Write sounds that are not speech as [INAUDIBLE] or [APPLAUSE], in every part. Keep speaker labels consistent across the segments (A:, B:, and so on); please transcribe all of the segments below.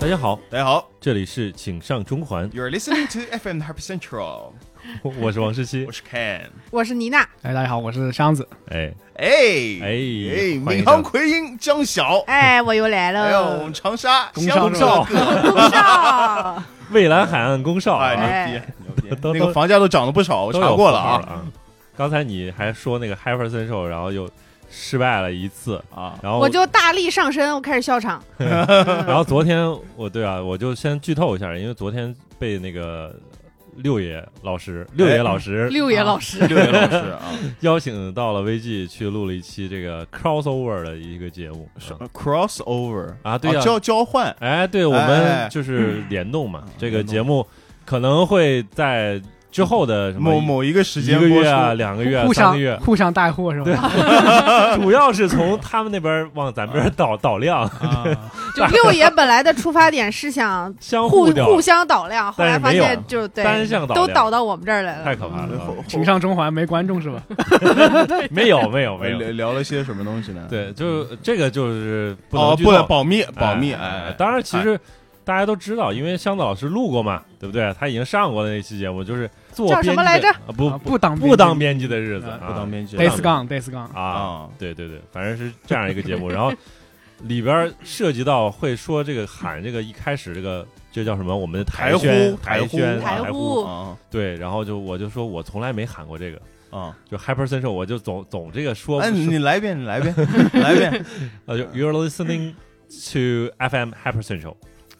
A: 大家好，
B: 大家好
A: 这里是请上中环， [LAUGHS]
B: ，You're listening to FM Happy Central，
A: 我是王世熙
B: 我。是 Ken，
C: 我是
A: [LAUGHS]
C: 妮娜，
D: 哎，大家好，我是商子。
A: 哎，
B: 哎
A: 哎
B: 哎，
A: 欢迎
B: 闵行奎因张晓，
C: 哎，我又来
B: 还有我
C: 了
B: 们，长沙
D: 工
B: 乡
D: 商
B: 少哥，
A: [LAUGHS]
C: 工少，
A: 蔚蓝海岸公少啊，
B: 哎
C: 哎
A: [LAUGHS]
B: 牛逼牛
A: 都
B: 逼，那
A: 都
B: 个房价都涨了不少，我
A: 都
B: 查
A: 有
B: 过了
A: 符号
B: 啊
A: 啊。刚才你还说那个 Hyper Central，然后又失败了一次，
B: 啊，
A: 然后
C: 我就大力上身，我开始
A: [LAUGHS]
C: 笑场。
A: 然后昨天我对啊，我就先剧透一下，因为昨天被那个六爷老师，
B: 哎
A: 六爷老师
C: 六爷老师，
B: 六爷老师啊
A: [LAUGHS] 邀请到了 VG 去录了一期这个 crossover 的一个节目。
B: 是，crossover 哦
A: 啊对呀
B: 交交换，
A: 哎，对，我
B: 哎嗯
A: 们就是联动嘛，这个
B: 联动
A: 节目可能会在之后的什么
B: 某某一个时
A: 一
B: 间
A: 个
B: 播
A: 月啊、
B: 出，
A: 两个月、啊、
D: 互
A: 三
D: 相
A: 个月，
D: 互相带货是
A: 对
D: 吧？
B: [LAUGHS]
D: 啊
A: 主要是从他们那边往咱们这儿导导量，
B: 啊
C: [LAUGHS] 就六爷本来的出发点
A: [LAUGHS]
C: 是想
A: 相
C: 互
A: 掉，
C: 互相倒量，后来发
A: 但是没有
C: 现就对，
A: 单向倒量
C: 都倒到我们这儿来
A: 太
C: 了。
A: 可怕
B: 呃
A: 了
B: 嗯
A: 啊。
D: 请上中环没观众是吧？
A: [LAUGHS] 没有，没有，没
B: 聊
A: 有。
B: 呃聊了些什么东西呢？
A: 对，就这个就是不能
B: 哦，
A: 剧
B: 不
A: 透
B: 能保密，保密，
A: 哎
B: 哎，
A: 当然，其实大家都知道，因为箱子老师录过嘛，对不对？他已经上过的那期节目，就是做
C: 叫什
A: 编辑
C: 么
A: 的
C: 来着
A: 啊不
D: 啊不当
A: 不当编辑的日子，
D: 啊
B: 嗯不当编剧
D: d a y s Gone d a y s Gone，
A: 啊，
B: 啊，
A: 对对对，反正是这样一个节目，然
C: [LAUGHS]
A: 后里边涉及到会说这个喊这个一开始这个这叫什么？我们的
B: 台
A: 宣
B: 呼
A: 台宣
B: 台
A: 啊
C: 呼
A: 呼
B: 啊
A: 对，然后就我就说我从来没喊过这个，
B: 啊，
A: 就 Hyper Central 我就总总这个说，
B: 哎，你嗯
A: 说
B: 来一遍，你来
A: [LAUGHS]
B: 一遍，来一遍，
A: 呃就 You're listening to FM Hyper Central，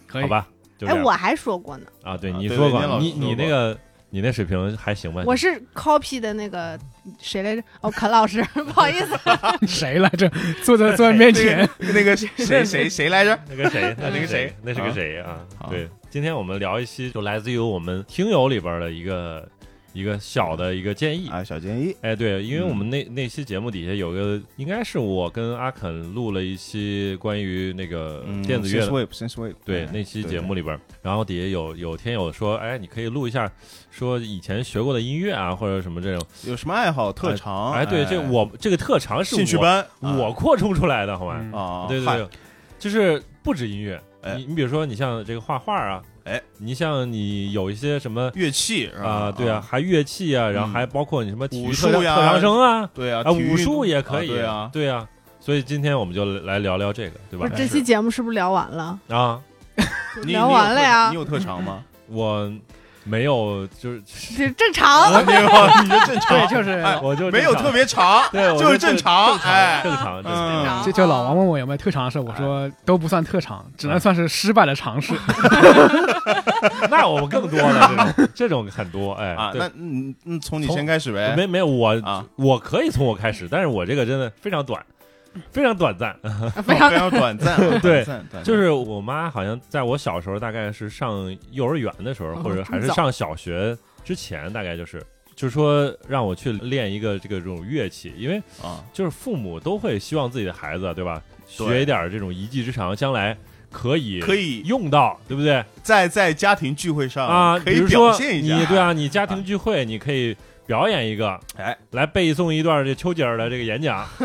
D: 可
A: 好
D: 以？
A: 吧？就
C: 哎
A: 这，样
C: 我还说过呢，
A: 啊，对
B: 啊
A: 你
B: 对
A: 说
B: 对
A: 过
B: 聂老，师
A: 你
B: 说
A: 你
B: 过
A: 那个你那水平还行吧？
C: 我是 copy 的那个谁来着？哦，肯老师， [LAUGHS] 不
A: [LAUGHS]
C: 好意思，
D: [LAUGHS] 谁来着？坐在坐在面前，
B: [LAUGHS] 那个谁谁谁来着？
A: 那个谁，那
B: 那
A: 个谁
B: 个谁，
A: 那是个
B: 啊
A: 谁啊？
B: 好
A: 对，今天我们聊一期，就来自于我们听友里边的一个一个小的一个建议。
B: [LAUGHS] 啊，小建议，
A: 哎，对，因为我
B: 嗯
A: 们那那期节目底下有个，应该是我跟阿肯录了一期关于那个
B: 嗯
A: 电子乐的，
B: wave sense wave，
A: 对，那期节目里边儿，然后底下有有天友说，哎，你可以录一下，说以前学过的音乐啊，或者什么这种。
B: 有什么爱好特长？
A: 哎，对，这我这个特长是
B: 哦兴趣
A: 我
B: 班，
A: 我扩充出来的，好吗？
D: 嗯
B: 啊，
A: 对对对，就是不止音乐，
B: 哎
A: 你你比如说你像这个画画啊，
B: 哎，
A: 你像你有一些什么
B: 乐器
A: 啊，对啊，，还乐器啊，然后还包括你什么体育
B: 嗯武
A: 特
B: 术
A: 长
B: 呀
A: 特长生啊，
B: 对啊
A: 啊，武术也可以，
B: 对啊，
A: 对啊，所以今天我们就来聊聊这个，对
C: 不
A: 吧
C: 是？
B: 哎
C: 这期节目是不是聊完了？
A: 啊，
C: 聊完了呀
B: 你，有特
A: [LAUGHS]
B: 长吗？
A: 我没有，
B: [LAUGHS]
A: 就是
C: 这正
A: 啊
C: 常。
B: 没有， [LAUGHS] 你就正
D: 对，
A: 哦
B: 常，
D: 就是
B: 哎
A: 我就
B: 没有特
A: 别，
B: 别长，
A: 对， [LAUGHS] 我
B: 就是正常，哎，
A: 正常，正常，
B: 嗯，
D: 就就老王问我有没有特长的时候，我
A: 哎
D: 说都不算特长，只
A: 嗯
D: 能算是失败
A: [LAUGHS]
D: 的尝试。
A: 那我们更多了，这种这种很多，哎，
B: 啊，
A: 对
B: 那嗯嗯，从你先开始呗，
A: 没没有我
B: 啊，
A: 我可以从我开始，但是我这个真的非常短，非常短暂。
B: 嗯
C: [LAUGHS]
B: 非常非
A: [LAUGHS]
B: 常短暂，
A: 对， [LAUGHS] 就是我妈好像在我小时候，大概是上幼儿园的时候，
C: 哦
A: 或者还
C: 这么
A: 是
C: 早
A: 上小学之前，大概就是。就是说让我去练一个这个这种乐器，因为
B: 啊，
A: 就是父母都会希望自己的孩子，对吧？
B: 对
A: 学一点这种一技之长，将来可以
B: 可以
A: 用到，对不对？
B: 在在家庭聚会上
A: 啊，
B: 可
A: 比
B: 以
A: 如
B: 表
A: 说
B: 现一下，
A: 你对，啊，你家庭聚会你可以表演一个，
B: 哎，
A: 来背诵一段这丘吉尔的这个演讲， [LAUGHS]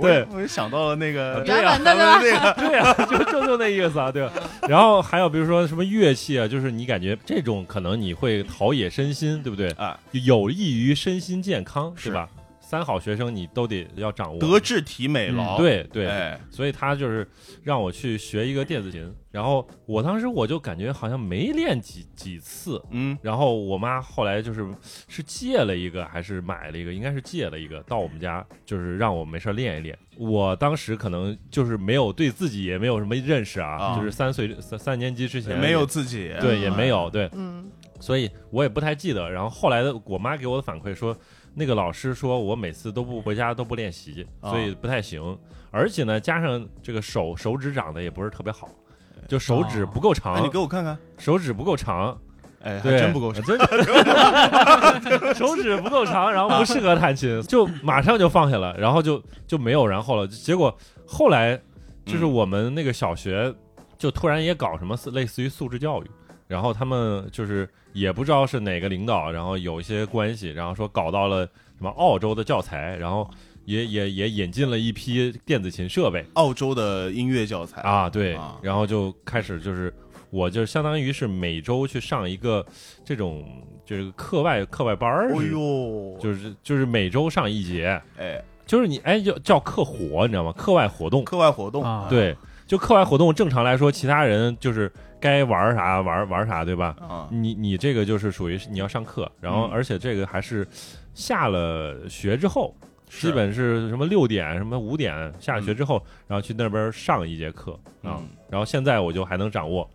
A: 对啊
B: 我我想到了那个
A: 对
C: 呀
B: 咱们那
A: [LAUGHS]
B: 个
A: 对啊，就就就那意思啊，对吧？然后还有比如说什么乐器啊，就是你感觉这种可能你会陶冶身心，对不对？
B: 啊，
A: 有益于身心健康，是
B: 是
A: 吧？三好学生你都得要掌握。
B: 德智体美劳，
A: 嗯对对，
B: 哎，
A: 所以他就是让我去学一个电子琴，然后我当时我就感觉好像没练几几次，
B: 嗯，
A: 然后我妈后来就是是借了一个还是买了一个，应该是借了一个到我们家，就是让我没事儿练一练。我当时可能就是没有对自己也没有什么认识啊，
B: 啊
A: 就是三岁三三年级之前
B: 没有自己，哎
A: 对也没有对，
C: 嗯，
A: 所以我也不太记得。然后后来的我妈给我的反馈说，那个老师说我每次都不回家都不练习，
B: 啊
A: 所以不太行。而且呢，加上这个手手指长得也不是特别好，就手指不够长，
B: 哎，你给我看看，
A: 手指不够长，
B: 哎，还
A: 对，
B: 真不够
A: 真
B: [LAUGHS]
A: 手指不够长，然后不适合弹琴，就马上就放下了，然后就就没有然后了。结果后来就是
B: 嗯
A: 我们那个小学就突然也搞什么似类似于素质教育，然后他们就是也不知道是哪个领导，然后有一些关系，然后说搞到了什么澳洲的教材，然后也也也引进了一批电子琴设备。
B: 澳洲的音乐教材，
A: 啊，对
B: 啊，
A: 然后就开始就是，我就相当于是每周去上一个这种就是课外课外班儿，
B: 哎呦，
A: 就是就是每周上一节，
B: 哎，
A: 就是你哎就叫课活，你知道吗？课外活动，
B: 课外活动
D: 啊，
A: 对，就课外活动，正常来说，其他人就是该玩儿啥玩儿玩儿啥，对吧？
B: 啊，
A: 你你这个就是属于是你要上课，然后
B: 嗯
A: 而且这个还是下了学之后，
B: 是
A: 基本是什么六点什么五点下了学之后，然后去那边上一节课啊。
B: 嗯
A: 然后现在我就还能掌握，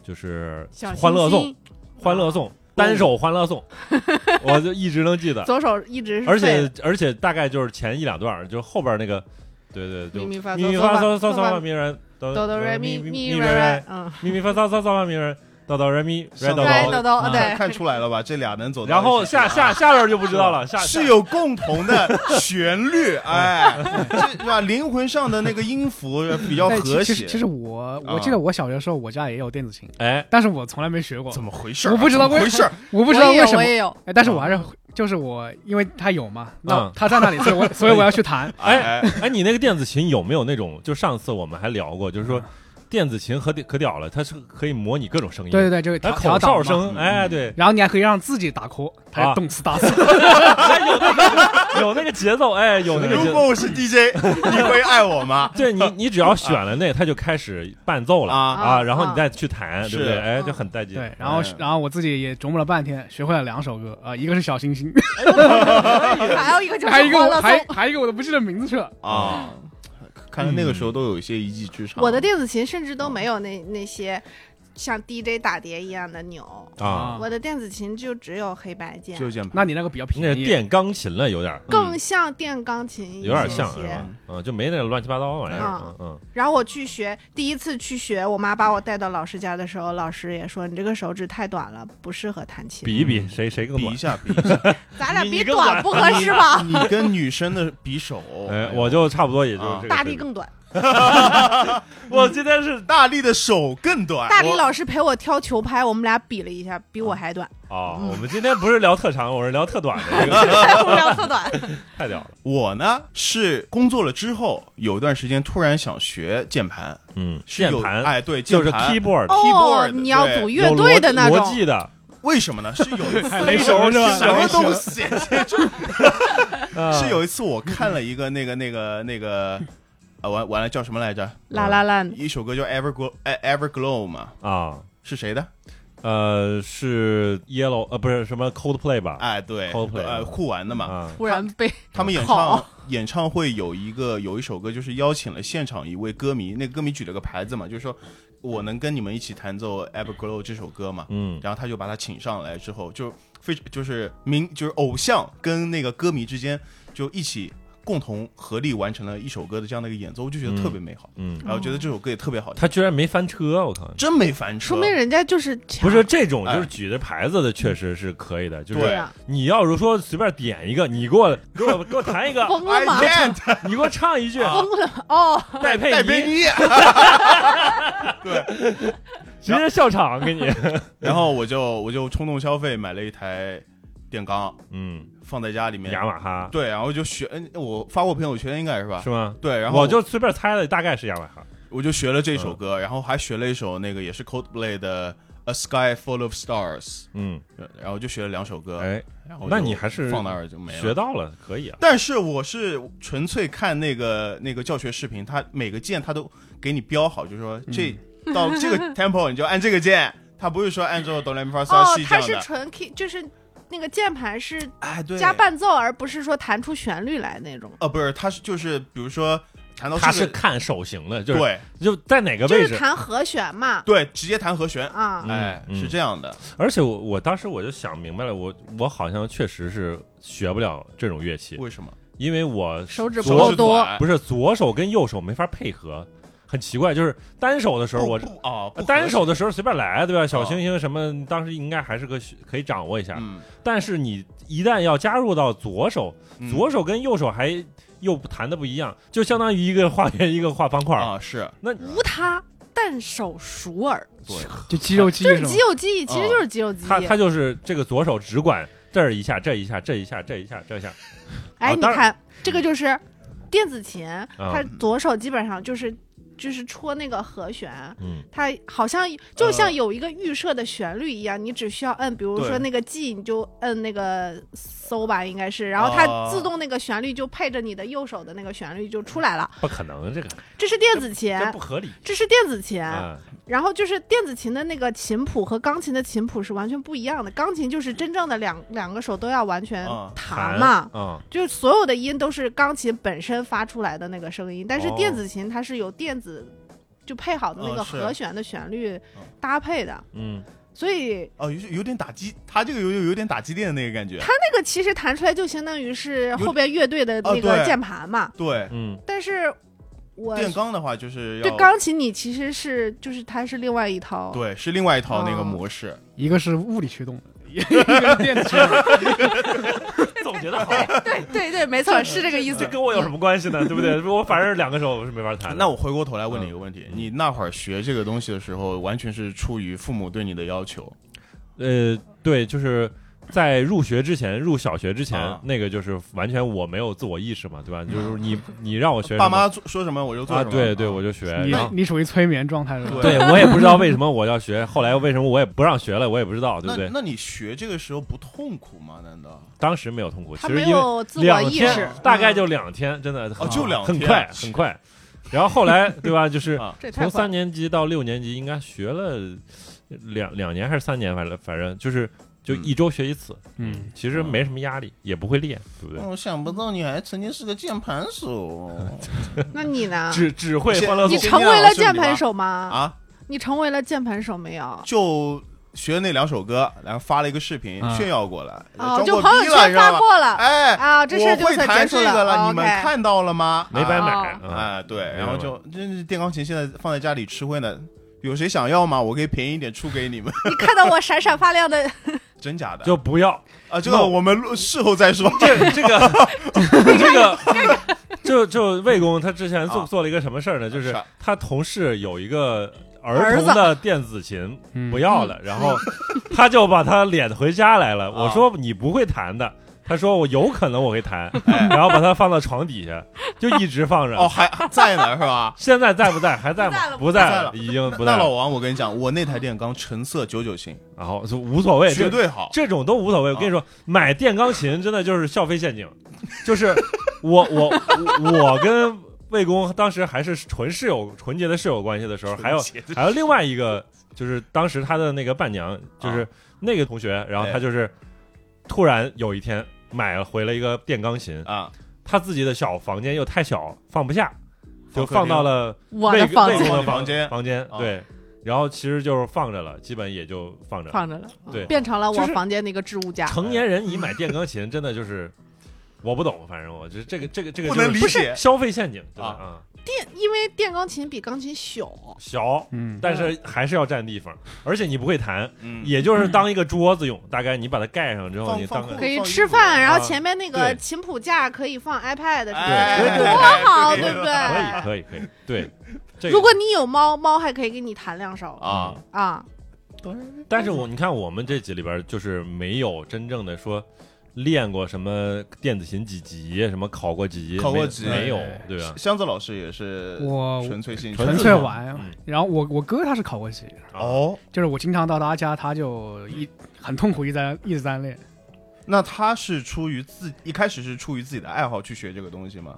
A: 就是
C: 小
A: 欢乐
C: 星
A: 颂，
C: 星，
A: 欢乐颂，单手欢乐颂，我就一直能记得。
C: 左手一直是
A: 而
C: 废的
A: 且而且大概就是前一两段儿，就是后边那个，对对，就
C: 咪咪发
A: 咪咪
C: 嗦
A: 发
C: 发
A: 嗦嗦
C: 嗦
A: 嗦
C: 发
A: 发咪人哆
C: 哆哆瑞
A: 咪咪
C: 咪咪
A: 瑞
C: 瑞瑞
A: 瑞，
C: 嗯，
A: 咪咪发嗦嗦嗦发咪人哆哆瑞咪瑞
B: 上
A: 哆
B: 来
A: 哆
C: 对
B: 哆。
C: 豆豆
D: 啊，
C: 对，
B: 看出来了吧？这俩能走到一起，
A: 然后下下下边就不知道了，下
B: 是有共同的旋律，哎，这是吧？灵魂上的那个音符比较
A: 哎
D: 但
B: 和
D: 哎其其实
B: 谐
D: 其，实我
A: 嗯
D: 我
B: 啊
D: 记得我小学的时候，我家也有电子琴，
A: 哎，
D: 但是我从来没学过，
B: 怎么回事儿啊？
D: 我不知道
B: 怎么回事儿，
D: 我不
C: 我
D: 知
C: 也
D: 道为
C: 有
D: 什么
C: 我，也有，
D: 哎，但是我还是就是我，因为他有嘛，那
A: 嗯
D: 他在那里，所以
A: [LAUGHS]
D: 我所以我要去弹，
B: 哎，
A: 哎，你那个电子琴有没有那种？就上次我们还聊过，就是说电子琴可屌可屌了，它是可以模拟各种声音，
D: 对对对，就是
A: 还
D: 调
A: 口
D: 调
A: 哨
D: 档嘛，
A: 声，哎，对，
D: [LAUGHS] 然后你还可以让自己打 call，
A: 啊
D: 他动
A: [LAUGHS]
D: 次打次，
A: 有那个节奏，哎，有那个节
B: 如
A: 奏。
B: 果我是 DJ，你会爱我
A: [LAUGHS]
B: 吗？
A: 对你，你只要选了那，它就开始伴奏了
B: 啊
A: 啊，然后
C: 啊
A: 你再去弹，对不对？
B: 是
A: 哎，就很带劲。
D: 对，然后
B: 哎
D: 然后我自己也琢磨了半天，学会了两首歌，啊，一个是小
C: [LAUGHS]
D: 星星，
C: 还有一个就是
D: 还有一个
C: 欢
D: 我
C: 乐
D: 还
C: 颂。
D: 还有一个我都不记得名字去了，
B: 啊，看来那个时候都有一些一技之长。
C: 我的电子琴甚至都没有那那些像 DJ 打碟一样的钮，
A: 啊，
C: 我的电子琴就只有黑白键，
B: 就键盘
D: 那你那个比较
A: 那
D: 便
A: 是
D: 宜，
A: 电钢琴了，有点儿，
C: 更像电钢琴一些
A: 有点像是
C: 些
A: 吧？嗯，就没那种乱七八糟的玩意儿。嗯
C: 嗯
A: 嗯，
C: 然后我去学，第一次去学，我妈把我带到老师家的时候，老师也说你这个手指太短了，不适合弹琴。
A: 比一比谁谁更
B: 比一
A: 短。
B: 下，比一下，
C: 咱俩
A: 你
C: 比
A: 你更短
C: 短不合适
B: [LAUGHS]
C: [LAUGHS] 吧？
B: 你跟女生的比手，
A: 哎，我就差不多也就
B: 啊
A: 是这个
C: 大
A: 水
C: 力
A: 平
C: 更短，
A: 我今天是
B: 大力的手更短。
C: 大力
B: 我
C: 老师陪我挑球拍，我们俩比了一下，比我还短，
A: 啊，
C: 嗯
A: 我们今天不是聊特长，我是聊特短的，这个
C: [LAUGHS] 我们俩特短。
A: 太屌了。
B: 我呢是工作了之后，有一段时间突然想学键盘，
A: 嗯，
B: 是
A: 键
B: 有
A: 盘
B: 哎，对，
A: 就是
B: 键盘
A: keyboard，
C: 哦
B: keyboard，，
C: 你要
B: 对
C: 组
A: 有
C: 乐队的那
A: 逻
C: 种
A: 逻，辑的，
B: 为什么呢？是有一
A: [LAUGHS] 哎
B: 次
D: 雷神是吧
B: 什么东西？
A: 啊
B: 是有一次我看了一个那个那个那个，啊完完了叫什么来着？
C: 啦啦啦，
B: 一首歌叫 Everglow，哎 Everglow 嘛，
A: 啊，
B: 是谁的？
A: 呃，是 Yellow 呃，不是什么 Coldplay 吧？
B: 哎，对，
A: Coldplay
B: 呃酷玩的嘛。
A: 啊，
C: 突然被
B: 他们演唱
C: 好
B: 演唱会有一个有一首歌，就是邀请了现场一位歌迷，那个歌迷举了个牌子嘛，就是说我能跟你们一起弹奏 Everglow 这首歌嘛。
A: 嗯
B: 然后他就把他请上来之后，就非就是明就是偶像跟那个歌迷之间就一起共同合力完成了一首歌的这样的一个演奏，我就觉得特别美好，
A: 嗯，
B: 然后觉得这首歌也特别好听，
A: 他居然没翻车，我靠！
B: 真没翻车
C: 说。明人家就是
A: 嗯不
C: 强
A: 是这种，
B: 哎
A: 就是举着牌子的，确实是可以的。就
C: 对
A: 是
B: 对
C: 呀，
A: 你要是说随便点一个，你给我给我给我弹一个，
C: 疯了
B: I
C: 吗？
B: can't
A: 你给我唱一句，
C: 疯了哦，
A: 戴佩 [LAUGHS]
B: 戴
A: 妮，
B: 妮。
A: 直接笑场给你。
B: 然后我就我就冲动消费买了一台电钢
A: 嗯，
B: 放在家里面
A: 雅，马哈
B: 对，然后就学，嗯我发过朋友圈应该是吧
A: 是？吗？
B: 对，啊然后
A: 我就嗯随便猜了，大概是雅马哈。
B: 我就学了这首歌，然后还学了一首那个也是 Coldplay 的 A Sky Full of Stars，呃
A: 嗯，
B: 然后就学了两首歌，
A: 哎，
B: 然后
A: 那
B: 就
A: 你还是
B: 放那儿就没
A: 哎学
B: 了。
A: 到了，可以啊。
B: 但是我是纯粹看那个那个教学视频，它每个键它都给你标好，就
A: 嗯
B: 是说这、到这
C: [LAUGHS]
B: 个 tempo 你就按这个键，它不是说按照哆来咪发嗦
C: 哦
B: 西，这
C: 它
B: 样
C: 是
B: 的。
C: 纯 key，就是那个键盘是
B: 哎，对，
C: 加伴奏，而不是说弹出旋律来那种。
B: 呃不是，它是就是比如说弹到
A: 他
B: 这
A: 是
B: 个
A: 看手型的，就是
B: 对
A: 就在哪个
C: 就
A: 位
C: 是
A: 置。
C: 弹和弦嘛。
B: 对，直接弹和弦。
C: 啊，
B: 哎，
A: 嗯
B: 是这样的，
A: 而且我我当时我就想明白了，我我好像确实是学不了这种乐器，
B: 为什么？
A: 因为我
C: 手指不
A: 左
C: 够
B: 手指
C: 多
B: 短
A: 不是左手跟右手没法配合，很奇怪，就是单手的时候我
B: 不啊，不合
A: 单手
B: 适
A: 的时候随便来，对吧？小
B: 哦
A: 星星什么，你当时应该还是个学可以掌握一下。
B: 嗯，
A: 但是你一旦要加入到左手，
B: 嗯
A: 左手跟右手还又弹的不一样，就相当于一个画圆，一个画方块。
B: 啊是
C: 无他，但手熟耳，
B: 对，
D: 就肌肉记忆
C: 就是是
D: 吗
C: 肌？肉记忆，其实就是肌肉记
A: 哦他
C: 忆。
A: 他就是这个左手只管这儿一下，这一下，这一下，这一下，这一下。
C: 哎，
A: 啊
C: 你
A: 当然嗯
C: 看这个就是电子琴，它左手基本上就是就是戳那个和弦，
A: 嗯，
C: 它好像就像有一个预设的旋律一样，你只需要摁，比如
B: 对
C: 说那个 G，你就摁那个搜吧，应该是，然后它
B: 哦
C: 自动那个旋律就配着你的右手的那个旋律就出来了。
A: 不可能，这个
C: 这是电子琴，
A: 这不合理。
C: 这是电子琴。
A: 啊，
C: 然后就是电子琴的那个琴谱和钢琴的琴谱是完全不一样的，钢琴就是真正的两两个手都要完全
B: 啊
C: 弹嘛。
A: 嗯，
C: 就是所有的音都是钢琴本身发出来的那个声音，但是
B: 哦
C: 电子琴它是有电子就配好的那
B: 哦
C: 个
B: 是
C: 和弦的旋律
B: 嗯
C: 搭配的，
A: 嗯，
C: 所以
B: 哦，有有点打击，他这个有有有点打击电的那个感觉，
C: 那个其实弹出来就相当于是
B: 有
C: 后边乐队的
B: 哦
C: 那个
B: 对
C: 键盘嘛。
B: 对， [LAUGHS]
A: 嗯，
C: 但是我
B: 电钢的话就是
C: 对
B: 要
C: 钢琴你其实是就是它是另外一套，
B: 对是另外一套那个
C: 哦
B: 模式，
D: 一个是物理
A: [LAUGHS]
D: 驱动的，一个是电子驱动的。
A: 总觉得好，
C: 对 [LAUGHS] 对对，没错，是这个意思
A: [LAUGHS] 这。跟我有什么关系呢？对不对？我反正两个手我是没法弹的。
B: 那我回过头来问你一个问题：
A: 嗯
B: 你那会儿学这个东西的时候，完全是出于父母对你的要求
A: 呃，对，就是在入学之前，入小学之前，
B: 啊
A: 那个就是完全我没有自我意识嘛，对吧？就是你你让我学什么
B: 嗯爸妈做说什么我就做
A: 啊，
B: 什么。
A: 对对，我就学。
D: 你
A: 然后
D: 你属于催眠状态是吧？
A: 哎对我也不知
B: [LAUGHS]
A: 道为什么我要学，后来为什么我也不让学了，我也不知道，对
B: 那
A: 不对？
B: 那你学这个时候不痛苦吗？难道？
A: 当时没有痛苦，其
C: 他
A: 实
C: 没
A: 因为
C: 有自我
A: 两
C: 意识嗯
A: 天，大概就两天，真的
B: 哦就两
A: 很
B: 天
A: 快很快。然后后来对吧，就是
B: 啊
C: 这也太
A: 从
C: 快了
A: 三年级到六年级，应该学了两两年还是三年，反正反正就是就一周学一次。
D: 嗯，
A: 其实没什么压力，也不会练，对不对？
B: 我哦想不到你还曾经是个键盘手
A: [LAUGHS]
C: 那你呢？
A: 只只会欢乐
C: 你
A: 颂，
C: 成为了键盘
B: 是
C: 手吗？
B: 啊！
C: 你成为了键盘手没有？
B: 就学那两首歌，然后发了一个视频
D: 啊
A: 嗯
B: 炫耀过来，
C: 哦，
B: 装
C: 就
B: 过
C: 朋友
B: 逼了，
C: 圈
B: 知道
C: 发
B: 吧？
C: 过了
B: 哎，
C: 啊，这事儿
B: 我
C: 就
B: 会
C: 算
B: 弹
C: 结束
B: 这个
C: 了，哦
B: 你们
C: OK
B: 看到了吗？
A: 没白买
C: 哦
A: 啊！
B: 哎，对，
A: 明
B: 然后
A: 白
B: 就这电钢琴现在放在家里吃灰呢，有谁想要吗？我可以便宜一点出给你们， [LAUGHS]
C: 你看到我闪闪发
A: [LAUGHS]
C: 亮的，你
B: 真假的？
A: 就不要
B: 啊，这
A: 那
B: 个
A: 我
B: 我们录事后再说。
A: 这这个 [LAUGHS] 这个，就就魏公他之前做
B: 啊
A: 做了一个什么事儿呢？就是
B: 是
A: 他同事有一个
C: 儿
A: 儿童
C: 子
A: 的电子琴
D: 嗯
A: 不要了，然后他就把他敛回家来了。我
B: 啊
A: 说你不会弹的。他说：“我有可能我会弹，
B: 哎
A: 然后把它放到床底下，就一直放着。
B: 哦，[LAUGHS] 还在呢是吧？
A: 现在在不在？还在
C: 不在
A: 吗？
C: 了
A: 不
B: 不
A: 在
B: 在
A: 了
B: 了，
A: 已 [LAUGHS] 经不在
B: 那老
A: 了。
B: 王，我跟你讲，我那台电钢橙色九九型，
A: 然后就无所谓，
B: 绝
A: 就
B: 对啊好。
A: 这种都无所谓。我跟你说，买电钢琴真的就是消费陷
B: [LAUGHS]
A: 阱，就是我我我我跟魏公当时还是纯室友纯洁的室友关系的时候，还有还有另外一个就是当时他的那个伴娘，
B: 啊
A: 就是那个同学，然
B: 哎
A: 后他就是突然有一天买回了一个电钢琴，
B: [LAUGHS] 啊，
A: 他自己的小房间又太小放不下，就放
B: 放客厅
A: 到了
C: 我
A: 魏
C: 的房
A: 魏
C: 子
A: 公的
B: 放你房间
A: 房间
B: 啊
A: 对。然后其实就是放着了，基本也就放着了。
C: 放着了，
A: 对
C: 变成了
A: 就
C: 我
A: 是
C: 房间的一个置物架。
A: 成年人你买电钢琴，真的就是我不懂，反正我就是这个这个这个
B: 不能
A: 就是
B: 理解
A: 消费陷阱真的
B: 啊
A: 啊，
C: 电，因为电钢琴比钢琴小，
A: 小，
D: 嗯，
A: 但是还是要占地方，而且你不会弹，
B: 嗯，
A: 也就是当一个桌子用，大概你把它盖上之后，
B: 放
A: 你当
B: 放
A: 个
B: 空
C: 可
A: 对
C: 以
B: 放
C: 吃
B: 衣服
C: 饭，然后
A: 啊
C: 前面那个
A: 对
C: 琴谱架可以放 iPad 之类
B: 哎
A: 对
C: 的，
A: 对
C: 多好，对不
A: 可以
C: 对？
A: 可以可以，对，这
C: 如
A: 个
C: 果你有猫，猫还可以给你弹两首
B: 啊，
C: 啊。
A: 但是我你看我们这集里边就是没有真正的说。练过什么电子琴几级，什么考过几级？
B: 考过
A: 没
B: 几级哎
A: 没有，对吧？
B: 箱子老师也是
D: 我
B: 纯粹兴
A: 啊
B: 趣，
A: 呃纯
D: 纯
A: 粹
D: 粹
A: 玩
D: 玩啊
A: 嗯。
D: 然后我我哥他是考过级，
B: 哦。
D: 就是我经常到他家，他就一很痛苦，一直在一直在练。
B: 那他是出于自一开始是出于自己的爱好去学这个东西吗？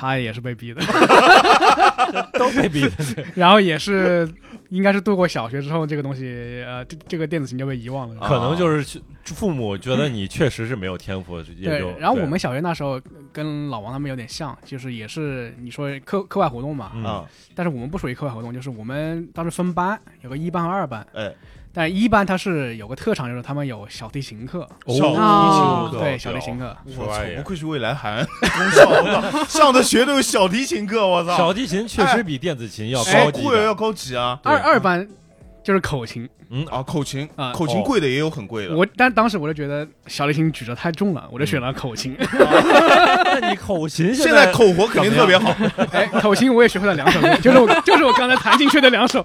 D: 他也是被逼的，
A: 啊都被
B: [LAUGHS]
A: 逼的。
D: 然后也是应该是度过小学之后，这个东西呃，这这个电子琴就被遗忘了。
A: 可能就是去父母觉得你确实是没有天赋，也就
D: 对，然后
A: 对啊
D: 我们小学那时候跟老王他们有点像，就是也是你说课课外活动嘛，
A: 嗯
B: 啊，
D: 但是我们不属于课外活动，就是我们当时分班，有个一班和二班，
B: 哎，
D: 但一班它是有个特长，就是他们有小提琴课，
B: 小
C: 哦。
B: 提琴课，
D: 对，小提琴课，
B: 我
A: 说
B: 操
A: 白了，也
B: 不愧是未来韩公校，我操，上的学都有小提琴课，我操，
A: 小提琴确实比电子琴要
B: 哎
A: 高级一
B: 贵
A: 点
B: 要高级啊
A: 对
D: 二二班就是口琴，
A: 嗯，
B: 啊，口琴
D: 啊
B: 口琴贵的也有很贵的，
D: 我但当时我就觉得小提琴举得太重了，我就选了口
A: [LAUGHS]
D: 琴。
A: 那你口琴
B: 现
A: 在
B: 在口活肯定特别好，
D: 哎，口琴我也学会了两首歌，就是我就是我刚才弹进去的两首。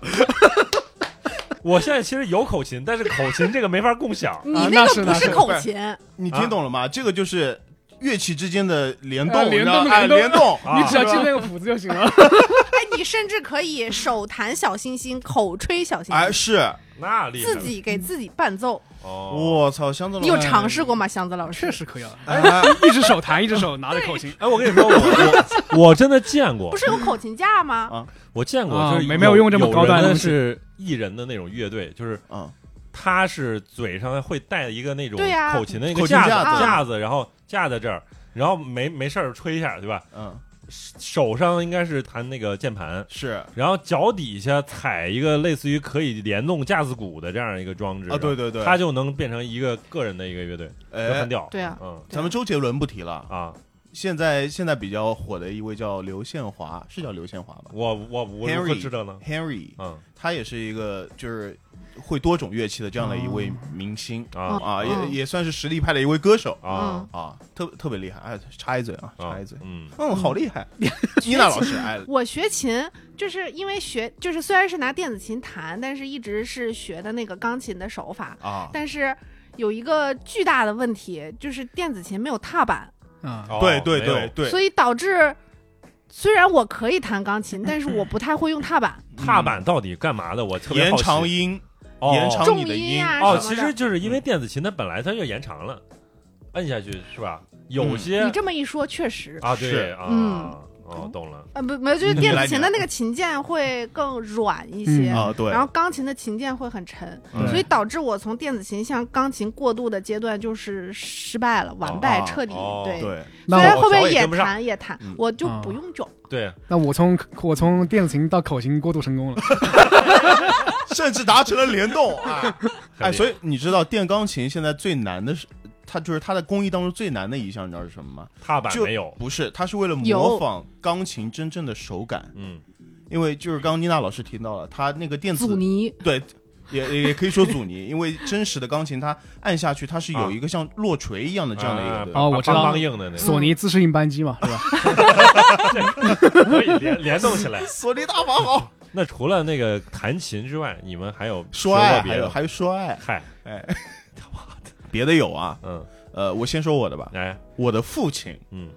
A: 我现在其实有口琴，但是口琴这个没法共享
D: [LAUGHS]
C: 你
D: 啊
C: 那
D: 那
C: 个
D: 是
C: 不
D: 那
C: 是
D: 是
C: 口
B: 不是
C: 琴，哎
B: 你听懂了吗？这个就是乐器之间的联
D: 啊
B: 动，
D: 联
B: 你知道
D: 动
B: 哎
D: 联动
B: 联动，
A: 啊
D: 你只要记那个谱子就行了。
C: 哎，你甚至可以手弹小星星，口吹小星
B: 哎
C: 星，
B: 是，
A: 那厉害
C: 自
A: 了，
C: 己给自己伴奏。
A: 哦，
B: 我操，箱子
C: 你
B: 老
C: 有
B: 师，
C: 尝试过吗，祥子老师？
D: [LAUGHS] 确实可以了，
B: 哎哎
D: 一只手弹，一只手拿着口 [LAUGHS] 琴。
A: 哎，我跟你说，我我我真的见过
C: 不，是有口琴架吗？
B: 哦
A: 我见过，
D: 啊
A: 就是
D: [LAUGHS] 没没有用这么高
A: 有
D: 端的
A: 人
D: 东
A: 的
D: 西
A: 是艺人的那种乐队，就是
B: 嗯，
A: 他是嘴上会带一个那种
C: 对呀
A: 口琴的一
B: 口
A: 个
B: 琴
A: 架子
B: 架
C: 子
A: 架子，然后架在这儿，然后没没事儿吹一下，对吧？
B: 嗯，
A: 手上应该是弹那个键盘，
B: 是啊，
A: 然后脚底下踩一个类似于可以联动架子鼓的这样一个装置
B: 啊对，对对，
A: 它就能变成一个个人的一个乐队，就
B: 哎
A: 很，屌。
C: 对啊，
A: 嗯
B: 咱们周杰伦不提了，
A: 啊，
B: 现在现在比较火的一位叫刘宪华，
A: 啊
B: 是叫刘宪华吧
A: 我我我如何
B: Henry
A: 知道呢？
B: ？Henry，
A: 嗯
B: 他也是一个就是会多种乐器的这样的一位明星
A: 啊
B: 啊，
C: 嗯
B: 也也算是实力派的一位歌手
A: 啊
B: 啊，特特别厉害。哎，插一嘴啊，
A: 啊
B: 插一嘴，，
A: 嗯
B: 嗯，好
A: [LAUGHS]
B: 厉害，伊娜老师，哎，
C: 我学琴就是因为学，就是虽然是拿电子琴弹，但是一直是学的那个钢琴的手法，
B: 啊，
C: 但是。有一个巨大的问题，就是电子琴没有踏板，
D: 啊，
A: 哦
B: 对对
A: 没有
B: 对对，
C: 所以导致虽然我可以弹钢琴，但是我不太会用踏
B: [LAUGHS]
C: 板。
B: 嗯
A: 踏板到底干嘛的？我特别
B: 延
A: 好奇
B: 长音，
A: 哦
B: 延长
C: 重
B: 你的
C: 音啊
A: 哦，
C: 什
A: 其
C: 么的
A: 实就是因为电子琴它本来它就延长了，摁下去是吧？有
B: 嗯
A: 些
C: 你这么一说，确实，
A: 啊，
B: 是
A: 对啊
C: 嗯，
A: 哦，懂了。
C: 呃，不，没有，就是
B: 你
C: 电
B: 来
C: 子
B: 你
C: 琴的
B: 来
C: 那个琴键会更软一些，
D: 嗯
B: 啊，对，
C: 然后钢琴的琴键会很沉，
B: 嗯
C: 所以导致我从电子琴向钢琴过渡的阶段就是失败了，完败，
B: 哦
C: 彻底。
A: 哦
C: 对，
B: 对，
D: 那
C: 虽然
A: 我
C: 后面
A: 脚也跟不上嗯
C: 弹也弹
B: 嗯，
C: 我就不
D: 啊
C: 用卷。
A: 对，
D: 那我从我从电子琴到口琴过渡成功 [LAUGHS] 了。
B: 甚至达成了联
A: [LAUGHS]
B: 动啊！哎，所
A: 以
B: 以你知道电钢琴现在最难的是，它就是它的工艺当中最难的一项，你知道是什么吗？
A: 踏板
B: 就
A: 没有，
B: 不是，它是为了模
C: 有
B: 仿钢琴真正的手感，
A: 嗯，
B: 因为就是刚刚妮娜老师提到了，它那个电
C: 阻
B: 子
C: 尼，
B: 对，也也可以说阻尼，因为真实的钢琴它按下去，它是
A: 啊
B: 有一个像落锤一样的这样的一个对吧。
D: 哦我知道了
A: 梆梆硬的
B: [LAUGHS]
A: 那
D: 索尼自适应扳机嘛，是吧？
A: 个，可以联联动起来。
B: 索尼大法
A: [LAUGHS]
B: 好，
A: 那除了那个弹琴之外，你们还有
B: 说
A: 过
B: 爱
A: 别的
B: 还有
A: 吗？
B: 还有说爱，
A: 嗨，
B: 哎，别的有啊，
A: 嗯，
B: 呃，我先说我的吧，
A: 哎，
B: 我的父亲
A: 嗯，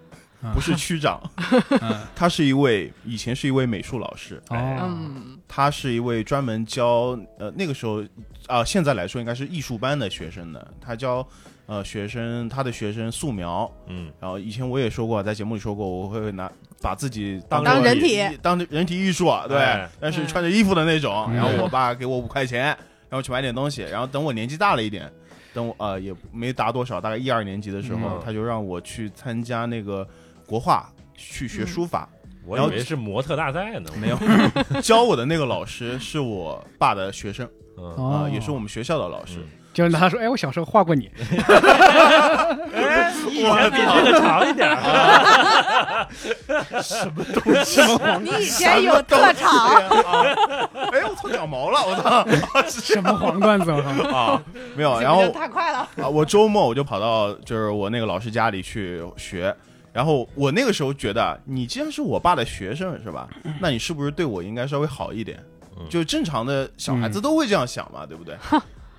B: 不是区长，
D: [LAUGHS] 嗯，
B: 他是一位以前是一位美术老师，
D: 哦，
C: 嗯，
B: 他是一位专门教呃那个时候啊、现在来说应该是艺术班的学生的，他教呃学生他的学生素描，
A: 嗯，
B: 然后以前我也说过，在节目里说过，我会拿把自己
A: 当
B: 做
C: 人体
B: 艺当人体艺术，啊对，
A: 哎
B: 但是
C: 嗯
B: 穿着衣服的那种。
D: 嗯
B: 然后我爸给我五块钱，然后去买点东西，然后等我年纪大了一点，等我呃也没达多少，大概一二年级的时候，
A: 嗯
B: 他就让我去参加那个国画。去学书法，
A: 我
B: 然
A: 以
B: 后
A: 为是模特大赛呢。
B: 没有 [LAUGHS] 教我的那个老师是我爸的学生
A: 嗯，
B: 啊、
D: 哦，
B: 也是我们学校的老师。
A: 嗯
B: [LAUGHS]
D: 就是拿他说，哎，我小时候画过 [LAUGHS] 你，
A: 哎，以前比这个长一点儿。
C: [LAUGHS] 你以前有特
B: 哎
C: 长，
B: 呀啊 [LAUGHS] 哎，我操，长毛了，我操！
A: [LAUGHS]
D: 什么黄段子？我 [LAUGHS] 靠！
B: 啊，没有，
A: 哦
C: 这
B: 然
C: 个
B: 后
C: 就太快了。
B: 啊，我周末我就跑到就是我那个老师家里去学，然后我那个时候觉得，你既然是我爸的学生是吧，那你是不是对我应该稍微好一点
A: 嗯？
B: 就正常的小孩子都会这样想嘛，对不对？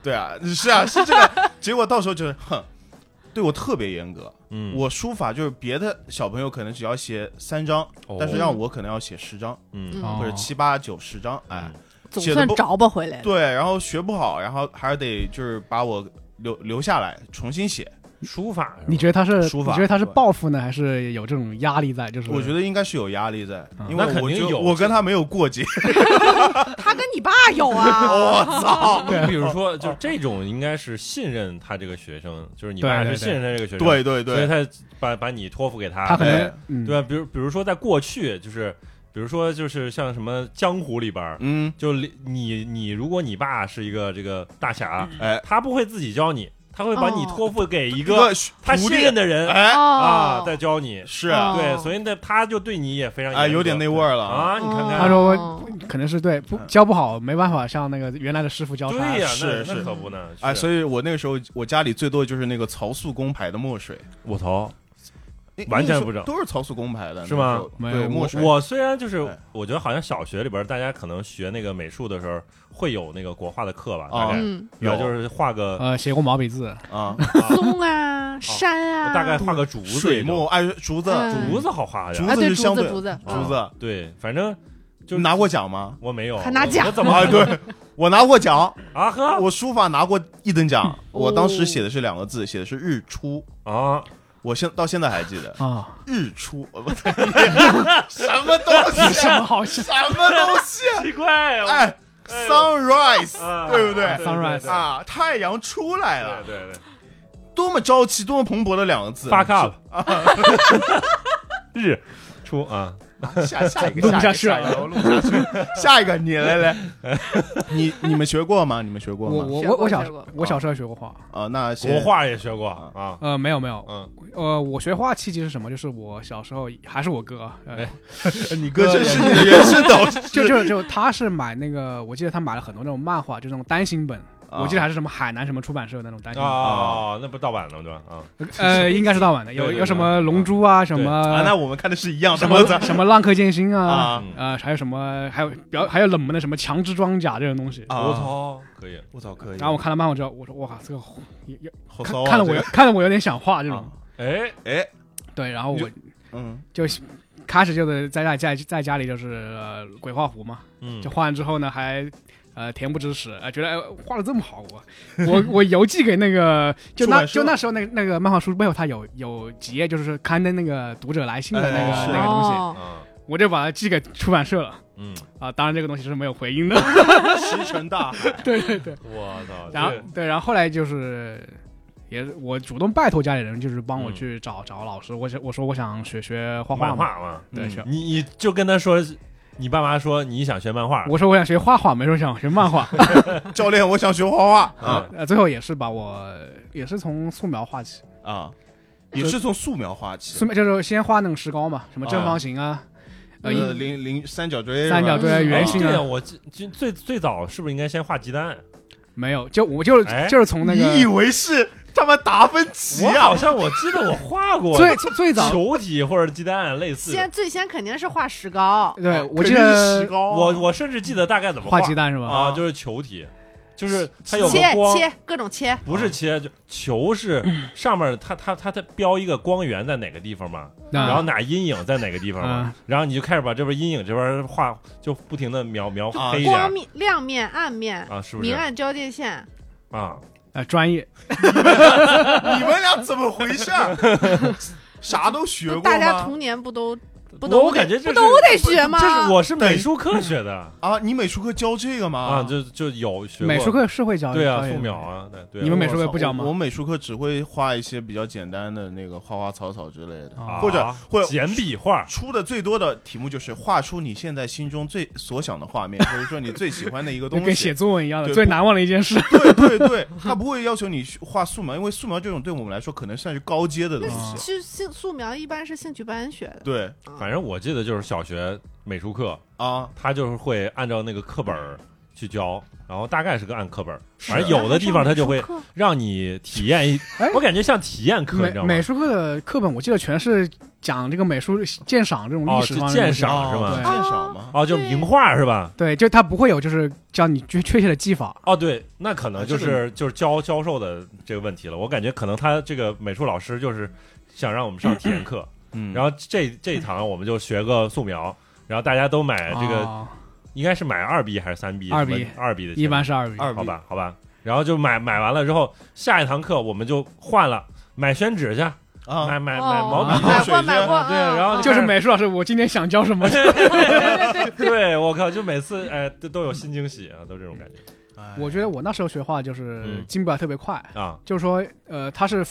B: 对啊，是啊，是这个。结果到时候就是，哼，对我特别严格。
A: 嗯，
B: 我书法就是别的小朋友可能只要写三张，
A: 哦
B: 但是让我可能要写十张
A: 嗯，
C: 嗯
D: 哦
B: 或者七八九十张，哎，
C: 总
B: 写得
C: 算
B: 不
C: 着吧回来了。
B: 对，然后学不好，然后还是得就是把我留留下来重新写。
A: 书法是吧，
D: 你觉得他是？
B: 书
D: 你
B: 法
D: 觉得他是
B: 对
D: 报复呢，还是有这种压力在？就是
B: 我觉得应该是有压力在，
D: 嗯
B: 因
A: 那
B: 为
A: 肯
B: 我
A: 定
B: 觉得
A: 有
B: 我跟他没有过节。
C: 他跟你爸
A: [LAUGHS]
C: 有
A: 哦
C: 啊，
B: 操！
A: 你比如说，就这种应该是信任他这个学生，就是你爸
D: 对对
A: 是信任他这个学生，
B: 对对
A: 所以
B: 对，
A: 他把把你托付给他，
D: 他可
B: 很
D: 能，嗯，
A: 对吧？比如比如说，在过去就是。比如说就是像什么江湖里边儿，
B: 嗯，
A: 就你你你，如果你爸是一个这个大侠，
B: 哎，
A: 他不会自己教你，他会把你
C: 哦
A: 托付给一
B: 一
A: 个他
B: 徒
A: 信
B: 弟
A: 任，的人
B: 哎，
A: 啊，
C: 哦，
A: 再教你。
B: 是啊
C: 哦
A: 对，所以那他就对你也非常
B: 哎，
A: 严格
B: 有点那味儿了，
A: 啊，你看
D: 他
A: 看，
D: 说
C: 哦
D: 可能是对不教不好，没办法像那个原来的师傅教他
A: 对。呀，
B: 是
A: 那那
B: 是
A: 可不呢，
B: 哎，
A: 以
B: 所以我那个时候我家里最多就是那个曹素公牌的墨水，
A: 我头
B: 哎
A: 完全
B: 那个时候
A: 不知道
B: 都是曹素公牌的，
A: 是吗
B: 那个时候
D: 没
B: 对，
D: 有
B: 墨水，
A: 我虽然就是
B: 哎，
A: 我觉得好像小学里边大家可能学那个美术的时候会有那个国画的课吧，
B: 哦
A: 大概
C: 嗯，
A: 然后就是画个
D: 呃，写过毛笔字，
B: 啊，
C: 松啊，山啊，
A: 哦大概画个竹子
B: 水
A: 也就，
B: 墨，哎，竹子，
C: 嗯
A: 竹子好画
B: 竹
A: 呀，
C: 啊，对，
B: 是
C: 竹
B: 相
C: 子
B: 对
C: 竹子，
A: 啊
B: 竹子，
A: 对，反正就
B: 你拿过奖吗？ [LAUGHS]
A: 我没有，
C: 还拿
A: 我
C: 奖
A: 我怎么
B: 啊，对，我拿过奖，
A: 啊呵
B: 我书法拿过一等奖，我当时
C: 哦
B: 写的是两个字，写的是日出， [LAUGHS]
A: 啊，
B: 我现到现在还记得
D: 啊，
B: 日出，我 [LAUGHS] 什么东西
D: 有 [LAUGHS] 什
B: 啊？
D: 么好笑？
B: 什么东西啊？
A: 奇怪，我
B: 哎
A: 哎呦
B: ，sunrise，
A: 啊
B: 对不啊对
D: ？Sunrise
A: 对
B: 啊，太阳出来
A: 对
B: 了，
A: 对对
B: 多么朝气，多么蓬勃的两个字。啊
A: ，fuck up，日出啊，
B: 啊下下一
D: 录
B: 个，
D: 不
B: 下
D: 下
B: 一
D: 去了
B: 个，我录不下去了。 [LAUGHS] 下一个，你来来，你你们学过吗？你们学过
D: 我
B: 吗？
D: 我
C: 学
D: 我
C: 过
D: 我小
C: 学过
D: 我小时候学过画，
B: 啊，那先
A: 国画也学过啊，
D: 呃，没有没有，
A: 嗯，
D: 呃，我学画契机是什么？就是我小时候还是我哥，呃
A: 哎
B: 你哥这是你的原声导师，
D: [LAUGHS] 就就就他是买那个，我记得他买了很多那种漫画，就那种单行本，
B: 啊
D: 我记得还是什么海南什么出版社那种单行本，嗯
A: 哦，那不盗版了吗？对吧？啊，
D: 呃，应该是盗版的，
A: 对
D: 有
A: 对对
D: 有什么龙珠啊，什
B: 啊，
D: 么
B: 那我们看的是一样的
D: 什
B: 我
D: 么
B: 操
D: 什么浪客剑心啊，
B: 啊
A: 嗯
D: 呃，还有什么还有比较还有冷门的什么强制装甲这种东西。
B: [LAUGHS] 啊！
A: 我，操，可以，
B: 我操，可以。
D: 然后啊我看了漫画之后，我说哇，这个有有
B: 好
D: 看
B: 骚啊
D: 看了我
B: 这
D: 有
B: 个
D: 看了我有点想画这种
B: 啊，
A: 哎，
B: 哎，
D: 对，然后
B: 你
D: 我
B: 嗯，
D: 就开始就是在家在在家里就是呃鬼画符嘛，
A: 嗯
D: 就，画完之后呢，还呃恬不知耻，啊、觉得、哎、画的这么好，我 [LAUGHS] 我我邮寄给那个，就
B: 出版
D: 那
B: 社
D: 就那时候那个那个漫画书背后，它有有几页就是刊登那个读者来信的那个、
B: 哎是
D: 那个东西，
C: 哦
A: 啊，
D: 我就把它寄给出版社了。
A: 嗯，
D: 啊，当然这个东西是没有回音的。
B: 石沉大海，
D: 对对对。
A: 我操，
D: 然后对，然后后来就是，也是我主动拜托家里人，就是帮我
A: 嗯
D: 去找、找老师。我想我说我想学学画
A: 这
D: 画
A: 漫
D: 嘛，
A: 画嘛，
D: 对，
B: 嗯
D: 学。
A: 你你就跟他说，你爸妈说你想学漫画，
D: 我说我想学画画，没说想学漫画。 [LAUGHS]
B: 教练，我想学画画啊
D: 呃，最后也是把我也是从素描画起，
B: 啊！也是从素描画起
D: 呃素，描就是先画那种石膏嘛，什么正方形啊，呃，
B: 呃，
D: 一
B: 零零三角锥是吧，
D: 三角锥、
C: 嗯
D: 圆
A: 哎
D: 形
A: 对呀，
D: 啊，
A: 我记记最最早是不是应该先画鸡蛋？
D: 没有，就我就
A: 哎
D: 就是从那
B: 你以
D: 个
B: 为是他妈达芬奇
A: 我
B: 啊
A: 好？像我记得我画过
D: 最最最早，
A: 球体或者鸡蛋类似的，
C: 先最先肯定是画石膏，
D: 对我记
B: 肯定是石
D: 得
B: 膏啊，
A: 我我甚至记得大概怎么
D: 画鸡蛋是吧？
A: 啊，就是球体，就是它有个
C: 切
A: 光，
C: 切各种切，
A: 不是切，就球是
D: 嗯
A: 上面它它它它标一个光源在哪个地方嘛，
D: 啊
A: 然后哪阴影在哪个地方嘛，然后你就开始把这边阴影这边画，就不停的描描
B: 啊
A: 黑一
C: 光
A: 点
C: 面、亮面、暗面、
A: 啊，是不是
C: 明暗交界线，
A: 啊？
D: 呃专业
B: [LAUGHS] 你们俩怎么回事儿？
D: [LAUGHS]
B: 啥都学过
C: 大家
B: 吗？
C: 童年不都不
A: 我
C: 都
A: 我感觉
C: 得
A: 这是
C: 不都得学吗？
A: 这是我是美术课学的
B: 啊，你美术课教这个吗？
A: 啊，就就有学过
D: 美术课是会教
A: 对啊，
D: 教育
A: 素
D: 的
A: 描啊，对对啊，
D: 你们美术课不讲吗
B: 我我美术课只会画一些比较简单的那个花花草草之类的，
D: 啊
B: 或者
A: 啊
B: 或者
A: 简笔画
B: 出的最多的题目就是画出你现在心中最所想的画面，或者说你最喜欢的
D: [LAUGHS]
B: 一个
D: 就
B: 东
D: 跟
B: 西
D: 写。作文一样的，
B: 对
D: 最
B: 不
D: 难忘的一件事。
B: 对对对，他不会要求你去画素描，因为素描这种对我们来说可能算是高阶的东
D: 啊
B: 西。
C: 那是兴素描一般是兴趣班学的，
B: 对
A: 反正我记得就是小学美术课，
B: 啊，
A: 他就是会按照那个课本儿去教，然后大概是个按课本儿，
B: 是
A: 反正有的地方他就会
C: 上美术课
A: 让你体验一
D: 哎，
A: 我感觉像体验 [LAUGHS] 课，你
D: 美
A: 知道吗
D: 美？术课的课本，我记得全是讲这个美术鉴赏这种
A: 哦
D: 历史
A: 是
D: 方面的
A: 鉴
D: 东
A: 赏
B: 哦
D: 西
A: 是吗
B: 鉴赏吗？
A: 哦，就名画是吧？
D: 对，就他不会有就是教你确确切的技法，
A: 哦，对，那可能
B: 啊
A: 就是、
B: 这
A: 就是教教授的这个问题了。我感觉可能他这个美术老师就是想让我们上体验课，[CLEARS THROAT]
B: 嗯，
A: 然后这这一堂我们就学个素描，然后大家都买哎这个，
D: 哦
A: 应该是买二 B 还是三 B？
D: 二 B
A: 二 B 的铅笔，
D: 一般是二 B。
B: 二 B
A: 好吧，好吧。然后就买买完了之后，下一堂课我们就换了，买宣纸去，
B: 啊，
A: 买买买毛
C: 哦
A: 笔
B: 笔
C: [LAUGHS]
A: 去。
C: 买
B: 水
C: 过买
B: 晶
C: 过，
A: 对
C: 嗯
A: 然后
C: 嗯
D: 就是美术老师，我今天想教
A: [LAUGHS]
D: 什么？
A: 对我靠，就每次哎都都有新惊喜啊，都这种感觉
B: 哎
D: 我觉得我那时候学画就是
A: 嗯
D: 进步得特别快，
A: 啊。
D: 就是说，呃，他是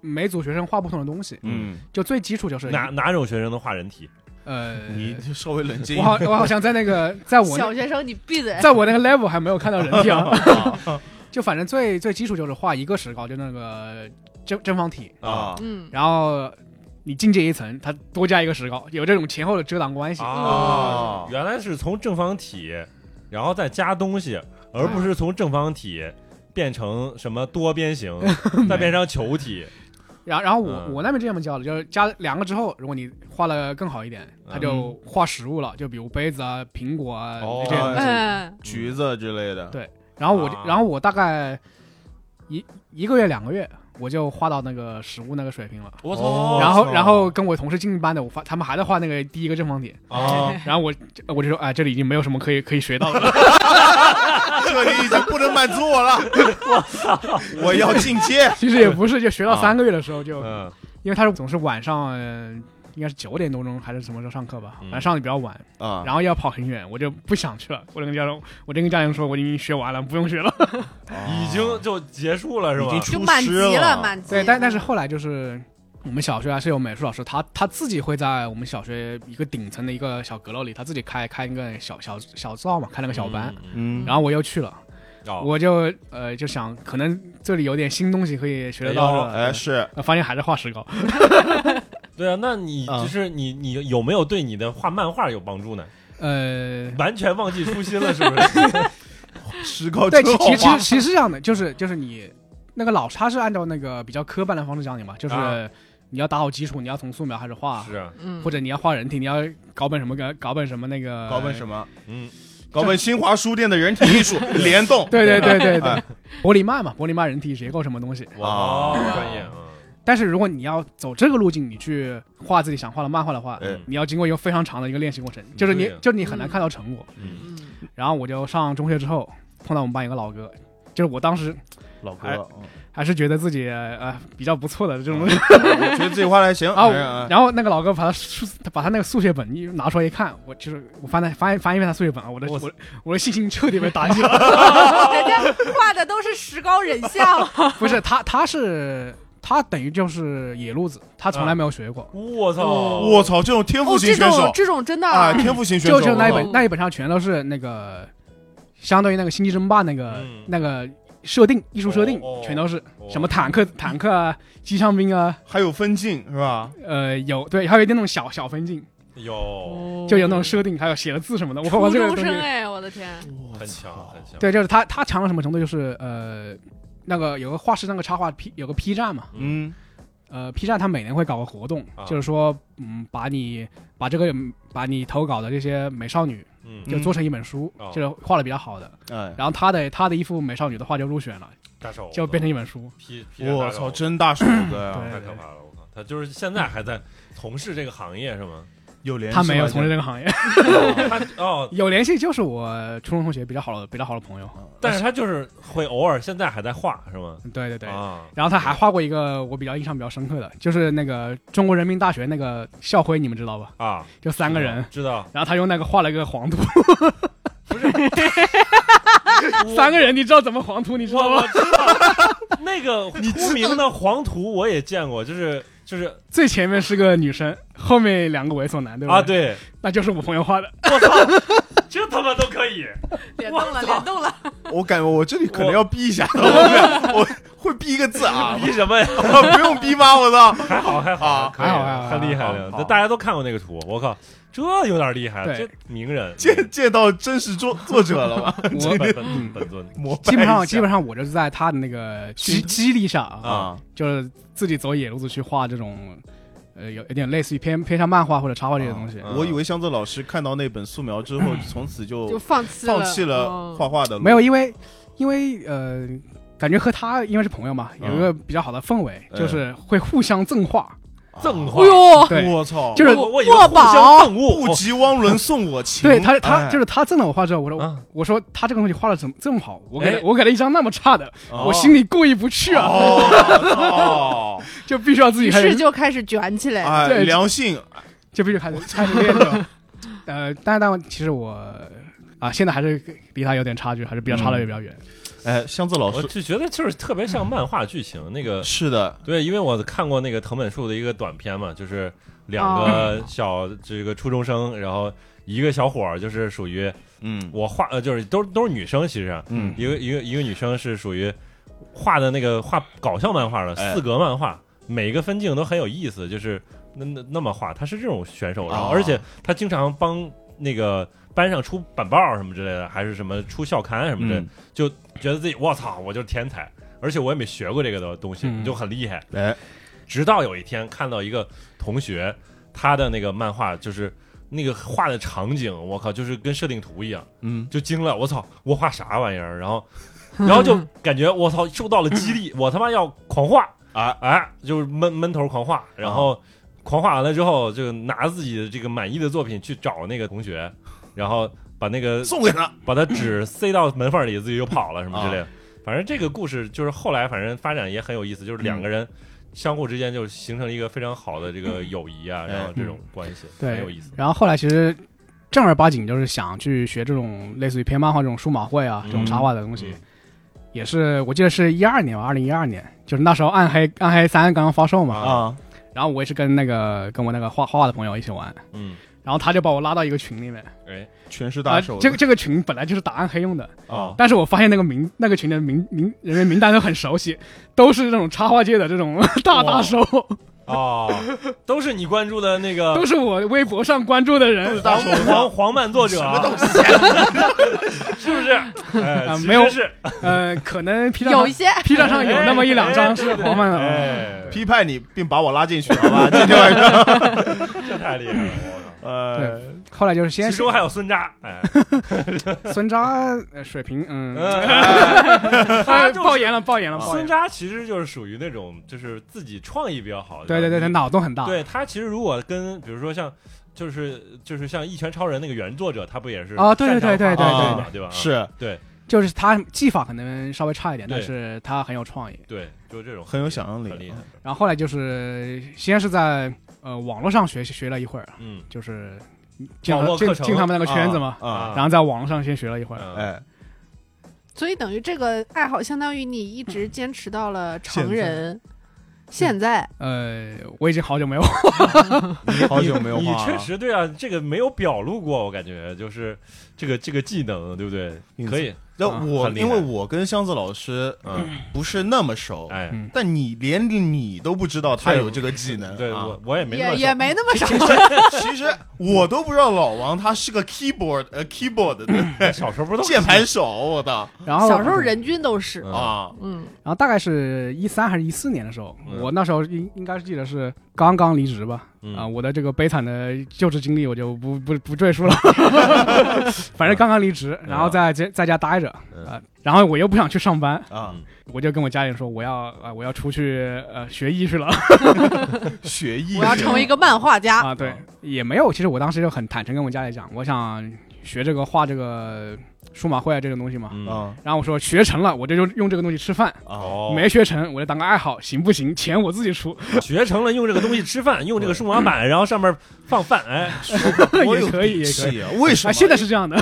D: 每组学生画不同的东西，
B: 嗯
D: 就最基础就是
A: 哪哪种学生能画人体？
D: 呃，
A: 嗯
B: 你就稍微冷静
D: [LAUGHS] 我。好我好像在
A: [LAUGHS]
D: 那个在我那
E: 小学生，你闭嘴！
D: 在我那个 level 还没有看到人
A: [LAUGHS]
D: 跳，
B: 啊
A: 哦
D: [LAUGHS] 就反正最最基础就是画一个石膏，就那个正正方体，
B: 啊
E: 嗯，
D: 然后你进阶一层，它多加一个石膏，有这种前后的遮挡关系。
B: 哦
A: 啊！原来是从正方体，然后再加东西，而不是从正方体变成什么多边
D: [LAUGHS]
A: 形，再变成球体。
D: 然后然后我
A: 嗯
D: 我那边这么教的，就是加两个之后，如果你画的更好一点，它就画食物了，就比如杯子啊、苹果啊
A: 嗯哦
D: 这种东西。
E: 嗯，
B: 橘子之类的。
D: 对然后我就
A: 啊
D: 然后我大概一一个月两个月，我就画到那个食物那个水平了。
B: 我
A: 哦
D: 然后，然后跟我同事进班的，我发他们还在画那个第一个正
A: [LAUGHS]
D: 方体，
A: 啊，
D: 然后我我就说，哎，这里已经没有什么可以可以学
A: [LAUGHS]
D: 到的了。
B: 这里已经不能满足我
D: [LAUGHS]
B: 了，我要进阶。
D: 其实也不是，就学到三个月的时候就，
A: 啊嗯
D: 因为他是总是晚上，呃应该是九点多钟还是什么时候上课吧，
A: 嗯
D: 晚上的比较晚，
B: 啊，
D: 然后要跑很远，我就不想去了。我就跟家人，我就跟家人说，我已经学完了，不用学了。
A: 已经就结束了是
B: 已
A: 吧
B: 经？
C: 就
B: 出
C: 满级
B: 师了，
C: 满级。
D: 对，但
A: 嗯
D: 但是后来就是。我们小学啊是有美术老师，他他自己会在我们小学一个顶层的一个小阁楼里，他自己开开一个小小小灶嘛，开了个小班。
A: 嗯，
B: 嗯，
D: 然后我又去了，
A: 嗯哦
D: 我就呃就想，可能这里有点新东西可以学得到
A: 哎
D: 的
A: 呦。
B: 哎是
D: 呃发现还是画石膏。
A: 对啊，那你
B: 啊
A: 就是
D: 嗯
A: 你你有没有对你的画漫画有帮助呢？
D: 呃，
A: 完全忘记初心了是不
D: [LAUGHS]
A: 是？
B: 石
A: 哦
B: 膏
D: 对，
B: 真
D: 其其
B: 好
D: 其实
B: 画。
D: 其实是这样的，就是就是你那个老师他是按照那个比较科班的方式教你嘛，就是
A: 啊
D: 你要打好基础，你要从素描开始画，
A: 是，啊
E: 嗯
D: 或者你要画人体，你要搞本什么个搞本什么那个
B: 搞本什
D: 么。
B: 么？
A: 嗯，
B: 搞本新华书店的人体艺
D: [LAUGHS]
B: 术联动。
D: 对对对对对
B: 哎，
D: 玻璃漫嘛，玻璃漫人体结构什么东
A: 哦
D: 西。
A: 哇，
B: 啊
A: 专业啊，
D: 但是如果你要走这个路径，你去画自己想画的漫画的话，
B: 哎
D: 你要经过一个非常长的一个练习过程，就是你
A: 对呀
D: 就是你很难看到成果。
A: 嗯，
E: 嗯
D: 然后我就上中学之后碰到我们班一个老哥，就是我当时
B: 老哥，
D: 哎
B: 嗯
D: 还是觉得自己呃比较不错的这种东西。
B: 我觉得自己画的还行。
D: [LAUGHS] 然后，
B: 哎哎
D: 啊然后那个老哥把他数，他把他那个数学本一拿出来一看，我就是我翻翻翻翻一遍他数学本啊，我的
A: 哇
D: 我
A: 塞
D: 的我的信心彻底被打击了。
E: 人家画的都是石膏人
B: [LAUGHS]
E: 像，哦
D: 不是他，他是他等于就是野路子，他从来没有学过，
A: 我操，
B: 我操，这种天赋
E: 哦，
B: 型
E: 这
B: 选
E: 种
B: 手
E: 这种真的
B: 啊，天赋型选手，
D: [LAUGHS] 就就那一
B: 我
D: 本
E: 哦
D: 那一本上全都是那个，相当于那个星际争霸那个、
A: 嗯
D: 那个设定艺术设定、
A: 哦哦
D: 全都是
A: 哦
D: 什么坦克坦克啊、机枪兵啊，
B: 操还有分镜是吧？
D: 呃有对，还有一点那种小小分镜，
A: 有
D: 就有那
A: 哦
D: 种设定，还有写了字什么的，我我
E: 初
D: 这个
E: 中
D: 东西
E: 生哎，我的天，
B: 嗯
A: 很强很强，
D: 对，就是他他强到什么程度？就是呃，那个有个画室那个插画 P 有个 P 站嘛，
B: 嗯，
D: 呃，P 站他每年会搞个活动，
A: 啊
D: 就是说嗯，把你把这个把你投稿的这些美少女
A: 嗯，
D: 就做成一本书，
A: 哦
D: 就是画的比较好的，
B: 哎，
D: 然后他的他的一幅美少女的画就入选了，
A: 大手
D: 就变成一本书。
A: 批批人大
B: 我
A: 手
B: 操，真大手哥呀！
A: 太
D: 对
A: 可怕了，我靠，他就是现在还在从事这个行业是 [LAUGHS] 吗？
B: 有联系
D: 他没有
B: 吗
D: 从事这个行业，
A: 他哦，
D: 有联系就是我初中同学比较好的比较好的朋友，
A: 但是他就是会偶尔现在还在画是吗？
D: 对对对。
A: 啊，
D: 然后他还画过一个我比较印象比较深刻的，就是那个中国人民大学那个校徽，你们知道吧？
A: 啊，
D: 就三个人，
A: 知道，
D: 然后他用那个画了一个黄图，
A: 不是
D: [LAUGHS] 三个人，你知道怎么黄图？你知道
A: 我我
D: 吗？
A: 知道 [LAUGHS] 那
D: [LAUGHS]
A: 个出名的黄图我也见过，就是就是
D: 最前面是个女生，后面两个猥琐男，对吧？
A: 啊，，对，
D: 那就是我朋友画的。
A: 我操，这他妈都可以，
E: 联动了，联动了，
B: 我感觉我这里可能要逼一下， [LAUGHS] 我我会逼一个字 [LAUGHS] 啊，
A: 比什么呀？
B: 不用逼吗？我操！
A: 还好还好
B: 啊
A: 可以
D: [LAUGHS] 还好还好
A: 太厉害了
B: 好，好
A: 这大家都看过那个图，我靠，这有点厉害，
D: 对
A: 这名人，
B: 见见到真实作作者了
D: [LAUGHS]
B: 吧？
A: 本
D: 我
A: 本本本尊
B: 膜拜
D: 基本上
B: 一下
D: 基本上我就是在他的那个激激励下啊，
B: 啊，
D: 就是自己走野路子去画这种，呃，有有点类似于偏偏向漫画或者插画这些东西。嗯
A: 嗯
B: 啊我以为香子老师看到那本素描之后，从此
E: 就
B: 就
E: 放弃
B: 放弃了画
E: 哦
B: 画的路。
D: 没有，因为因为呃，感觉和他因为是朋友嘛，有一个比较好的氛围，
B: 嗯
D: 就是会互相赠画。
A: 赠
B: 啊
A: 画
E: 哎，呦，
D: 对，
B: 我操！
D: 就是
A: 我我以为
E: 墨
A: 互
E: 宝
A: 相赠物，
B: 不及汪伦送我情。
D: 对他，他
B: 哎
D: 就是他赠了我画之后，我说、
A: 啊
D: 我说他这个东西画的怎么这么好，我给他、
A: 哎
D: 我给他一张那么差的，
B: 哦
D: 我心里过意不去啊，
B: 哦，哦
D: 就必须要自己
C: 于
D: 开
C: 是
D: 始，
C: 就开始卷起来，
B: 哎，
D: [LAUGHS] 对
B: 良性
D: 就必须开始开始练了。呃，但但其实我啊，现在还是离他有点差距，还是比较差的也比较远。
B: 哎，箱子老
A: 我
B: 师
A: 就觉得就是特别像漫画剧情那个。
B: 是的，
A: 对，因为我看过那个藤本树的一个短片嘛，就是两个小这个初中生，然后一个小伙儿就是属于
B: 嗯
A: 我画呃，就是都是都是女生，其实啊
B: 嗯
A: 一个一个一个女生是属于画的那个画搞笑漫画的
B: 哎
A: 四格漫画，每一个分镜都很有意思，就是那那那么画，他是这种选手，然后
B: 哦
A: 而且他经常帮那个班上出板报什么之类的，还是什么出校刊什么之类的，
B: 嗯
A: 觉得自己我操，我就是天才，而且我也没学过这个的东西，
D: 嗯
A: 就很厉害。
B: 哎
A: 直到有一天看到一个同学，他的那个漫画就是那个画的场景，我靠，就是跟设定图一样。
B: 嗯
A: 就惊了，我操，我画啥玩意儿？然后， [LAUGHS] 然后就感觉我操，受到了激励，我他妈要狂画
B: 啊
A: 哎，就是闷闷头狂画，然后狂画完了之后，就拿自己的这个满意的作品去找那个同学，然后把那个
B: 送给他，
A: 把他纸塞到门缝里，自己就跑了什么之类的。反正这个故事就是后来反正发展也很有意思，就是两个人。相互之间就形成了一个非常好的这个友谊啊，然后这种关系
D: 对
A: 很有意思。
D: 然后后来其实正儿八经就是想去学这种类似于偏漫画这种数码绘啊，这种插画的东西，也是我记得是一二年吧，二零一二年，就是那时候暗黑暗黑三刚刚发售嘛，
B: 啊
D: 然后我也是跟那个跟我那个画画画的朋友一起玩，
A: 嗯，
D: 然后他就把我拉到一个群里面，
A: 哎，
B: 全是
D: 啊、
B: 大手的，
D: 这个这个群本来就是打暗黑用的，
B: 啊
D: 但是我发现那个名那个群的名名人员名单都很熟悉，都是这种插画界的这种大大手，
A: 哦，都是你关注的那个
D: 都是我微博上关注的人，
A: 大手黄黄漫作者，什么东西？是不是？哎
D: 啊，没有
A: 其实是
D: 呃，可能 P 站
E: 有
D: 上
E: 一些
D: P 站上有那么一两张是黄漫的。
A: 哎，
B: 批判你，并把我拉进去，好吧？这另外一个，
A: 这太厉害了！我
B: 呃，
D: 后来就是
A: 靠，
D: 先
A: 其中还有孙扎，哎，
D: [LAUGHS] 孙扎呃水平， [LAUGHS] 嗯，
A: 他
D: 哎
A: 就是
D: 爆言了，爆言了，爆
A: 孙
D: 言。
A: 扎其实就是属于那种就是自己创意比较好的，
D: 对对对，他脑洞很大。
A: 啊对他其实如果跟比如说像就是就是像《一拳超人》那个原作者，他不也是
D: 啊对对对
A: 擅长画
B: 对
A: 画
B: 对
A: 嘛对吧？啊
B: 是
A: 对
D: 就是他技法可能稍微差一点，
A: 对
D: 但是他很有创意。
A: 对，就是这种
B: 很有想象
A: 很厉
B: 力
A: 害，。
D: 然后后来就是先是在呃网络上学习学了一会儿，
A: 嗯
D: 就是进
A: 网络课
D: 进
A: 程
D: 进他们那个圈子嘛，
B: 啊，
D: 然后在网络上先学了一会儿。
A: 嗯
B: 哎，
C: 所以等于这个爱好，相当于你一直坚持到了
B: 现
C: 成
B: 在
C: 人。现在
A: 嗯
D: 呃，我已经好
A: [LAUGHS]
D: 久没有，
B: 哎好久没有
A: 你
B: 画
A: 确
B: 了，
A: 实对啊，这个没有表露过，我感觉就是这个这个技能，对不对？
B: 隐
A: 可以，
B: 那
D: 啊
A: 嗯
B: 我
A: 很厉害
B: 因为我跟箱子老师呃
A: 嗯，
B: 不是那么熟，
A: 哎，
D: 嗯
B: 但你连你都不知道他
A: 对
B: 有这个技能，
A: 对
B: 啊
A: 我 [LAUGHS] 我嗯也没那
C: 也
A: 么
C: 也
A: 熟
C: 没那么少，
B: 其实我都不知道老王他是个 keyboard 呃 keyboard 的
A: 小时候 [LAUGHS] 不是都
B: 键盘手，我的
D: 然后
E: 小时候人均都是，
A: 嗯
B: 啊，
E: 嗯，
D: 然后大概是一三还是一四年的时候，
A: 嗯
D: 我那时候应应该是记得是刚刚离职吧，
A: 嗯
D: 啊，我的这个悲惨的就职经历我就不不不赘述了， [LAUGHS] 反正刚刚离职，然后在在在家待着
A: 嗯
D: 啊，然后我又不想去上班，
B: 啊，
D: 我就跟我家里人说我要啊我要出去呃学艺去了
B: 学艺
E: 我要成为一个漫画家，
D: 啊，对，也没有，其实我当时就很坦诚跟我家里讲，我想学这个画这个数码绘啊这种东西嘛，
A: 嗯
B: 啊
D: 然后我说学成了我就用用这个东西吃饭，
B: 啊，
A: 哦，
D: 没学成我就当个爱好行不行？钱我自己出。
A: 学成了用这个东西吃饭，用这个数码板，然后上面放饭，哎，
B: 我有
D: [LAUGHS] 也可以
B: 底气
D: 也可
B: 啊为 [LAUGHS] 什
D: 啊，
B: 么？
D: 现在是这样的，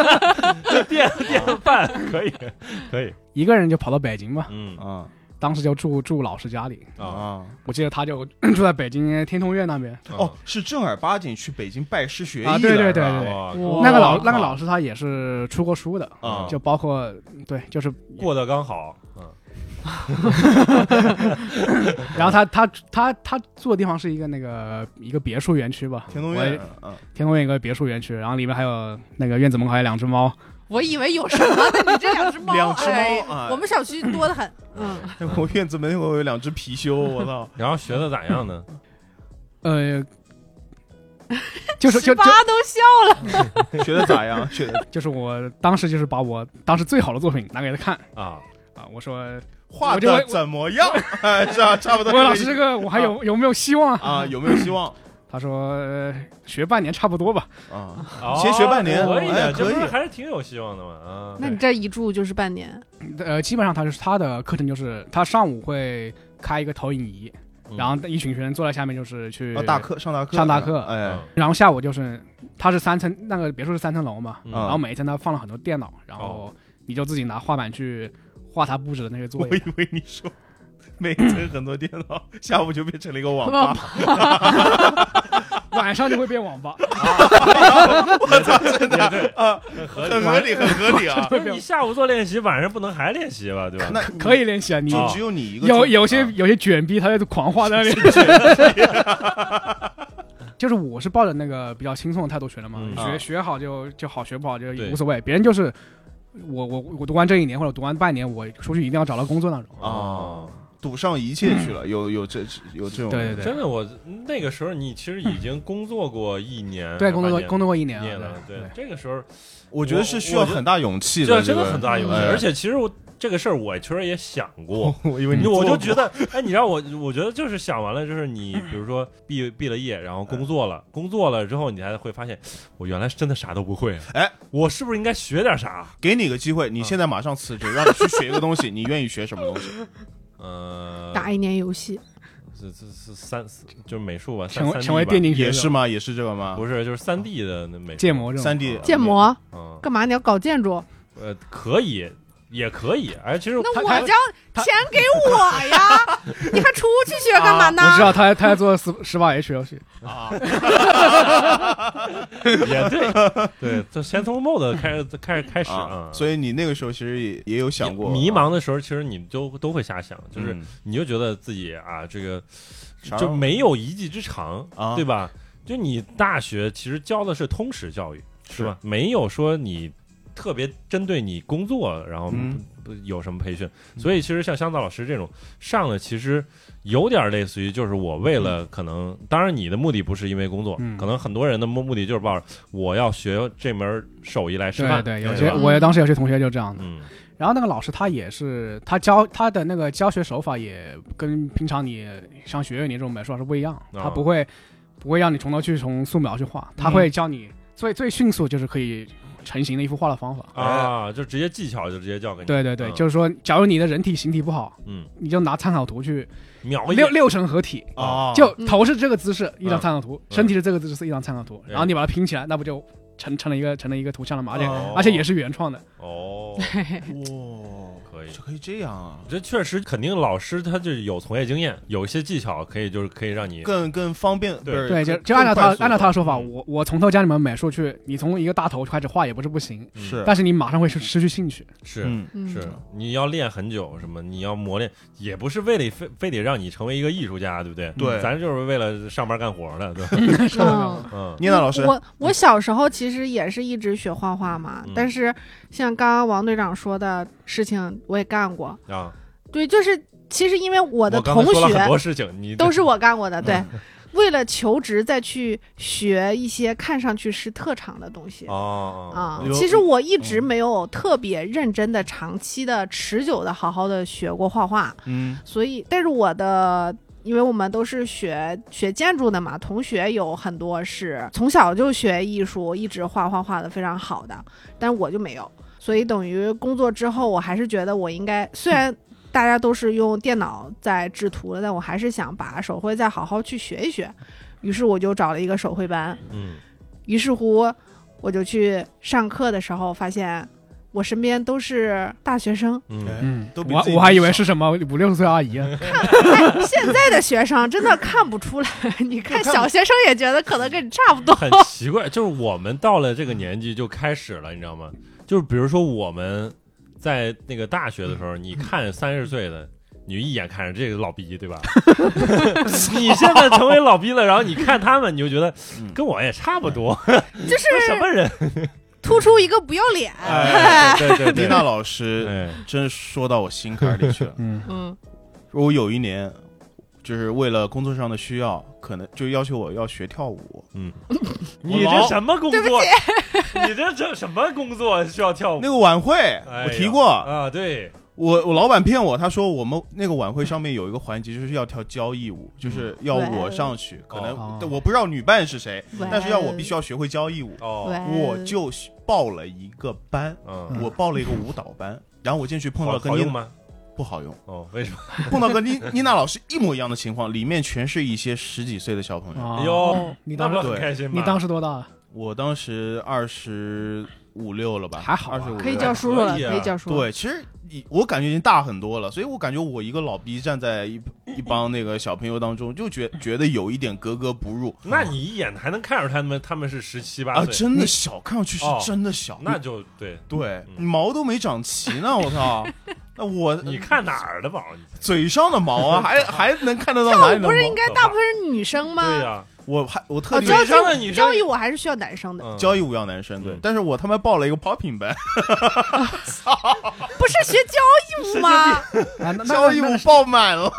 D: [LAUGHS]
A: 电电饭可以可以，
D: 一个人就跑到北京嘛，
A: 嗯
B: 啊
D: 当时就住住老师家里，
A: 啊
B: 啊
D: 我记得他就 [CLEARS THROAT] 住在北京天通苑那边
A: 嗯
B: 哦，，是正儿八经去北京拜师学艺
D: 啊，
B: 的
D: 对对对
B: 是吧
D: 对，
A: 哇，
E: 哇
D: 那个老那个老师他也是出过书的，
B: 啊
D: 就包括对，就是，
A: 过得刚好，嗯
D: 然后他他他他住的地方是一个那个一个别墅园区吧，
B: 天通
D: 我也
B: 苑，嗯
D: 天通苑一个别墅园区，然后里面还有那个院子门口还有两只猫，
E: 我以为有什么呢？你这两只猫，
B: 两只猫
E: 哎
B: 哎
E: 我们小区多得很，嗯，
B: 嗯 [LAUGHS] 我院子门口有两只貔貅，我
D: [LAUGHS]
B: 操，
A: 然后学的咋样呢？
D: 呃，就是
E: 十
D: 就就
E: 八都笑了，
B: 学的咋样？学
D: [LAUGHS]
B: 的
D: 就是我当时就是把我当时最好的作品拿给他看
A: 啊，
D: 啊，我说
B: 画
D: 我就
B: 的怎么样？ [LAUGHS] 哎，是啊，差不
D: 我
B: 多。
D: 说老师这个我还有有没有希望啊？
B: 啊，有没有希
D: [LAUGHS]
B: 望
D: 他说、呃学半年差不多吧。
B: 啊？
A: 哦
B: 先学半年
A: 可以的，
B: 哎
A: 这
B: 可以
A: 不是还是挺有希望的嘛啊，
C: 那你这一住就是半年，
D: 呃，基本上他就是他的课程就是他上午会开一个投影仪，
A: 嗯
D: 然后一群学生坐在下面就是去、
B: 啊，大，课上大课
D: 上大课嗯
B: 哎，
D: 然后下午就是他是三层那个别墅是三层楼嘛，
A: 嗯哦
D: 然后
B: 啊
D: 每一层他放了很多电脑，然后你就自己拿画板去画它布置的那些作
B: 我
D: 业
B: 以。为你说每层很多电脑，下午就变成了一个
D: [LAUGHS]
B: 网吧。
D: 晚上就会变网吧，
A: 对对，
B: 啊，
A: 很合
B: 很
A: 理。
B: 合理，很合理啊。
D: 会
A: 嗯你
D: 变
A: 下午做练习，晚上不能还练习吧？对吧？
B: 那
D: [LAUGHS] 可以联系啊。你
A: 哦
B: 就只有你一个
D: 有
B: 做
D: 有些
B: 啊
D: 有些卷逼，他在狂画在那里。 [LAUGHS] 就是我是抱着那个比较轻松的态度学的嘛，
A: 嗯
B: 啊
D: 学学好就就好，学不好就
A: 对
D: 无所谓。别人就是我我我读完这一年或者读完半年，我出去一定要找到工作那种。
B: 哦，赌上一切去了，有有这有这种
D: 啊嗯对对对
A: 真的，我那个时候你其实已经工作过一年，
D: 对，工作过工
A: 作
D: 作过一年
A: 一年
D: 啊
A: 了，，
D: 对
A: 对，，这个时候
B: 我觉得是需要很大勇气
A: 这
B: 的，
A: 真
B: 这
A: 的
B: 个
A: 很大勇气，
B: 嗯
A: 而且其实我这个事儿我确实也想过，
B: 我以为
A: 你
B: 你
A: 我就
B: 做过
A: 觉得，哎，你让我，我觉得就是想完了，就是你，比如说毕毕了业，然后工作了，工作了之后，你才会发现，我原来真的啥都不会。啊
B: 哎，
A: 我是不是应该学点啥？啊
B: 给你个机会，你
A: 嗯
B: 现在马上辞职，让你去学一个东西，你 [LAUGHS] 愿意学什么东西？
A: 呃，
C: 打一年游戏，
A: 这这是三，就是美术吧，三
D: 成为成为电
A: 影
D: 竞
B: 也
D: 学
B: 是
D: 生
B: 吗？也是这个吗？
A: 不是，就是三 D 的那美术
D: 建，模这种
B: 三 D
C: 建模
A: 嗯，
C: 干嘛？你要搞建筑？
A: 呃，可以，也可以。哎，其实
E: 那
A: 他
E: 我
A: 他
E: 交钱给我
C: [LAUGHS]
E: 呀，你还出去学干嘛呢？
D: 啊我知道他他在做十十八 H 游戏，
B: 啊，
A: 也对，对，就先从 mod 开始开始开始
B: 啊
A: 啊，，
B: 所以你那个时候其实也也有想过
A: 迷
B: 啊
A: 茫，的时候，其实你就都会瞎想，就是
B: 嗯
A: 你就觉得自己啊，这个
B: 啥
A: 就没有一技之长，
B: 啊
A: 对吧？就你大学其实教的是通识教育，是吧？没有说你特别针对你工作，然后
B: 嗯
A: 不有什么培训。所以其实像香皂老师这种上的，其实有点类似于就是我为了可能，当然你的目的不是因为工作，
D: 嗯
A: 可能很多人的目目的就是抱着我要学这门手艺来吃
D: 对
A: 饭，
D: 对，有
A: 吧
D: 些我也当时有些同学就这样的。
A: 嗯
D: 然后那个老师他也是，他教他的那个教学手法也跟平常你像学院里这种美术老师不一样，
A: 啊嗯
D: 他不会不会让你从头去从素描去画，他会教你最最迅速就是可以成型的一幅画的方法。
A: 啊，就直接技巧就直接教给你，
D: 哎对对对，
A: 嗯
D: 就是说，假如你的人体形体不好，
A: 嗯，
D: 你就拿参考图去
A: 秒一
D: 六六神合体，
B: 啊，
D: 就头是这个姿势一张参考图，
A: 嗯
D: 身体是这个姿势一张参考图，
A: 嗯
D: 然后你把它拼起来，那不就成成了一个成了一个图像了吗？而且
B: 哦
D: 而且也是原创的，
A: 哦，
B: 哇，
A: 可以
B: 这可以这样啊，
A: 这确实肯定老师他就是有从业经验，有一些技巧可以就是可以让你
B: 更更方便，
A: 对
B: 不是
D: 对，就
B: 更
D: 就按照他
B: 更快速
D: 按照他的说法，
A: 嗯
D: 我我从头教你们美术去，你从一个大头开始画也不是不行，
A: 嗯
B: 是
D: 但是你马上会失失去兴趣。
A: 是、
B: 嗯
C: 嗯
A: 是，你要练很久，什么你要磨练，也不是为了非非得让你成为一个艺术家，对不对？嗯
B: 对
A: 咱就是为了上班干活的，对
B: [LAUGHS]
A: 吧？
D: [LAUGHS] 是的，
A: 嗯
B: 妮娜老师
C: 我我小时候其实也是一直学画画嘛，
A: 嗯
C: 但是像刚刚王队长说的事情，我也干过。
A: 啊，
C: 对，就是其实因为我的
A: 刚
C: 同
A: 才说了很多嗯
C: 学
A: 事情，你
C: 都是我干过的，对。为了求职，再去学一些看上去是特长的东西
A: 哦嗯
C: 啊、
B: 有
C: 其实我一直没有特别认真的、长期的、持久的、好好的学过画画。
B: 嗯
C: 所以，但是我的，因为我们都是学学建筑的嘛，同学有很多是从小就学艺术，一直画画画的非常好的，但我就没有。所以等于工作之后，我还是觉得我应该，虽然大家都是用电脑在制图了，但我还是想把手绘再好好去学一学。于是我就找了一个手绘班，
A: 嗯
C: 于是乎我就去上课的时候，发现我身边都是大学生，
A: 嗯
B: 哎
D: 嗯，
B: 都比
D: 我
B: 自己
D: 我还以为
B: 小
D: 是什么五六十岁阿姨啊，
B: [LAUGHS]
C: 哎，现在的学生真的看不出来， [LAUGHS] 你看小学生也觉得可能跟你差不多。
A: 很奇怪，就是我们到了这个年纪就开始了，你知道吗？就是比如说我们在那个大学的时候，你看三十岁的，你一眼看着这个老逼，对吧？ [LAUGHS] 你现在成为老逼了，然后你看他们，你就觉得
B: 嗯
A: 跟我也差不多，
C: 就
A: 这什
C: 是
A: 么人？啊
C: 突出一个不要脸。
B: 哎
A: [LAUGHS] 对对
B: 妮
A: 对，
B: 娜老师
A: 对，
B: 真是说到我心坎儿里去
D: [LAUGHS]
B: 了。
D: 嗯，
C: 嗯
B: 我有一年，就是为了工作上的需要，可能就要求我要学跳舞。
A: 嗯，你这什么工作？你这这什么工作啊需要跳舞
B: [LAUGHS] 那？个晚会，
A: 哎呀
B: 我提过，
A: 啊，对，
B: 我我老板骗我，他说我们那个晚会上面有一个环节就是要跳交谊舞，就是
A: 嗯
B: 要我上去，可能
D: 哦
B: 我不知道女伴是谁，
C: 喂
B: 但是要我必须要学会交谊舞，
A: 哦，
B: 我就报了一个班，
A: 嗯，
B: 我报了一个舞蹈班，然后我进去碰到
A: 好
B: 跟
A: 好
B: 妮
A: 用吗？
B: 不好用，
A: 哦，为什么？
B: 碰到跟妮妮娜老师一模一样的情况，里面全是一些十几岁的
A: 哦
B: 小朋友。
D: 啊
A: 哎呦，
D: 你
A: 那
D: 当
A: 不
D: 时
A: 很开心吗？
D: 你当时多大？
B: 我当时二十五六了吧，
D: 还
A: 啊
D: 好吧
B: 二十五
C: 可以叫叔叔了，
A: 可以啊
C: 可以叫叔叔。
B: 对，其实你我感觉已经大很多了，所以我感觉我一个老逼站在一一帮那个小朋友当中，就觉觉得有一点格格不入
A: [LAUGHS] 那你一眼还能看出他们他们是十七八
B: 啊，
A: 岁，
B: 真的小，看上去是
A: 哦
B: 真的小，
A: 那就对。
B: 对
A: 嗯
B: 毛都没长齐呢，
A: [LAUGHS]
B: 我操！那我
A: 你看哪儿的宝？你
B: 嘴上的毛啊，
A: [LAUGHS]
B: 还还能看得到哪
C: 跳
B: 里
C: 舞
B: 的
C: 不
B: 毛？
C: 是应该大部分是女生吗？
A: 对呀，
B: 我还我特
C: 哦，
B: 地
A: 啊交
C: 交
A: 女
C: 际
A: 生的女生
C: 交谊我还是需要男生的，
A: 嗯
B: 交谊舞要男生对
A: 嗯，
B: 但是我他妈报了一个 popping 班，
C: 不是学交谊舞吗？
D: 啊，那
B: 交
D: 那
B: 谊
D: 那
B: 舞
D: 个
B: 报满了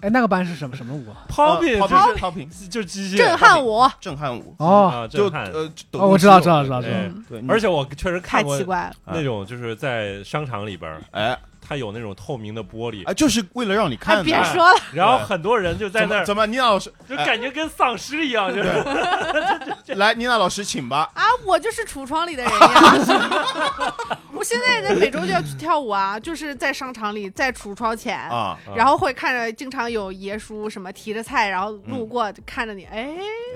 D: 哎，那个班是什么什么舞啊？
A: popping
B: 啊
A: 就
B: popping
A: 是就机械
C: 震撼舞，
B: 震撼舞，
D: 哦，
A: 啊，
B: 就
A: 震撼。
B: 呃，抖
D: 哦，我
B: 动
D: 知道，
B: 肌
D: 知
B: 肉
D: 道，知道，知道。嗯
A: 对，
B: 对，
A: 而
B: 且
A: 且我确实看
C: 太
A: 过
C: 奇怪了。
B: 啊
A: 那种就是在商场里边儿，
B: 哎
A: 它有那种透明的玻璃，
B: 哎，就是为了让你看
C: 哎，
B: 的，
C: 别说了，
A: 然后很多人就在
B: 怎
A: 那
B: 么
A: 儿，
B: 怎么，倪娜老师呃
A: 就感觉跟丧尸一样，就是 [LAUGHS]
B: 来，倪娜老师请吧。
E: 啊，我就是橱窗里的人呀。
C: 呀我现在人每周就要去跳舞啊，就是在商场里，在橱窗前，
B: 啊，
C: 然后会看着经常有爷叔什么提着菜，然后路过、
A: 嗯
C: 看着你，哎，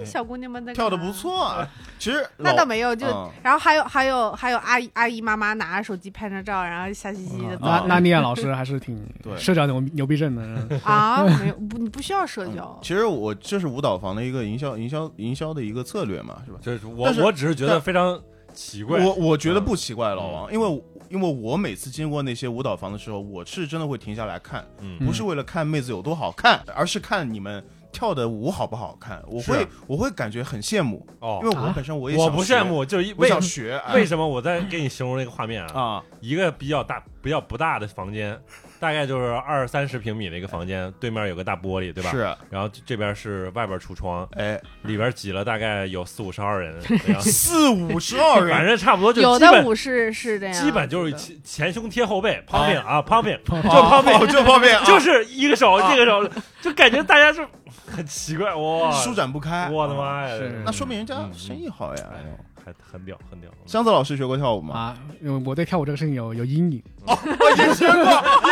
C: 小姑娘们在
B: 跳的
C: 干嘛
B: 不。错啊，其实
C: 那
B: 老
C: 倒没有，就、
B: 嗯
C: 然后还有还有还有阿姨阿姨妈妈拿着手机拍张照，然后笑嘻嘻
A: 嗯
C: 的
D: 那
B: 啊
D: 那聂老师还是挺
B: [LAUGHS] 对
D: 社交牛牛逼
B: [LAUGHS]
D: 症的，
A: [LAUGHS]
C: 啊，没有不你不需要社交
B: 嗯，其实我这是舞蹈房的一个营销、营销、营销的一个策略嘛，是吧？
A: 就是我
B: 但是
A: 我只是觉得非常奇怪，嗯
B: 我我觉得不奇怪，老王，因为我因为我每次经过那些舞蹈房的时候，我是真的会停下来看，
A: 嗯
B: 不是为了看妹子有多好看，而是看你们跳的舞好不好看。我会
A: 是
B: 我会感觉很羡慕，
A: 哦
B: 因为，我
D: 啊
B: 本身我也
A: 我
B: 想
A: 不
B: 学
A: 羡，慕，就一
B: 我
A: 为
B: 想学，哎
A: 为什么我在给你形容那个画面啊，
B: 啊
A: 一个比较大、比较不大的房间，大概就是二三十平米的一个房间，对面有个大玻璃，对吧？。
B: 是
A: 然后这边是外边橱窗，
B: 哎，
A: 里边挤了大概有四五十号
B: [LAUGHS]
A: 人，然后
B: 四五十二
A: 反
B: 人，
A: 正差不 [LAUGHS] 多就
C: 有
A: 基
C: 的
A: 本
C: 舞是是啊这样，
A: 基本就是前前胸贴后背，popping 啊 popping，
B: 就
A: 泡面
B: 就泡 [LAUGHS] 面，啊
A: 就是一个手
B: 啊
A: 这个手，就感觉大家是很奇怪哇，
B: 舒展不开。
A: 我的妈呀
D: 是！
B: 那说明人家
A: 嗯
B: 生意好呀。
A: 哎呦，还很屌很屌，
B: 箱子老师学过跳舞吗？
D: 啊，因为我对跳舞这个事情有有阴影，
B: 我啊也学 [LAUGHS] 过，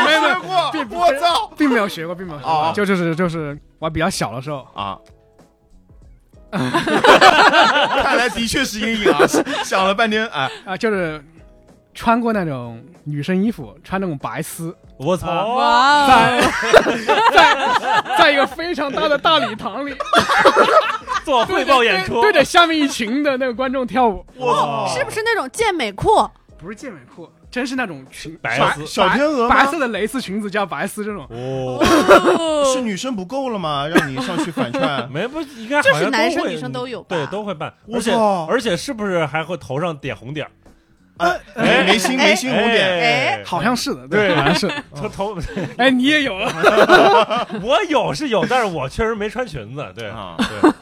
B: 没学过，我操
D: 并没有学过，并没有学过，
B: 啊
D: [LAUGHS] 就就是就是我还比较小的时候，
B: [LAUGHS] 啊！看来的确是阴影啊！想了半天，哎，
D: 啊，就是穿过那种女生衣服，穿那种白丝，
A: 我操！
C: 哦
E: 哇
D: 在在在一个非常大的大礼堂里，
A: 做汇报演出，
D: 对着下面一群的那个观众跳舞，
B: 我操，
C: 是不是那种健美
A: [LAUGHS]
C: 裤？
D: [LAUGHS] 不是健美裤，真是那种裙
A: 白
B: 白
A: 丝
B: 小天鹅
D: 白
B: 吗
D: 色？的蕾丝裙子加白丝这种，
A: 哦，？
B: 是女生不够了吗？让你上去反串 [LAUGHS]
A: 没不应该好
C: 就是
A: 像
C: 男
A: 都
C: 生
A: 会
C: 女生都有吧
A: 对都会办，
B: 我
A: 而且
B: 操
A: 而且是不是还会头上点红点儿？
B: 哎，
A: 哎
B: 没星没星红点，
A: 哎
D: 好像是的，
A: 对
D: [LAUGHS] 好像是。
A: 头头，
D: 哎，你也有 [LAUGHS] 啊？
A: 我有是有，但是我确实没穿裙子，对
B: 啊
A: 对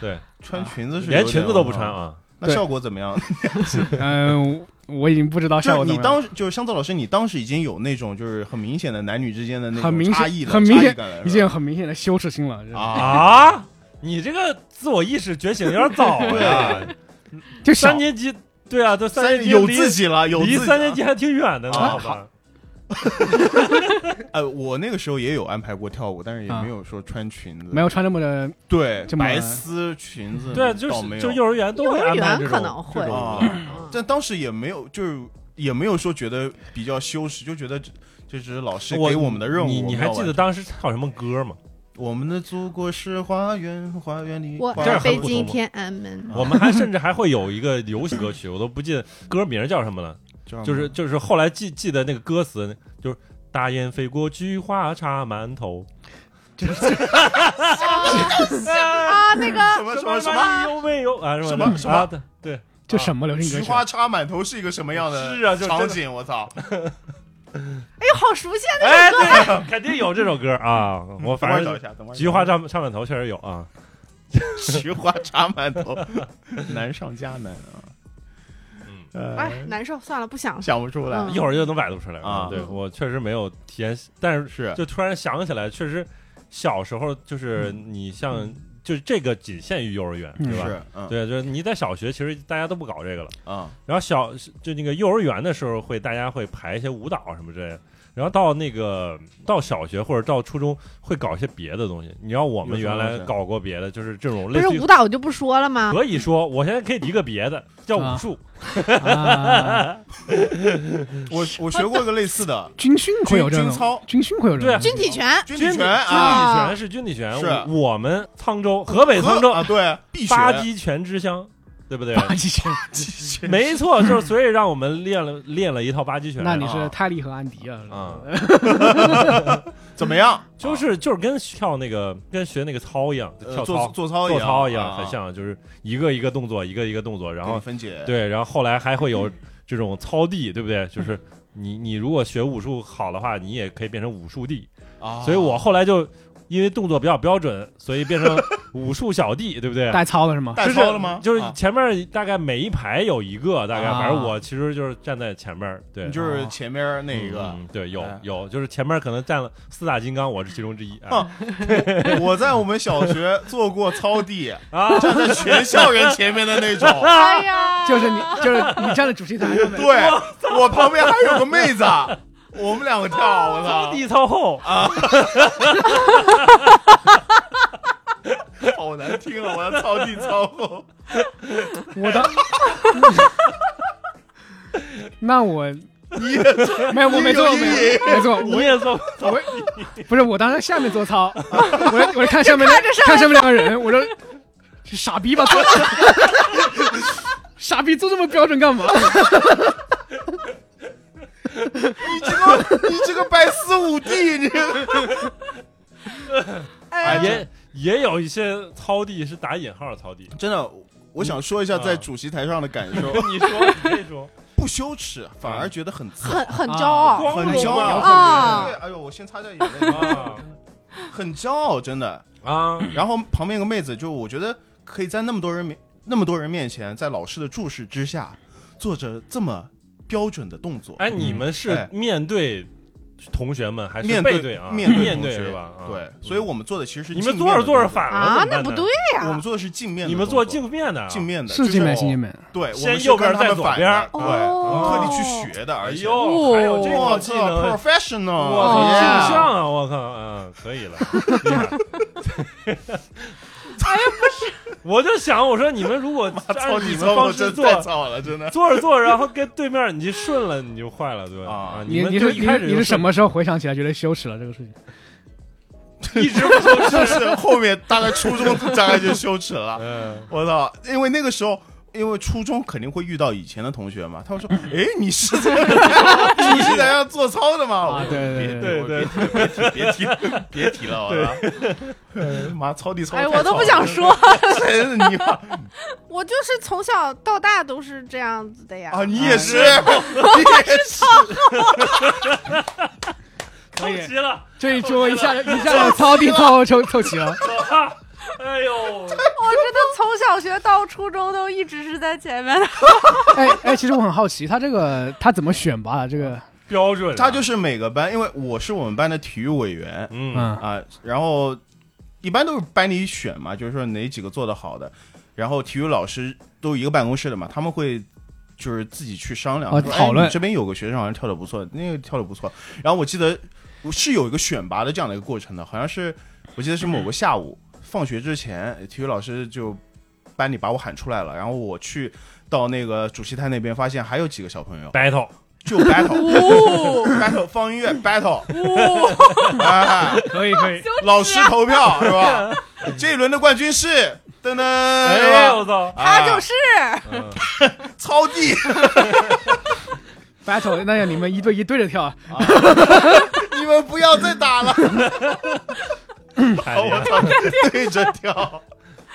A: 对，
B: 穿裙子是
A: 连
B: 有点
A: 裙子都不穿
B: 啊？
A: 啊，
B: 那效果怎么样？
D: 嗯，我已经不知道
B: 就
D: 效
B: 是
D: 果怎
B: 你
D: 么样。
B: 当时就是香子老师，你当时已经有那种就是很明显的男女之间的那
D: 很
B: 种
D: 明
B: 差
D: 显
B: 异了，
D: 很明
B: 差
D: 显
B: 异感了
D: 已
B: 是
D: 经有
B: 吧
D: 很明显的羞耻心了。就是
B: 啊，
A: 啊，你这个自我意识觉醒有点早
B: 对啊
A: [LAUGHS] 呀，
D: 就小
A: 三年级，对啊，都三年级
B: 有
A: 离
B: 自己了，有
A: 离
B: 自己
A: 三年
B: 了
A: 级还挺远的呢，
B: 啊
A: 好吧？
B: 呃，我那个时候也有安排过跳舞，但是也
D: 啊
B: 没有说穿裙子，
D: 没有穿这么的，
B: 对
D: 这么
B: 白丝裙子，
A: 对，啊就
B: 倒
A: 是
B: 没
A: 就
B: 有，
A: 幼儿园都
C: 幼
A: 会
C: 儿
A: 安排
C: 园
A: 这种
C: 可能会
A: 这种 [LAUGHS]
B: 啊
C: 嗯
B: 但当时也没有，就是也没有说觉得比较羞耻，就觉得这这只是老师
A: 我
B: 给我们的任务，
A: 你你
B: 我们
A: 还
B: 要
A: 记
B: 完
A: 得当时唱什么歌吗？
B: 成？我们的祖国是花园，花园里
C: 我
B: 花
A: 这儿很
C: 北
A: 普通
C: 京
A: 吗 [LAUGHS]
C: 天安门，
A: 我们还甚至还会有一个流行歌曲，我都不记得歌名叫什么了，
B: 这儿
A: 就是就是后来记记得那个歌词，就是大雁飞过，菊花插满头，
C: 啊，那个
B: [LAUGHS] 什么什么什么
A: 么你有没有啊？
B: 什么什么
A: 啊？对对，
D: 就什么流行
B: 菊
D: 歌曲
B: 花插满头是一个什么样的
A: 是啊就真的
B: 场景？我操！
C: 哎呦，好熟悉啊！
A: 哎，对，肯定有这首歌啊！我
B: 等会
A: 反
B: 儿找一
A: 正
B: 下，等会儿
A: 菊花插插满头确实有啊。
B: [LAUGHS] 菊花插满头，
A: [LAUGHS]
B: 难上加难啊！
A: 嗯
B: 呃，
C: 哎，难受，算了，不想了。
B: 想不出来
C: 嗯
A: 一会儿就能百度出来了
B: 啊
A: 对我确实没有体验，但是
B: 是
A: 就突然想起来，确实小时候就是你像就是这个仅限于幼儿园，
D: 嗯
A: 对吧？
B: 是，嗯
A: 对，就是你在小学，其实大家都不搞这个了。
B: 啊
A: 然后小就那个幼儿园的时候，会大家会排一些舞蹈什么之类的。然后到那个到小学或者到初中会搞一些别的东西。你让我们原
B: 有什么
A: 来
B: 东西
A: 搞过别的，就是这种
C: 不
A: 类
C: 是
A: 似于
C: 舞蹈就不说了吗？
A: 可以说，我现在可以提个别的，叫武术。
D: 啊，
B: 我我学过一个类似
A: [LAUGHS]
B: 的
D: 军训会有这
B: 军
D: 种
B: 军操
D: 军训会有这
A: 对啊
D: 种，
C: 军体拳，
B: 军
A: 军
B: 体
A: 体
B: 拳啊，
A: 军
C: 啊
A: 体拳是军体拳，
B: 是
A: 我我们沧州河北沧州
B: 啊，对，必学
A: 八极拳之乡，对不对？
D: [LAUGHS] 八极拳，
A: 没错，就是所以让我们练了练了一套八极拳。
D: 那你
B: 啊
D: 是泰利和安迪啊？
A: 啊，
B: 怎么样？
A: [LAUGHS] 就是就是跟跳那个跟学那个操一样，就
B: 呃
A: 跳
B: 做
A: 操
B: 做操
A: 做操
B: 一
A: 一样，很，
B: 啊
A: 像，就是一个一个动作，一个一个动作，然
B: 给你
A: 后
B: 分解，
A: 对，然后后来还会
B: 嗯
A: 有这种操地，对不对？就是你你如果学武术好的话，你也可以变成武术帝。
B: 啊，
A: 所以我后来就因为动作比较标准，所以变
B: [LAUGHS]
A: 成武术小弟，对不对？
D: 带操的是吗？
B: 带操了吗？
A: 就是
B: 啊
A: 前面大概每一排有一个，大概
D: 啊
A: 反正我其实就是站在前面，对哦
B: 你，就是前面那一个。
A: 嗯对，有
B: 哎
A: 有，就是前面可能站了四大金刚，我是其中之一哎
B: 哦我在我们小学做过
A: [LAUGHS]
B: 操地，
A: 啊，
B: 站在全校人前面的那种。
E: 哎呀，
D: 就是你，就是你站在主席台上面，
B: 对，我旁边还有个妹 [LAUGHS] 子，我们两个跳，我操
A: 操，地操后，
B: 啊好难听啊！我要操地操后，
D: 我当，那我
B: [LAUGHS] 你也做
D: 没有，我没做，
B: 有
D: 我
B: 阴
D: 没
B: 影
D: 有没做，
A: 你也做
B: [LAUGHS]
D: 我不是我当时下面做 [LAUGHS] 操，我在我在看上面看上面两个人，我说是傻逼吧，做 [LAUGHS] 傻逼做这么标准干嘛？
B: 你这个你这个拜师五弟，你
E: 哎呀，
A: 也也有一些操地是打引号的操地。
B: [LAUGHS] 真的，我想说一下
A: 嗯
B: 在主席台上的感受，
A: 你说，你可以说，
B: 不羞耻，反而觉得很自
C: 很很
D: 啊
C: 骄傲，
A: 光
B: 嗯很骄
A: 荣
B: 傲
C: 啊
B: 对，哎呦，我先擦掉眼泪啊， [LAUGHS] 很骄傲，真的。
A: 啊，
B: 然后旁边有个妹子，就我觉得可以在那么多人面那么多人面前，在老师的注视之下，做着这么标准的动作，
A: 哎，你们是
B: 哎
A: 面对同学们还是
B: 面
A: 背
B: 对
A: 啊？
B: 面对
A: 面
B: 同
A: 对
B: 学
A: 是吧？啊
B: 对，所以我们做的其实是
A: 你
B: 镜
A: 们
B: 面
A: 做着
B: 的
A: 做着
B: 动作，
A: 反了
C: 啊，
A: 怎么
C: 那
A: 办
C: 不
A: 呢
C: 对
B: 我
C: 呀
B: 们，做的是镜面的动作，
A: 你们做镜面的啊
B: 镜面的，
D: 是金
B: 就是
D: 美，
B: 我
D: 是金美，
B: 对，我
A: 先
B: 们是
A: 右
B: 跟
A: 边
B: 他们
A: 再左
B: 反
A: 边
B: 着对，
A: 哦
B: 特地去学的，而
A: 哎
B: 且。
A: 呦，还有这
B: 我
A: 套技
B: 操
A: 能，
B: ，professional！
A: 我操，
C: 哦
A: 镜
B: Yeah
A: 像啊！我靠，嗯，可以
C: [LAUGHS]
A: 了，厉害。
C: 哎
A: [LAUGHS] 我就想，我说你们如果
B: 操
A: 按
B: 你
A: 你
B: 操
A: 们
B: 我
A: 方式
B: 真
A: 做，
B: 太操
A: [LAUGHS]
B: 了，真的。
A: 做着做着，然后跟对面你顺了，你就坏了，对吧？
B: 啊
A: 你们
D: 你
A: 就是一
D: 你
A: 开
D: 是
A: 始
D: 你
A: 就是
D: 什么时候回想起来觉得羞耻了这个事情？
B: 一直不羞耻，就是后面大概初中大概就羞耻了。
A: 嗯，
B: 我操！因为那个时候，因为初中肯定会遇到以前的同学嘛，
A: [LAUGHS]
B: 他们说：“哎，你是在 [LAUGHS] 你是在要做操的吗？”我
D: 啊
B: 说
D: 对对
A: 对对，
B: 别提别提别提别提了，我操！哎 [LAUGHS] 妈，操地操！
E: 哎，我都不想，
B: [LAUGHS]
E: 说，
B: 真的你妈
C: [LAUGHS] 我就是从小到大都是这样子的呀。
B: 啊，你
E: [LAUGHS]
B: 也是，你也是，
A: 凑齐了，
D: 这一桌一下一下子操地操后凑凑齐了，
A: 哎呦，
E: 我真的从小学到初中都一直是在前面的。
D: 哎哎，其实我很好奇他这个他怎么选拔的这个，
A: 标准啊，
B: [LAUGHS] 他就是每个班，因为我是我们班的体育委员
A: 嗯
D: 嗯
B: 啊，然后一般都是班里选嘛，就是说哪几个做的好的，然后体育老师都一个办公室的嘛，他们会。就是自己去商量
D: 哦
B: 说
D: 讨论
B: 哎你这边有个学生好像跳的不错，那个跳的不错。然后我记得我是有一个选拔的这样的一个过程的，好像是我记得是某个下午放学之前，体育老师就班里把我喊出来了，然后我去到那个主席台那边，发现还有几个小朋友
A: battle，
B: 就 battle，
C: [LAUGHS]
E: 哦
B: battle 放音乐 battle，
E: 哦，
B: 哎，
D: [LAUGHS] 可以可以，
A: [LAUGHS]
B: 老师投票是吧？这一轮的冠军是噔噔，是
A: 哎
B: 吧
A: 我操，
E: 他就是是
A: 嗯
B: 超地，
D: battle，那样你们一对一对着跳，
B: [LAUGHS]
D: 啊
B: 你们不要再
A: [LAUGHS]
B: 打了，
A: 太厉
B: 我
A: 害了，
B: 操，对着
C: [LAUGHS]
B: 跳，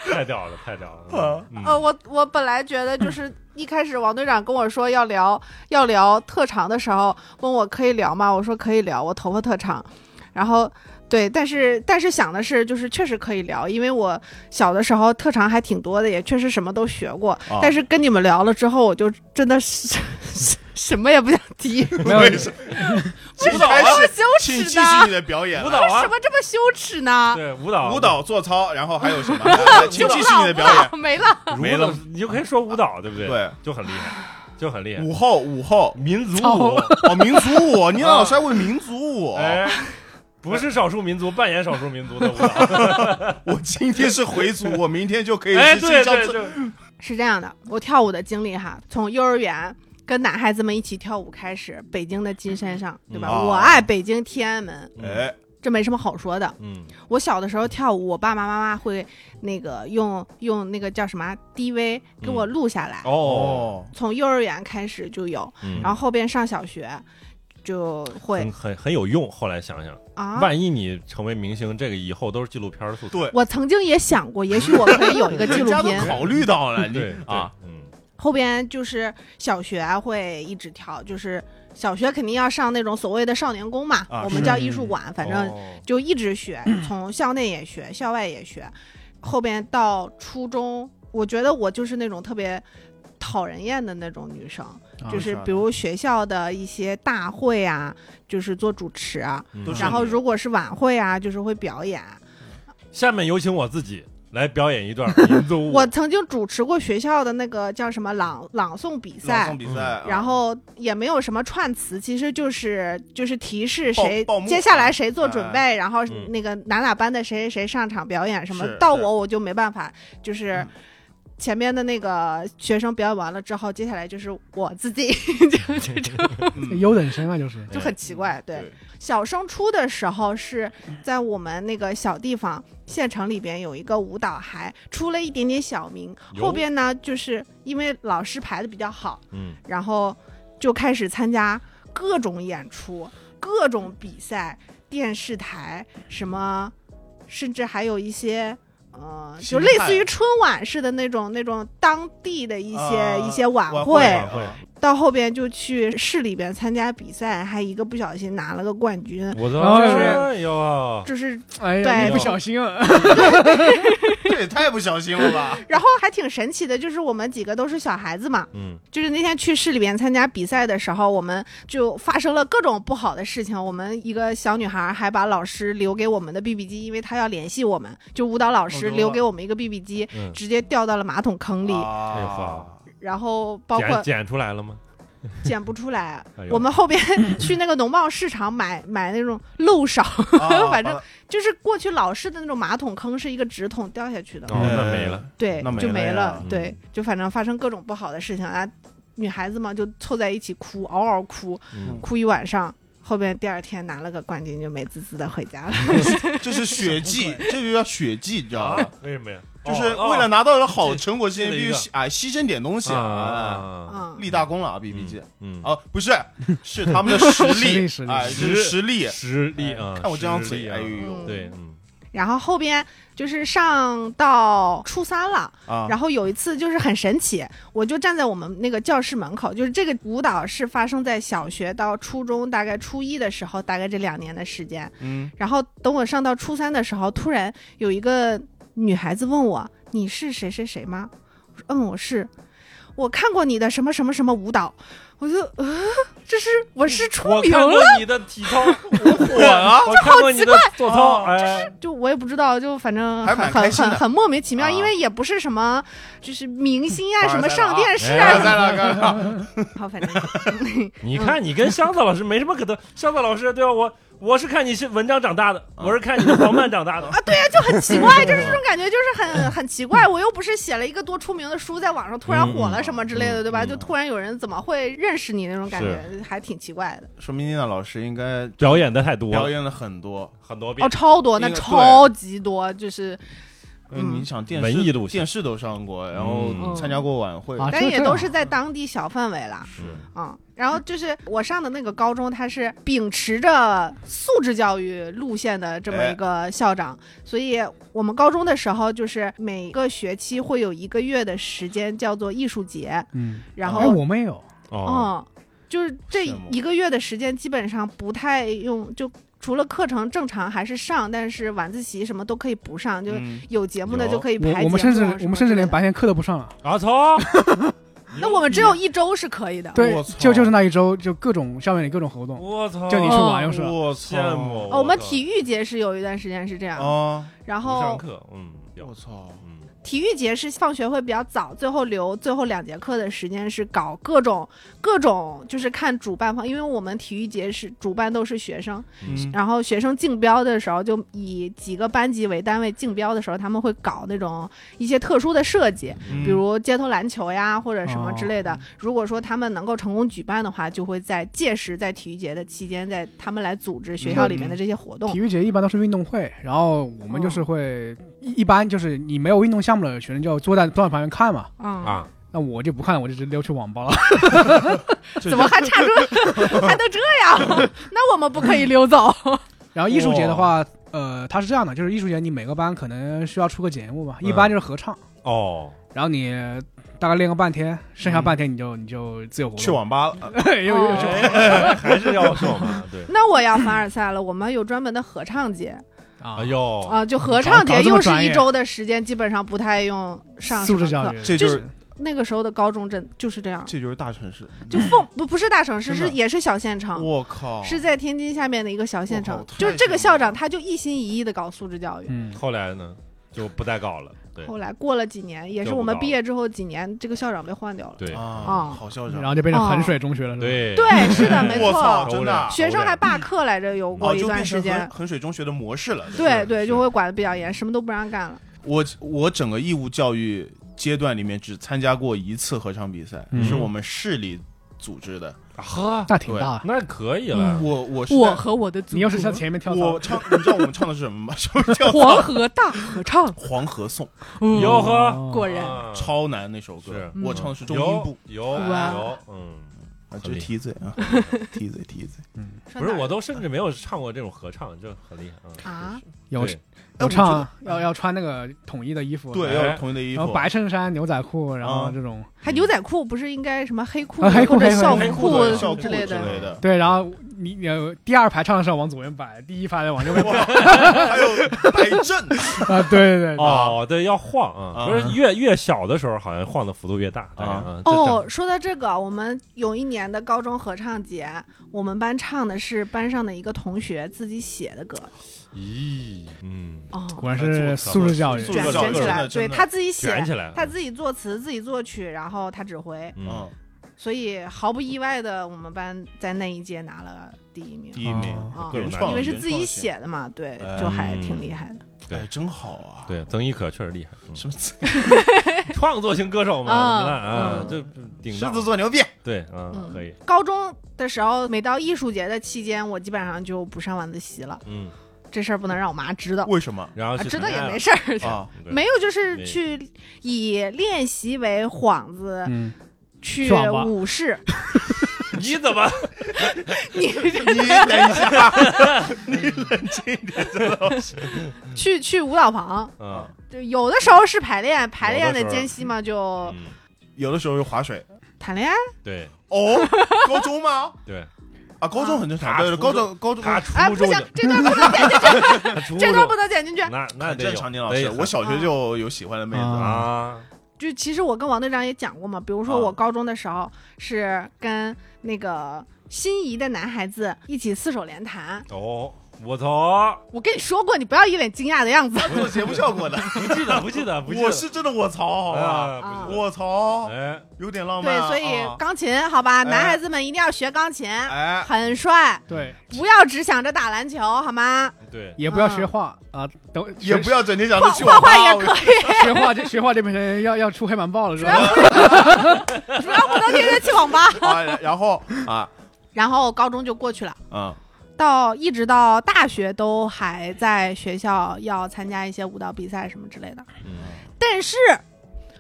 A: 太屌了，太屌了，嗯
C: 呃，我我本来觉得
B: 嗯
C: 就是一开始王队长跟我说要聊要聊特长的时候，问我可以聊吗？我说可以聊，我头发特长。然后对，但是但是想的是，就是确实可以聊，因为我小的时候特长还挺多的，也确实什么都学过。
B: 啊
C: 但是跟你们聊了之后，我就真的是 [LAUGHS] 什么也不想提，
D: 没有
B: 为什
A: [LAUGHS] 舞蹈啊
B: 开始
E: 羞
B: 请
E: 耻
B: 继续
E: 的，
B: 你的表演
A: 舞。蹈啊
C: 什，么这么羞耻呢？
A: 对舞蹈
B: 舞，蹈做操，然后还有什
A: [LAUGHS]
B: 么？来来请
E: 就
B: 继续你的表演。
E: 没了。
A: 如果
B: 没了，
A: 你就可以说舞蹈，对不对？
B: 对，
A: 就很厉害，就很厉害。
B: 五号五号
A: 民族舞
D: 操，
B: 哦，民族
A: [LAUGHS]
B: 舞，你
A: 啊
B: 老师还会民族
A: [LAUGHS]
B: 舞？
A: 哎，不是少数民族扮演少数民族的舞蹈，
B: 我今天是回族，我明天就可
A: [LAUGHS]
B: 以
A: 哎，
B: 去
A: 对
B: 上
A: 对
B: 厕
A: 对，
C: 是这样的，我跳舞的经历哈，从幼儿园跟男孩子们一起跳舞开始，北京的金山上，对吧？
B: 嗯
C: 我
A: 啊
C: 爱北京天安门，
A: 哎，
B: 哎，
C: 这没什么好说的。
A: 嗯
C: 我小的时候跳舞，我爸爸妈妈会那个用用那个叫什么 DV 给我录下来，
A: 嗯哦，
B: 哦，
C: 从幼儿园开始就有，
A: 嗯
C: 然后后边上小学就会
A: 很很很有用。后来想想，
C: 啊。
A: 万一你成为明星，这个以后都是纪录片的素材。
B: 对，
C: 我曾经也想过，也许我可以有一个纪
B: 人
C: 录
B: 家都
C: 片。
B: 考虑到了，你
A: 对
B: 啊，，
A: 对嗯
C: 后边就是小学啊会一直跳，就是小学肯定要上那种所谓的少年宫嘛，
B: 啊
C: 我们
B: 是
C: 叫艺术馆，反正
B: 哦
C: 就一直学，从校内也学，校外也学，后边到初中，我觉得我就是那种特别讨人厌的那种女生，
D: 啊
C: 就是比如学校的一些大会啊，就是做主持啊，
A: 嗯
B: 都是
C: 然后
B: 你
C: 如果是晚会啊，就是会表演。
A: 下面有请我自己来表演一段民族
B: 嗯
A: 舞。
C: [LAUGHS] 我曾经主持过学校的那个叫什么朗朗诵比
B: 朗
C: 赛
B: 诵。比赛，啊
C: 然后也没有什么串词，其实就是就是提示谁
B: 报报幕哎
C: 接下来谁做准备，然后
A: 嗯
C: 那个哪哪班的谁谁谁上场表演什么
B: 是。
C: 到
B: 是
C: 我我就没办法，就是
B: 嗯
C: 前面的那个学生表演完了之后，接下来就是我自
B: 哎
C: 己，就就这种
B: 嗯
D: 优等生啊，就是
C: [LAUGHS] 就很奇怪。对，
B: 对，
C: 小升初的时候是在我们那个小地方县城里边有一个舞蹈还出了一点点小名，
A: 有
C: 后边呢就是因为老师排的比较好，
A: 嗯，
C: 然后就开始参加各种演出、各种比赛，电视台什么，甚至还有一些。呃，就
B: 新
C: 类
B: 派
C: 似于春晚似的那种那种当地的一些、
B: 啊
C: 一些呃晚
B: 晚
C: 会，
A: 晚
B: 会
A: 会，
C: 到后边就去市里边参加比赛，还一个不小心拿了个冠军，
A: 我
D: 然后
A: 操，
D: 就是
A: 哎呦，
C: 就是
D: 哎
C: 对
D: 呀，你不小心了，
B: [LAUGHS] 这也太不小心了吧？
C: 然后还挺神奇的，就是我们几个都是小孩子嘛，
A: 嗯，
C: 就是那天去市里边参加比赛的时候，我们就发生了各种不好的事情。我们一个小女孩还把老师留给我们的 BB 机，因为她要联系我们，就舞蹈老
B: 哦
C: 师
B: 懂了
C: 留给我们一个 BB 机，
A: 嗯
C: 直接掉到了马桶坑里。
A: 哎呦
B: 啊
A: 哇，
C: 然后包
A: 剪
C: 括
A: 剪出来了吗？
C: 捡不出来
A: 哎，呦
C: 我们后边 [LAUGHS] 去那个农贸市场买买那种漏勺，
B: 啊
C: 反正就是过去老式的那种马桶坑是一个直筒掉下去的，
A: 哦，那没了。
C: 对，
B: 那没
C: 就
B: 了
C: 没
B: 呀
C: 了，对
A: 嗯，
C: 就反正发生各种不好的事情啊，女孩子嘛就凑在一起哭，嗷嗷哭，
A: 嗯，
C: 哭一晚上。后边第二天拿了个冠军，就美滋滋的回家了。
B: 这是血迹，这就叫血迹，你知道
A: 啊
B: 吧？，
A: 为什么呀？哦
B: 就是为了拿到一个好成果之前，
A: 这
B: 必
A: 这
B: 须
A: 个
B: 牺啊牺牲点东西啊，
A: 啊，
C: 嗯，
B: 立大功了啊！B B
A: 嗯
B: 机
A: 嗯，
B: 哦，不是，是他们的实力，
D: 实力实力
B: 哎，就是实力。
A: 实力啊，
B: 看我这张
A: 实力
B: 嘴，
A: 啊
B: 哎呦
C: 嗯
A: 对，嗯，
C: 然后后边就是上到初三了，
B: 啊！
C: 然后有一次就是很神奇，我就站在我们那个教室门口，就是这个舞蹈是发生在小学到初中，大概初一的时候，大概这两年的时间。
B: 嗯，
C: 然后等我上到初三的时候，突然有一个女孩子问我：“你是谁谁谁吗？”我说：“嗯，我是。”我看过你的什么什么什么舞蹈，我就呃，这是我是出
A: 我
C: 名
A: 看
C: 了，
A: 过你的体操，我啊， [LAUGHS] 我看过你的做操，哎，
C: 就我也不知道，就反正
B: 还
C: 很
B: 蛮
C: 很
B: 开心
C: 很
B: 的
C: 很莫名其妙，
B: 啊
C: 因为也不是什么就是明星
B: [LAUGHS]
C: 啊，
B: 凡尔
C: 什么
B: 赛
C: 上
B: 了啊
C: 电视
A: 哎
B: 干
C: 啊，
B: 了干了，
C: [LAUGHS] 好，反正
A: 你看你跟香皂老师没什么可的，香皂老师对吧？我我是看你是文章长大的，我是看你的黄曼长大的，
C: 很奇怪， [LAUGHS] 就是这种感觉，就是很很奇
B: [LAUGHS]
C: 怪。我又不是写了一个多出名的书，在网上突然火了什么之类的，
A: 嗯
C: 对吧？
A: 嗯
C: 就突然有人怎么会认识你那种感觉，还挺奇怪的。
B: 说明妮娜老师应该
A: 表演的太多
B: 表演了很多。
A: 很多
C: 哦，
A: 遍，
C: 超多，那
B: 应该对
C: 超级多，就是，
B: 嗯，
C: 嗯
B: 你想电
A: 文艺
B: 视
A: 路线
B: 电视都上过，然后
A: 嗯
B: 参加过晚会，
D: 啊
C: 但
D: 这
C: 也
D: 这
C: 都
D: 样
C: 是在当地小范围啦。
A: 是
C: 嗯，然后就是我上的那个高中，它是秉持着素质教育路线的这
B: 哎
C: 么一个校长，所以我们高中的时候，就是每个学期会有一个月的时间叫做艺术节，
D: 嗯，
C: 然
D: 哎，
C: 后
D: 我没有，
A: 哦，
C: 嗯，就是这
B: 羡慕
C: 一个月的时间，基本上不太用，就除了课程正常还是上，但是晚自习什么都可以不上，就
B: 嗯
C: 有节目的
A: 有
C: 就可以
D: 我
C: 排节目啊。
D: 我们甚至
C: 什么
D: 我们甚至
C: 之类
D: 连
C: 的
D: 白天课都不上了，
A: 阿聪，
C: 那我们只有一周是可以的。
D: 对
B: 我操，
D: 就就是那一周就各种校园里各种活动，
A: 我操，
D: 叫你去哦玩又是，
B: 我操
A: 羡慕，
C: 哦哦，我们体育节是有一段时间是这样，
B: 啊！
C: 然
A: 不上
C: 后
A: 课，嗯，有
B: 我，操，
A: 嗯，
C: 体育节是放学会比较早，最后留最后两节课的时间是搞各种各种，就是看主办方，因为我们体育节是主办都是学生，
B: 嗯
C: 然后学生竞标的时候，就以几个班级为单位竞标的时候，他们会搞那种一些特殊的设计，
B: 嗯
C: 比如街头篮球呀或者什么之类的
D: 哦。
C: 如果说他们能够成功举办的话，就会在届时在体育节的期间，在他们来组织学校里面的这些活动
D: 体。育节一般都是运动会，然后我们就是会、一一般就是你没有运动项目的学生就坐在坐在旁边看嘛。
C: 啊，
A: 啊，
D: 那我就不看了，我就直接溜去网吧了。 [LAUGHS]
C: 怎么还差这还都这样？ [LAUGHS] 那我们不可以溜走？ [LAUGHS]
D: 然后艺术节的话，呃，它是这样的，就是艺术节你每个班可能需要出个节目吧，一般就是合唱，
A: 哦，
D: 然后你大概练个半天，剩下半天你就、你就自由活动。
B: 去网吧了，
D: [LAUGHS] 对，哎又又
C: 哦，
D: 去
A: 还是要
B: 哦
A: 是我们对
C: [LAUGHS] 那我要凡尔赛了，我们有专门的合唱节
D: 啊
A: 哎，呦，
C: 啊，就合唱节
D: 搞得这么
C: 又是
D: 专
C: 一
D: 业
C: 周的时间，基本上不太用上什
D: 素
C: 么
D: 质
C: 课
D: 教。育，
B: [LAUGHS] 这就是
C: 那个时候的高中真就是这样，
B: 这就是大城市。
C: 就凤不不是大城市，
D: 真的
C: 是也是小县城，
B: 我靠，
C: 啊是在天津下面的一个小县
B: 我
C: 城
B: 靠。
C: 就是这个
B: 太羡慕
C: 校
B: 了
C: 长，他就一心一意的搞素质教育。
D: 嗯，
A: 后来呢就不再搞了，对
C: 后来过了几年，也是
A: 就不
C: 我们
A: 搞
C: 毕
A: 了
C: 业之后几年，这个校长被换掉了。
A: 对
B: 啊
C: 啊，
B: 好校
D: 然
B: 长。
D: 后就变成衡水中学了，是吧？
A: 对
C: 对，是
A: [LAUGHS]
C: 的，没
B: 我操，
C: 错。
B: 真的啊，
C: 学生还罢课来着，有
B: 哦，
C: 过一
B: 就
C: 段
B: 变
C: 时
B: 成衡
C: 间。
B: 衡水中学的模式了。
C: 对对，
A: 是
C: 就会管的比较严，什么都不让干了。
B: 我我整个义务教育阶段里面只参加过一次合唱比赛，
D: 嗯
B: 是我们市里组织的。
A: 呵，
D: 那挺大。
A: 那可以了，
B: 我我是
E: 我
B: 在
E: 和我的祖
D: 你要是
E: 国
D: 向前面跳槽
B: 我，唱，你知道我们唱的是什么吗？什 [LAUGHS] 么叫《，
E: 黄河大合唱
B: 黄河颂
E: 嗯
A: 哟呵，
D: 哦
E: 果然
A: 啊》？
B: 超难那首歌
A: 是，嗯
B: 我唱的是中音部
A: 有。有
E: 哇
A: 有，嗯。
B: 啊，就踢嘴啊，踢嘴踢嘴。
A: 不是，我
C: 都
A: 都甚至没有唱过这种合唱，这很厉害嗯
C: 啊！
D: 有
A: 对
D: 有唱啊，要要穿那个统一的衣服，
B: 对，
A: 哎
B: 要有统一的衣
D: 然后
B: 服。
D: 白衬衫、牛仔裤，然后
B: 啊
D: 这种
C: 还牛仔裤不是应该什么黑裤
D: 啊黑裤
C: 或者
D: 黑裤
C: 校
D: 黑
B: 裤
C: 服
B: 对
C: 什
B: 校
C: 么
B: 裤
C: 之
B: 之
C: 类的？
B: 类 [LAUGHS] 的，
D: 对，然后你你呃第二排唱的时候往左边摆，第一排
B: [LAUGHS]
D: 往右边摆
B: 还有白阵，
D: 啊，对对对，
A: 哦，对，要晃啊，
B: 啊
A: 不是越越小的时候，好像晃的幅度越大。大概
B: 啊，
A: 这
C: 哦，说到这个，我们有一年的高中合唱节，我们班唱的是班上的一个同学自己写的歌。
A: 这咦，嗯，
C: 哦，
D: 果然是素质教育
B: 素，
C: 卷
B: 质教
C: 卷
B: 育
C: 起
B: 真
C: 来，
B: 的
C: 对
B: 真的
C: 他自己写
A: 卷，起来了，
C: 他自己作词，自己作曲，然后他指挥，
A: [LAUGHS] 嗯，
C: 所以毫不意外的，我们班在那一届拿了第一名
B: 第。一名，
C: 啊
A: 各种，
B: 创
C: 因为是
B: 原
C: 自己
B: 创性
C: 写的嘛，对，
B: 哎
C: 就还挺厉害的。
A: 对
B: 哎，真好啊！，
A: 对，曾轶可确实厉害，嗯
B: 什么狮
A: 创作型歌手嘛，
C: 啊
A: 我们看啊，
C: 嗯
A: 这 [LAUGHS] 顶到
B: [LAUGHS] 子座牛逼，
A: 对啊
C: 嗯，
A: 可以，
C: 高中的时候，每到艺术节的期间，我基本上就不上晚自习了。
A: 嗯，
C: 这事儿不能让我妈知道，
B: 为什么
A: 然后
C: 啊
A: 去
C: 知道
A: 谈
C: 也
A: 恋爱
C: 没
A: 了
C: 事儿，
B: 啊？
A: 对
C: 没有，就
A: 没
C: 是去以练习为幌子
D: 嗯，
C: 去
D: 去网吧
C: 舞室。
A: 你怎么
C: 你
B: 你等一下， [LAUGHS]
C: 去去舞蹈房，
A: [LAUGHS] 啊？
C: 就有的时候是排练，排练
A: 有的时候
C: 间隙嘛，就
A: 嗯，
B: 有的时候又划水
C: 谈恋爱。
A: 对 [LAUGHS]
B: 哦，高中吗？
A: 对，
B: 啊，高中很正常，
A: 啊
B: 对对，
A: 初
B: 高
A: 中
B: 中高中
A: 他
C: 哎，
A: 初
C: 不
A: 中
C: 行
A: 就，
C: 这段不能剪进去，
A: 他初
C: 这段
A: 中
C: 不能剪进去。
A: 那那
B: 很
A: 得有
B: 正常，丁老
A: 得
B: 师，
A: 有
B: 我小学就有喜欢的妹子
D: 啊
A: 啊，
C: 就其实我跟王队长也讲过嘛，比如说我
B: 啊
C: 高中的时候是跟那个心仪的男孩子一起四手联弹，
A: 哦，我操， [LAUGHS]
C: 我跟你说过，你不要一脸惊讶的
B: [LAUGHS]
C: 样子。
B: 做节目效果的，
A: 不记得不记得 [LAUGHS] 不记得，
B: 我是真的我操，好吧，
A: 啊，不记得
B: 我操，
A: 哎，
B: 有点浪漫
C: 对
B: 啊，，
C: 所以
B: 啊
C: 钢琴好吧，
B: 哎
C: 男孩子们一定要学钢琴，
B: 哎，
C: 很帅，
D: 对，
C: 不要只想着打篮球好吗？
A: 对，
D: 也不要学画啊，等
B: 也不要整天想着
C: 画
B: 去
C: 画
B: 网吧
C: 画也可以，
D: 要学画这学画这边人要要出黑板报了是
C: 主
D: 吧
C: 要？不 [LAUGHS] 主要不能天天去网吧。
B: 啊，然后啊，
C: 然后高中就过去了。
B: 嗯，
C: 到一直到大学都还在学校要参加一些舞蹈比赛什么之类的，
A: 嗯
C: 但是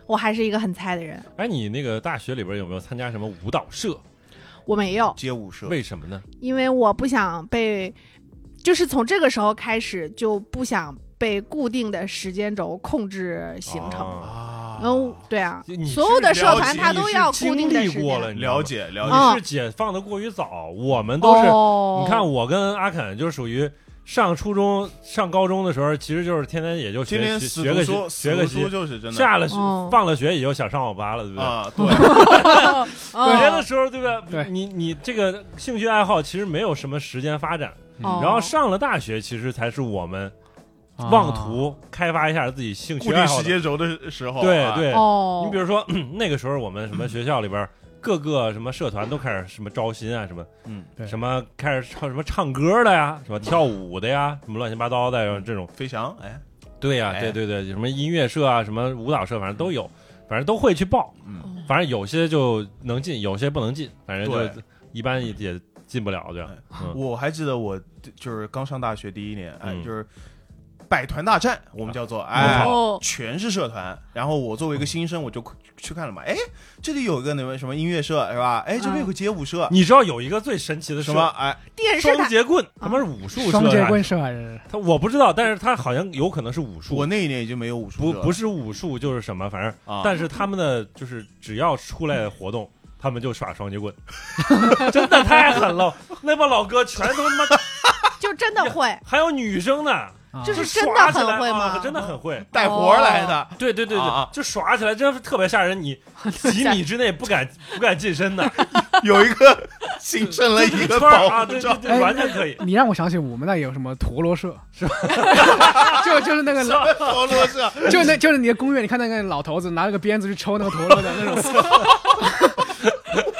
C: 我还是一个很菜的人，
A: 哎，你那个大学里边有没有参加什么舞蹈社？
C: 我没有，
B: 街舞社，
A: 为什么呢？
C: 因为我不想被，就是从这个时候开始就不想被固定的时间轴控制行程。
A: 啊
B: 啊
C: 嗯，对啊
A: 就你，是
C: 所有的社团
B: 了解
C: 它都要
A: 你是
C: 固定的时
A: 经历过了
C: 间。
B: 了解了解，
A: 你是解放的过于早，我们都是。
C: 哦
A: 你
C: [LAUGHS]
A: 看，我跟阿肯就是属于上初中、上高中的时候，其实就是天天也就学
B: 天天
A: 学
B: 死
A: 学
B: 读
A: 个习
B: 书，死
A: 学
B: 读
A: 个
B: 书
A: 习，
B: 就是真的
A: 下了学
C: 哦
A: 放了学也就想上网吧了，对不对？
B: 啊，
A: [LAUGHS]
B: 对，
A: 别
C: 哦
A: 的时候，对不对
D: 对？
A: 你你这个兴趣爱好其实没有什么时间发展，
D: 嗯
C: 哦
A: 然后上了大学，其实才是我们
D: 啊
A: 妄图开发一下自己兴
B: 固
A: 趣
B: 定
A: 爱好
B: 时
A: 的。
B: 间轴的时候，
A: 对
B: 啊，
A: 对，
C: 哦，
A: 你比如说那个时候我们什么学校里边儿各个什么社团都开始什么招新啊什么。
B: 嗯，
D: 对
A: 什么开始唱什么唱歌的呀，什么跳舞的呀，什么乱七八糟的呀，这种
B: 飞翔，哎，
A: 对呀、
B: 哎
A: 对对对，什么音乐社啊，什么舞蹈社，反正都有，反正都会去报，
B: 嗯，
C: 哦
A: 反正有些就能进，有些不能进，反正就
B: 对
A: 一般也也进不了这样
B: 哎。
A: 嗯
B: 我还记得我就是刚上大学第一年，哎，
A: 嗯
B: 就是百团大战，我们叫做哎。
E: 哦，
B: 全是社团，然后我作为一个新生，我就去看了嘛。哎，这里有一个那个什么音乐社是吧？哎，这边有个街舞社，
A: 你知道有一个最神奇的
B: 什
A: 社
B: 么？哎，
E: 电视
A: 双
E: 台
A: 节棍，他妈是武术社
D: 双截
A: 呀
D: 棍是吧？这是
A: 他我不知道，但是他好像有可能是武术
B: 我，那一年已经没有武术
A: 不
B: 社了
A: 不是武术就是什么，反正，
B: 啊，
A: 但是他们的就是只要出来活
B: [LAUGHS]
A: 动。他们就耍双截棍， [LAUGHS] 真的太狠了！那帮老哥全都他妈， [LAUGHS]
C: 就真的会，
A: 还有女生呢，
D: 啊
C: 这
A: 啊就是耍
C: 真的
A: 起来
C: 很会
A: 啊
C: 吗？
A: 真的很会，
B: 带活儿来的，
A: 对对对对，
B: 啊啊
A: 就耍起来真是特别吓
C: [LAUGHS]
A: 人，你几米之内不敢 [LAUGHS] 不敢近身的，
B: 有一个形成了 [LAUGHS] 一
A: 圈
B: 个
A: 儿
B: 保
A: 啊，
B: 护
A: 对
B: 罩
A: 对。对，完全可 [LAUGHS] 以。
D: 你让我想起我们那有什么陀螺社是吧？就就是那个老，
A: 啊
B: 陀螺社，
D: 就那就是你的公园，你看那个老头子拿了个鞭子去抽那个陀螺的那种，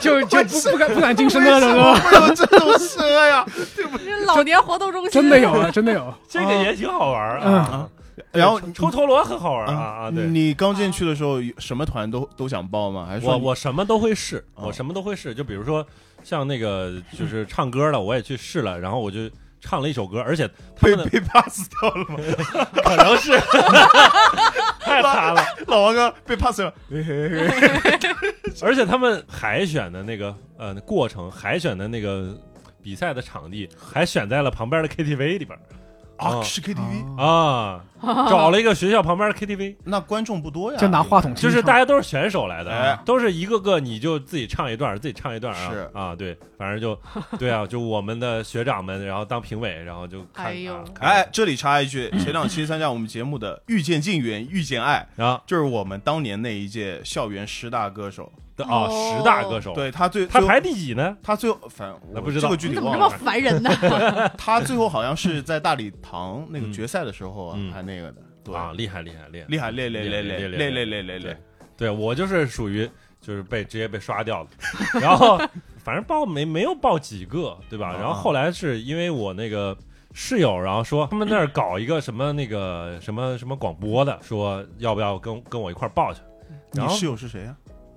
D: 就就不不敢不敢近身的那种，是
B: 为什么
D: 吧
B: 会有这种啊社呀？
E: 这 [LAUGHS] 老年活动中心
D: 真的有，啊，
E: [LAUGHS]
D: 真的有。
A: 这个也挺好玩儿啊。
B: [LAUGHS] 嗯然后嗯
A: 抽陀螺很好玩 [LAUGHS] 儿啊啊！对，
B: 你刚进去的时候，什么团都都想报吗？还是说
A: 我
B: 你
A: 我什么都会试，
B: 啊
A: 我什么都会试。就比如说像那个就是唱歌的，我也去试了，然后我就唱了一首歌，而且他
B: 被
A: 们的
B: 被 [LAUGHS] pass 掉了吗？
A: 可能是太惨了，
B: 老王刚被 pass 了，
A: 而且他们海选的那个呃过程，海选的那个比赛的场地还选在了旁边的 KTV 里边儿
B: 啊，
A: 啊
B: 是 KTV，
D: 啊
A: 啊，找了一个学校旁边的 KTV，
B: 那观众不多呀，
D: 就拿话筒
A: 就
D: 清唱，
A: 是大家都是选手来的，啊
B: 哎
A: 都是一个个你就自己唱一段，自己唱一段啊
B: 是
A: 啊，对，反正就 [LAUGHS] 对啊，就我们的学长们，然后当评委，然后就看，
E: 哎呦
A: 啊看
B: 哎，这里插一句，
A: 嗯
B: 前两期参加我们节目的《遇见静缘遇见爱
A: 啊》，
B: 就是我们当年那一届校园十大歌手，
A: 对啊，
E: 哦
A: 十大歌手，，
B: 对他最
A: 他
B: 最后
A: 排第几呢？
B: 他最后反正我
A: 不知道
B: 这个具
E: 你
B: 体
E: 怎么
B: 忘
E: 这么
B: 了，
E: 烦人呢？
B: 他最后好像是在大礼堂那个
A: 嗯
B: 决赛的时候啊
A: 嗯
B: 还那个的，对，
A: 啊，厉害厉害厉害！
B: 厉害，累累累累
A: 厉害
B: 累
A: 厉害
B: 累累累累
A: 对。对我就是属于就是被直接被刷
B: [LAUGHS]
A: 掉了，然后反正报没没有报几个，对吧？
B: 啊
A: 然后后来是因为我那个室友，然后说他们那儿搞一个什么那个什么什么广播的，说要不要跟跟我一块儿报去？然
B: 你
A: 后
B: 室友是谁呀？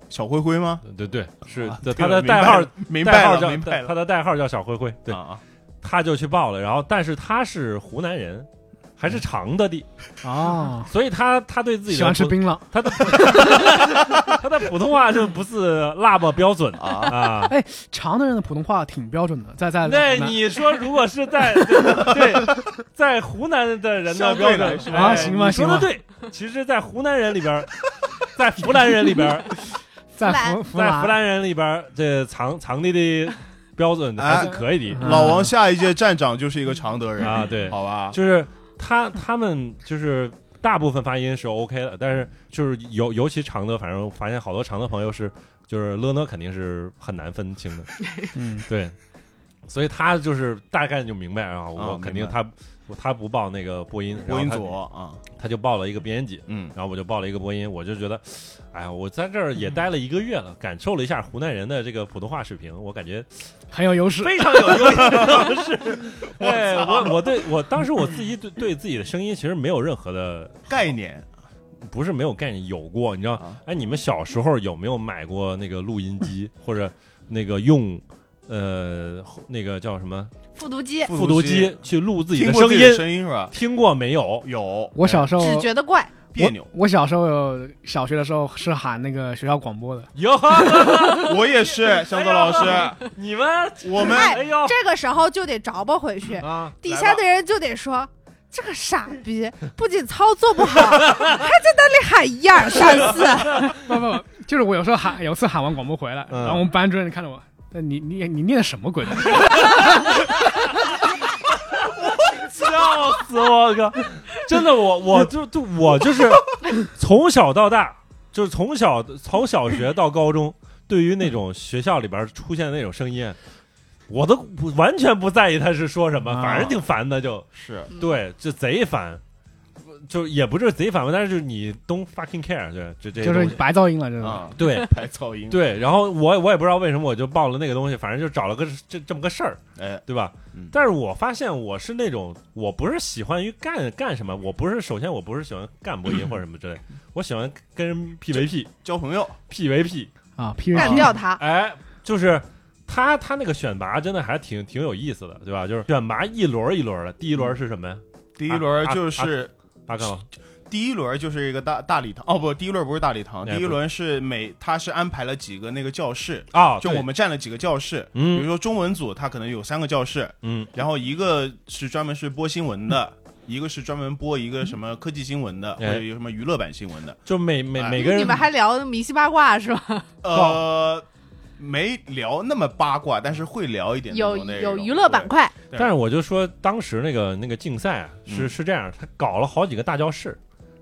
B: 小灰灰吗？
A: 对对，是
B: 啊
A: 对
B: 对
A: 他的
B: 了明
A: 代
B: 白
A: 号
B: 了明
A: 代
B: 白
A: 号
B: 了，
A: 叫
B: 明白
A: 他
B: 了。
A: 的代号叫小灰灰，对，
B: 啊啊，
A: 他就去报了，然后但是他是湖南人。还
B: 嗯
A: 是长的地，
D: 啊，
A: 所以他他对自己
D: 喜
A: 的
D: 欢吃
A: 普
D: 槟榔。
A: 他的他的普通话就不是那么标准
B: 啊
A: 啊，
B: [LAUGHS]
D: 长的人的普通话挺标准的，在在
A: 那
D: 湖南
A: 你说，如果是在对，在湖南的人的
B: 相
A: 标
B: 对来
A: 准
B: 说
A: 哎
D: 啊行吧
A: 你说的
D: 行吧
A: 对。其实，在湖南人里边儿，在湖南人里边
B: [LAUGHS]
A: 儿，
D: 在
E: 兰
D: 湖湖
A: 在湖
D: 南
A: 南人里边儿，这藏藏地的标准
B: 啊
A: 还是可以的
D: 哎
B: 老王下一届站长就是一个常德人，
A: 啊。对，
B: 好吧？
A: 就是他他们就是大部分发音是 OK 的，但是就是尤尤其长的，反正发现好多长的朋友是就是了呢，肯定是很难分清的。
D: 嗯，
A: 对，所以他就是大概就明白啊，我
B: 啊
A: 肯定
B: 明白
A: 他他不报那个播音，
B: 播音
A: 然后
B: 组啊，
A: 他他就报了一个编辑，
B: 嗯，
A: 然后我就报了一个播音，我就觉得，哎呀，我在这儿也待了一个月了，感受了一下湖南人的这个普通话水平，我感觉
D: 很
A: [LAUGHS]
D: 有优势。
A: 非常有优 [LAUGHS] 势。对，哎我我对我当时我自己对对自己的声音其实没有任何的，
B: 概念
A: 不是没有概念，有过，你知道
B: 啊，
A: 哎，你们小时候有没有买过那个录音机或者那个用？呃，那个叫什么
E: 复读机
A: 复读机去录自己
B: 听
A: 的
B: 过
A: 声
B: 自己的
A: 音，
B: 声音是吧？
A: 听过没有？
B: 有，哎
D: 我小时候
E: 只觉得怪，
B: 别扭，
D: 我小时候小学的时候是喊那个学校广播的，
A: 有，
B: 我也
C: 哎
B: 是，香泽老师，
A: 你们，
B: 我们
A: 哎呦
C: 这个时候就得着吧回去，
A: 啊，
C: 底下的人就得说。这个傻逼 [LAUGHS] 不仅操作不好，还在那里喊一二三
A: [LAUGHS]
C: 四，
D: [LAUGHS] 不不，不就是我有时
B: [LAUGHS]
D: 候喊，有次喊完广播回来，
A: 嗯
D: 然后我们班主任看着我，那你你你念的什么鬼？
A: 笑死我哥！真的，我我就就我就是 [LAUGHS] 从小到大，就是从小从小学到高中，对于那种学校里边出现的那种声音，我都不完全不在意他是说什么，
D: 啊
A: 反正挺烦的就，
B: 是
A: 对，就贼烦。就是也不是贼反叛，但是就是你 don't fucking care，对，这这些
D: 就是
A: 东西
D: 白噪音了，真的。
B: 啊，
A: 对
B: 白噪音，，
A: 嗯对。然后我我也不知道为什么我就报了那个东西，反正就找了个这这么个事儿，
B: 哎，
A: 对吧？
B: 嗯
A: 但是我发现我是那种，我不是喜欢于干干什么，我不是首先我不是喜欢干播音或者什么之类，
B: 嗯
A: 我喜欢跟人 PVP
B: 交朋友，
A: PVP，
D: 啊，PVP
C: 干掉他，
A: 哎，就是他他那个选拔真的还挺挺有意思的，对吧？就是选拔一轮儿一轮儿的，第一轮儿是什么呀？
B: 第一轮
A: 啊
B: 就是
A: 阿克吗？
B: 第一轮就是一个大大礼堂，哦不，第一轮不是大礼堂，
A: 哎
B: 第一轮是每他是安排了几个那个教室，
A: 啊，
B: 就
A: 对
B: 我们占了几个教室，比
A: 嗯
B: 如说中文组他可能有三个教室，
A: 嗯
B: 然后一个是专门是播新
A: [LAUGHS]
B: 闻的。一个是专门播一个什么科技新闻的，或
A: 哎
B: 者有什么娱乐版新闻的，
A: 就每每
B: 哎
A: 每个人
C: 你们还聊迷信八卦是吧？
A: [LAUGHS]
B: 呃，没聊那么八卦，但是会聊一点那
C: 有
B: 种内
C: 有
B: 容
C: 娱乐板，块，
B: 对
A: 但是我就说，当时那个那个竞赛啊，是
B: 嗯
A: 是这样，他搞了好几个大教室，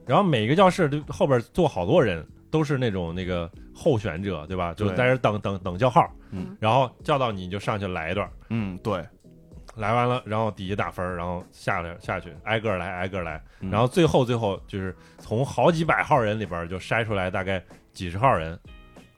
A: 然后每个教室都后边坐好多人，都是那种那个候选者，对吧？就
B: 对
A: 在这等等等叫号，
B: 嗯
A: 然后叫到你你就上去来一段，
B: 对嗯，对，
A: 来完了，然后底下打分，然后下来下去，挨个来挨个来，
B: 嗯
A: 然后最后最后就是从好几百号人里边就筛出来大概几十号人，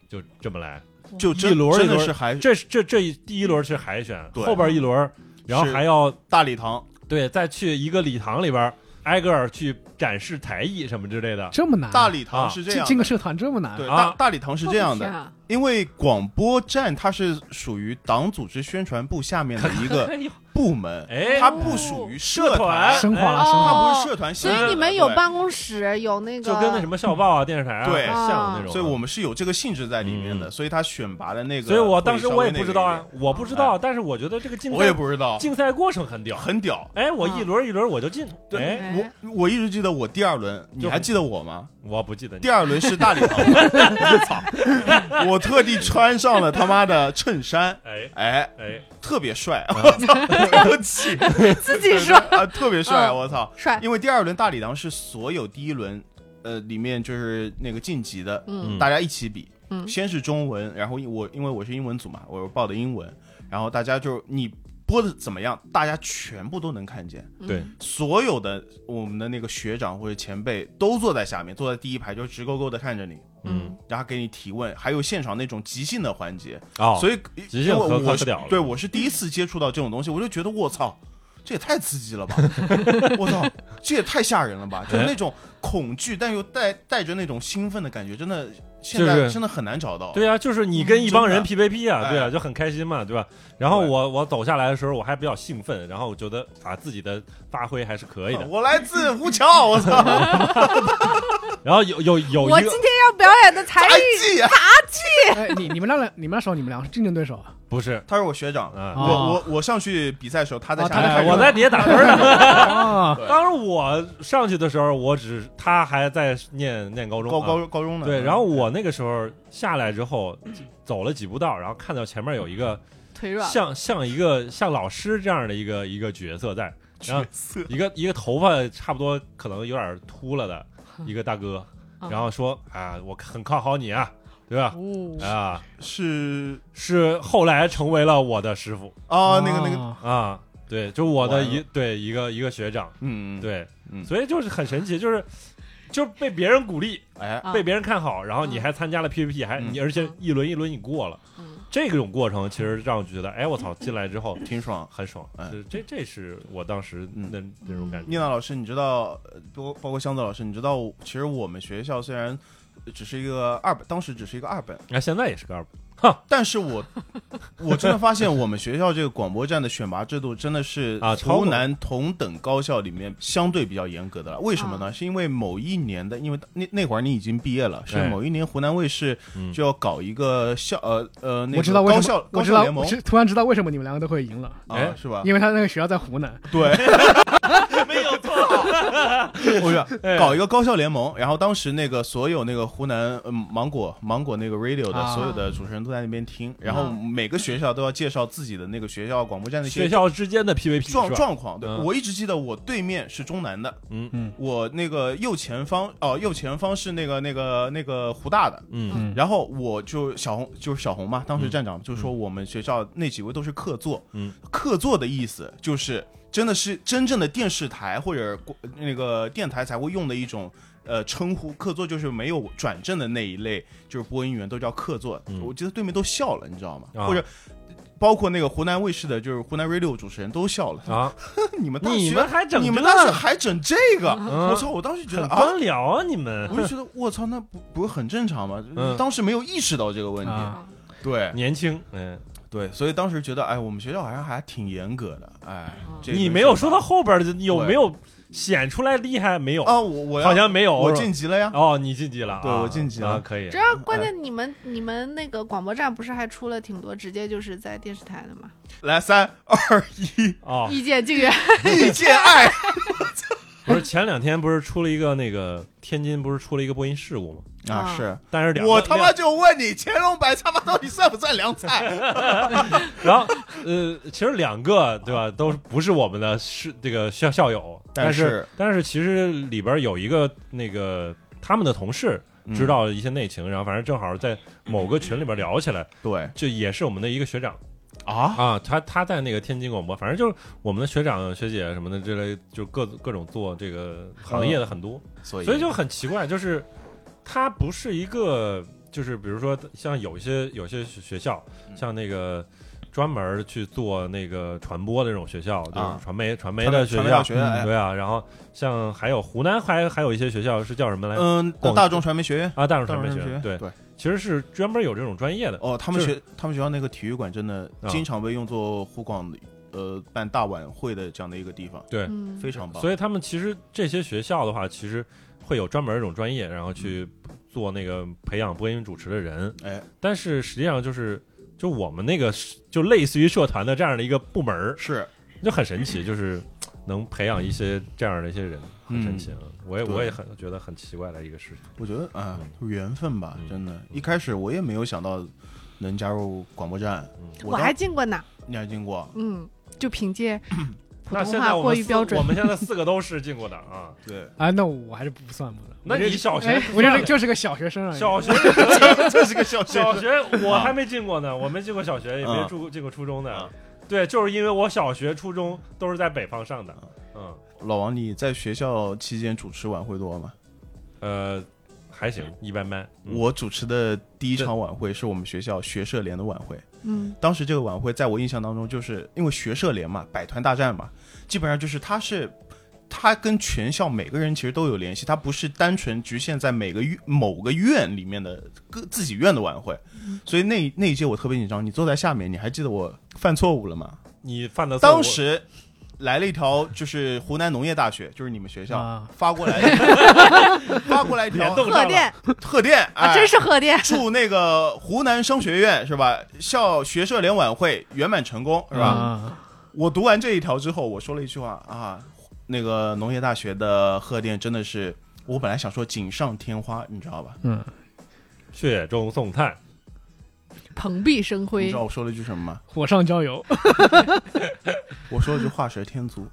A: 就这么来。
B: 就真
A: 一轮一
B: 真的
A: 轮
B: 是还
A: 这这这一第一轮是海选，
B: 对
A: 后边一轮，然后
B: 是
A: 还要
B: 大礼堂，
A: 对，再去一个礼堂里边儿，挨个儿去展示才艺什么之类的。
D: 这么难，
B: 大礼
A: 啊
B: 堂是这
D: 进
B: 样
D: 进
B: 的，
D: 个社团这么难，
B: 对，
A: 啊
B: 大大礼堂是这样
C: 我
B: 的，
C: 天啊
B: 因为广播站它是属于党组织宣传部下面的
A: [LAUGHS]
B: 一个
A: [LAUGHS] 哎呦，
B: 部门，
A: 哎，哦
B: 它不属于社
A: 团
D: 升华了，
C: 哎
D: 升华
B: 它
D: 了。
B: 不是社团性
C: 所
B: 质的，
C: 以你们有
B: 对
C: 办公室，有那个
A: 就跟那什么校报啊、电视台啊
B: 对
A: 像的那种。
B: 所以我，们是有这个性质在里面的，所以他选拔的那个，
A: 嗯所以我当时我也不知道
B: 会稍
A: 啊
B: 微，
A: 我不知道，但是我觉得这个
B: 那
A: 竞
B: 哎个一点，我也
A: 赛
B: 不知道，
A: 竞赛过程很屌。
B: 很屌。
A: 哎，我一轮一轮我就进。
B: 对
A: 哎，
C: 哎
B: 我我一直记得我第二轮，你
A: 就
B: 还记得我吗？
A: 我不记得你
B: 第。二轮是大礼
A: [LAUGHS]
B: 堂，我操！ [LAUGHS] 我特地穿上了他妈的衬衫，
A: 哎
B: 哎，
A: 哎，
B: 特别帅，我操，对不起，
A: [LAUGHS]
C: 自己说
B: 啊， [LAUGHS] 特别帅，
C: 嗯
B: 我操！
C: 帅，
B: 因为第二轮大礼堂是所有第一轮，呃，里面就是那个晋级的，
C: 嗯
A: 嗯
B: 大家一起比，
C: 嗯
B: 先是中文，然后因我因为我是英文组嘛，我报的英文，然后大家就你播的怎么样，大家全部都能看见，
A: 对
C: 嗯
B: 所有的我们的那个学长或者前辈都坐在下面，坐在第一排，就直勾勾的看着你，
A: 嗯，
B: 然后给你提问，还有现场那种即兴的环节，
A: 哦，
B: 所以
A: 即
B: 因
A: 兴
B: 为
A: 可可
B: 我
A: 不
B: 是
A: 了了。
B: 对我是第一次接触到这种东西，我就觉得我操，这也太刺激了
A: [LAUGHS]
B: 吧！我操，这也太吓人了吧！
A: 哎
B: 就是那种恐惧但又带带着那种兴奋的感觉，真的现在
A: 就是
B: 真的很难找到。
A: 对啊，就是你跟一帮人 PVP 啊，
B: 哎
A: 对啊，就很开心嘛，对吧？然后
B: 对
A: 我我走下来的时候，我还比较兴奋，然后我觉得啊自己的发挥还是可以的。
B: 啊我来自吴桥，我操，
A: 然后有有有
E: 我
A: 一
E: 今
A: 个
E: 天要表演的才
B: 杂
E: 艺
B: 技啊！
D: 哎，你你们那你们那时候你们俩是竞争对手啊？
A: 不是
B: 他是我学长，
A: 啊，
D: 哦
B: 我我我上去比赛的时候，他在
D: 哦
B: 下
D: 他
B: 面
A: 哎 [LAUGHS]
B: 看着，
A: 我在底下打分儿。
D: 啊，
B: 对
A: 当时我上去的时候，我只他还在念念高中
B: 高
A: 啊，
B: 高高中呢。嗯
A: 对。然后我那个时候下来之后，走了几步道，然后看到前面有一个
C: 腿软，
A: 像像一个像老师这样的一个一个角色
B: [LAUGHS]
A: 在，然后
B: 角色
A: 一个一个头发差不多可能有点秃了
B: [LAUGHS]
A: 的一个大哥，
C: 嗯
A: 然后说啊，我很看好你啊，对吧？
B: 嗯
C: 哦
A: 啊，
B: 是
A: 是后来成为了我的师傅
B: 啊，那个那个，
A: 啊，对，就我的
B: 完了
A: 一对一个一个学长，
B: 嗯，，
A: 对，
B: 嗯
A: 所以就是很神奇，就是就是被别人鼓励，
B: 哎，
C: 啊
A: 被别人看好，然后你
C: 嗯
A: 还参加了 PVP，还
B: 嗯
A: 你而且一轮一轮你过了，
C: 嗯
A: 这种过程其实让我觉得，哎，我操，进来之后
B: 挺爽。
A: 很爽
B: 哎，
A: 这这这是我当时
B: 嗯
A: 那那种感觉。
B: 聂娜老师，你知道，呃包包括箱子老师，你知道，其实我们学校虽然只是一个二本，当时只是一个二本，
A: 那嗯啊现在也是个二本，
B: 但是我 [LAUGHS] 我真的发现我们学校这个广播站的选拔制度真的是
A: 啊超过
B: 湖南同等高校里面相对比较严格的了。为什么呢？是因为某一年的，因为那那会儿你已经毕业了，是
A: 哎
B: 某一年湖南卫视
A: 嗯
B: 就要搞一个校呃呃那
D: 我知道
B: 个
D: 为
B: 高
D: 什
B: 校
D: 么，我
B: 高
D: 知
B: 校
D: 道，
B: 联
D: 我
B: 盟
D: 知突然知道为什么你们两个都会赢了，
A: 哎
B: 啊，是吧？
D: 因为他那个学校在湖南。
B: 对。
A: 没有 [LAUGHS] 错，
B: 我
A: 哎
B: 说搞一个高校联盟，然后当时那个所有那个湖南、嗯、芒果芒果那个 radio 的、
D: 啊
B: 所有的主持人都在那边听，
A: 啊
B: 然后每个学校都要介绍自己的那个学校广播站的一些
A: 学校之间的 PVP
B: 状
A: 是吧
B: 状况。对、
A: 嗯
B: 我一直记得我对面是中南的，
A: 嗯
D: 嗯
B: 我那个右前方哦、右前方是那个那个那个湖大的。
A: 嗯
B: 然后我就小红就是小红嘛，当时站长就说我们学校那几位都是客座，
A: 嗯，
B: 客座的意思就是真的是真正的电视台或者国那个电台才会用的一种呃称呼，客座就是没有转正的那一类，就是播音员都叫客座。
A: 嗯
B: 我觉得对面都笑了，你知道吗？
A: 啊
B: 或者包括那个湖南卫视的，就是湖南 radio 主持人都笑了。
A: 啊，
B: [LAUGHS] 你们大学
A: 你们还整
B: 你
A: 这
B: 们当时还整这个？
A: 嗯
B: 我操！我当时觉得
A: 很
B: 啊，
A: 官僚啊，你们
B: 我就觉得我操，那不不是很正常吗？
A: 嗯
B: 当时没有意识到这个问题，
D: 啊
B: 对
A: 年轻，嗯，
B: 对，所以当时觉得，哎，我们学校好像还挺严格的，哎，这个
A: 你没有
B: 事儿
A: 说到后边儿有
B: 对
A: 没有显出来厉害？没有，
B: 啊，我我要
A: 好像没有，
B: 我
A: 是吧
B: 晋级了呀，
A: 哦，你晋级了啊，
B: 对我晋级了
A: 啊可以
C: 这，关键你们你们那个广播站不是还出了挺多直接就是在电视台的吗？
B: 来三二一，
A: 哦，
C: 意见进园，
B: 遇见爱，
A: 不是前两天不是出了一个那个天津不是出了一个播音事故吗？
B: 啊
C: 啊
B: 是。
A: 但是两
B: 我
A: 个
B: 他妈
A: 两
B: 就问你，乾隆白菜花到底算不算凉
A: [LAUGHS]
B: 菜？
A: 然后呃，其实两个对吧，都是不是我们的是这个校校友，
B: 但
A: 但
B: 是
A: 但是其实里边有一个那个他们的同事
B: 嗯
A: 知道了一些内情，然后反正正好在某个群里边聊起来，
B: 对
A: 就也是我们的一个学长
B: 啊，
A: 啊，他他在那个天津广播，反正就是我们的学长学姐什么的之类，就各各种做这个行业的很多，
B: 所以
A: 所以就很奇怪，就是它不是一个，就是比如说像有一些有些学校，
B: 嗯
A: 像那个专门去做那个传播的这种学校，就是传媒传媒
B: 啊传媒
A: 的
B: 学
A: 学
B: 校
A: 校，
B: 学院，哎
A: 对啊，然后像还有湖南还还有一些学校是叫什么来着？
B: 嗯，
A: 广
B: 大众传媒学院，
A: 啊，大众
B: 大
A: 传
B: 众
A: 媒学
B: 传媒学
A: 院
B: 院，
A: 对，
B: 对，
A: 其实是专门有这种专业的，
B: 哦，他们
A: 就
B: 学他们学校那个体育馆真的
A: 啊
B: 经常被用作湖广呃办大晚会的这样的一个地方，
A: 对，
C: 嗯，
B: 非常棒。
A: 所以他们其实这些学校的话，其实会有专门一种专业，然后去做那个培养播音主持的人。
B: 哎，
A: 但是实际上就是，就我们那个是就类似于社团的这样的一个部门儿，
B: 是
A: 就很神奇，就是能培养一些这样的一些人，很神奇。啊！我也
B: 对
A: 我也很觉得很奇怪的一个事情。
B: 我觉得啊，缘分吧，
A: 嗯
B: 真的。一开始我也没有想到能加入广播站
A: 嗯，
C: 我
B: 当
C: 还进过呢，
B: 你还
A: [LAUGHS]
B: 进过，
C: 嗯，就凭借普
A: 那
C: 通
A: 现在
C: 话
A: 我
C: 过
A: 们
C: 于
A: 四
C: 标准
A: 我，们现在四个都是进过的啊。
B: 对，
D: 哎，那我还是不算不算。
A: 那你
B: 哦
A: 小学
D: 哎，我就是就是个小学生而已。
A: 小学
B: [LAUGHS]
C: [LAUGHS]
B: 这是个小
A: 小学我还没进过呢，我没进过小学，也没住进过初中
B: 啊
A: 的。对，就是因为我小学、初中都是在北方上的。嗯，
B: 老王，你在学校期间主持晚会多吗？
A: 呃，还行，一般般。嗯
B: 我主持的第一场晚会是我们学校学社联的晚会，
C: 嗯，
B: 当时这个晚会在我印象当中，就是因为学社联嘛，百团大战嘛，基本上就是他是。他跟全校每个人其实都有联系，他不是单纯局限在每个院某个院里面的各自己院的晚会，所以那那一届我特别紧张。你坐在下面，你还记得我犯错误了吗？
A: 你犯的错误
B: 当时来了一条，就是湖南农业大学，就是你们学校、
D: 啊
B: 发过
A: [LAUGHS]
B: 来，发过来一条
A: 联动
C: 贺电
B: 贺电，哎、
C: 啊，真是贺电，
B: 祝那个湖南商学院是吧？校学社联晚会圆满成功是吧？
D: 啊，
B: 我读完这一条之后，我说了一句话啊，那个农业大学的贺电真的是，我本来想说锦上添花，你知道吧？
D: 嗯，
A: 雪中送炭，
E: 蓬荜生
B: 你
E: 辉
B: 知道我说了一句什么吗？
D: 火上浇油， [LAUGHS]
B: 我说了句画蛇添足。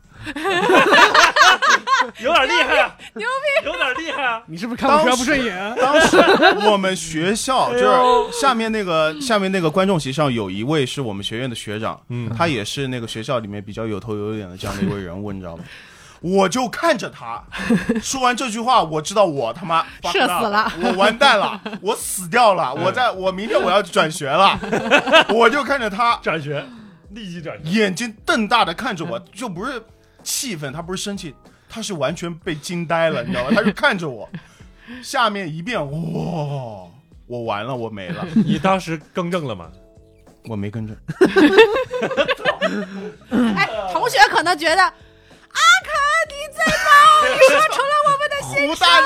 A: 有点厉害啊，牛逼，有点厉害啊。
D: 你是不是看我学校不顺眼啊？
B: [LAUGHS] 当时哎我们学校就是下面那个下面那个观众席上有一位是我们学院的学长，
A: 嗯
B: 他也是那个学校里面比较有头有脸的这样的一位人物，你知道吗？ [LAUGHS] 我就看着
C: [LAUGHS]
B: 他说完这句话，我知道我他妈 fuck
C: 社死了，嗯
B: 我完蛋了，
C: [LAUGHS]
B: 我死掉了，我在我明天我要转学了，我就看着他
A: 转学，立即转学。
B: 眼睛瞪大的看着我，就不是气愤，他不是生气，他是完全被惊呆了，你知道吗？
C: [LAUGHS]
B: 他就看着我，下面一遍哇，我完了，我没
C: [LAUGHS]
B: 了，
A: 你当时更正了吗？
B: 我没跟着，
E: 哎，同学可能觉得。
B: 胡大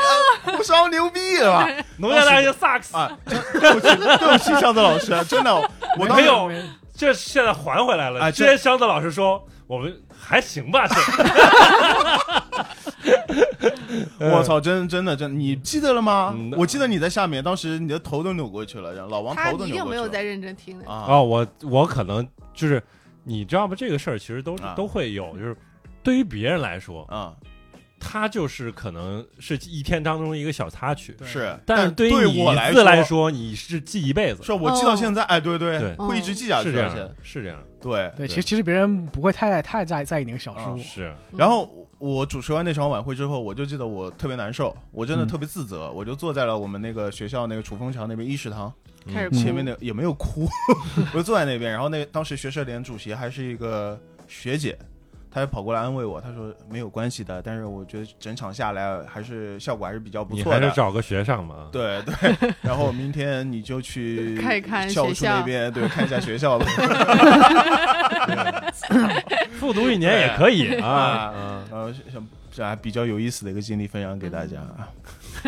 B: 呃胡烧牛逼了吧
A: 农业大学萨克斯，
B: 啊！真对不起，对不起，箱子老师， [LAUGHS] 真的，我当
A: 啊没
B: 时
A: 有，这现在还回来了。
B: 啊
A: 之
B: 这
A: 前箱子老师说我们还行吧， [LAUGHS] 这
B: 我操，真真的真，你记得了吗
A: 嗯？
B: 我记得你在下面，当时你的头都扭过去了，然后老王
C: 他
B: 头都
C: 一
B: 扭
C: 定没有
B: 过去
C: 在
B: 了
C: 认真听的，
B: 啊
A: 啊，我我可能就是你知道吗？这个事儿其实都
B: 啊
A: 都会有，就是对于别人来说，
B: 啊！
A: 它就是可能是一天当中一个小插曲，
D: 对
B: 是，
A: 但
B: 但
A: 是对于
B: 于
A: 你
B: 我
A: 一
B: 来
A: 次来
B: 说，
A: 说，你是记一辈子，
B: 是啊我记
C: 哦
B: 到现在，哎，对对，
A: 对
B: 会一直记下去，
A: 是这
B: 而
A: 样
B: 且
A: 的，是这样的，
B: 对啊
D: 对，其实其实别人不会太太在在意你的小失误，
A: 是
C: 嗯
B: 然后我主持完那场晚会之后，我就记得我特别难受，我真的
D: 嗯
B: 特别自责，我就坐在了我们那个学校那个楚风桥那边一食堂
E: 开始
D: 嗯
B: 前面那，也没有哭， [LAUGHS] 我就坐在那边。然后那当时学社联主席还是一个学姐，她就跑过来安慰我，她说没有关系的，但是我觉得整场下来还是效果还是比较不
A: 你
B: 错
A: 还是
B: 的。
A: 找个学生吧，
B: 对 [LAUGHS] 对，然后明天你就去
E: [LAUGHS] 看一看
B: 教务
E: 学
B: 处那
E: 校
B: 边，对，看一下学校吧。
A: 复读一年也可以 [LAUGHS]
B: [LAUGHS]
A: 啊，
B: 啊，然后想想比较有意思的一个经历分享给大
E: 嗯
B: 家。啊
A: [LAUGHS]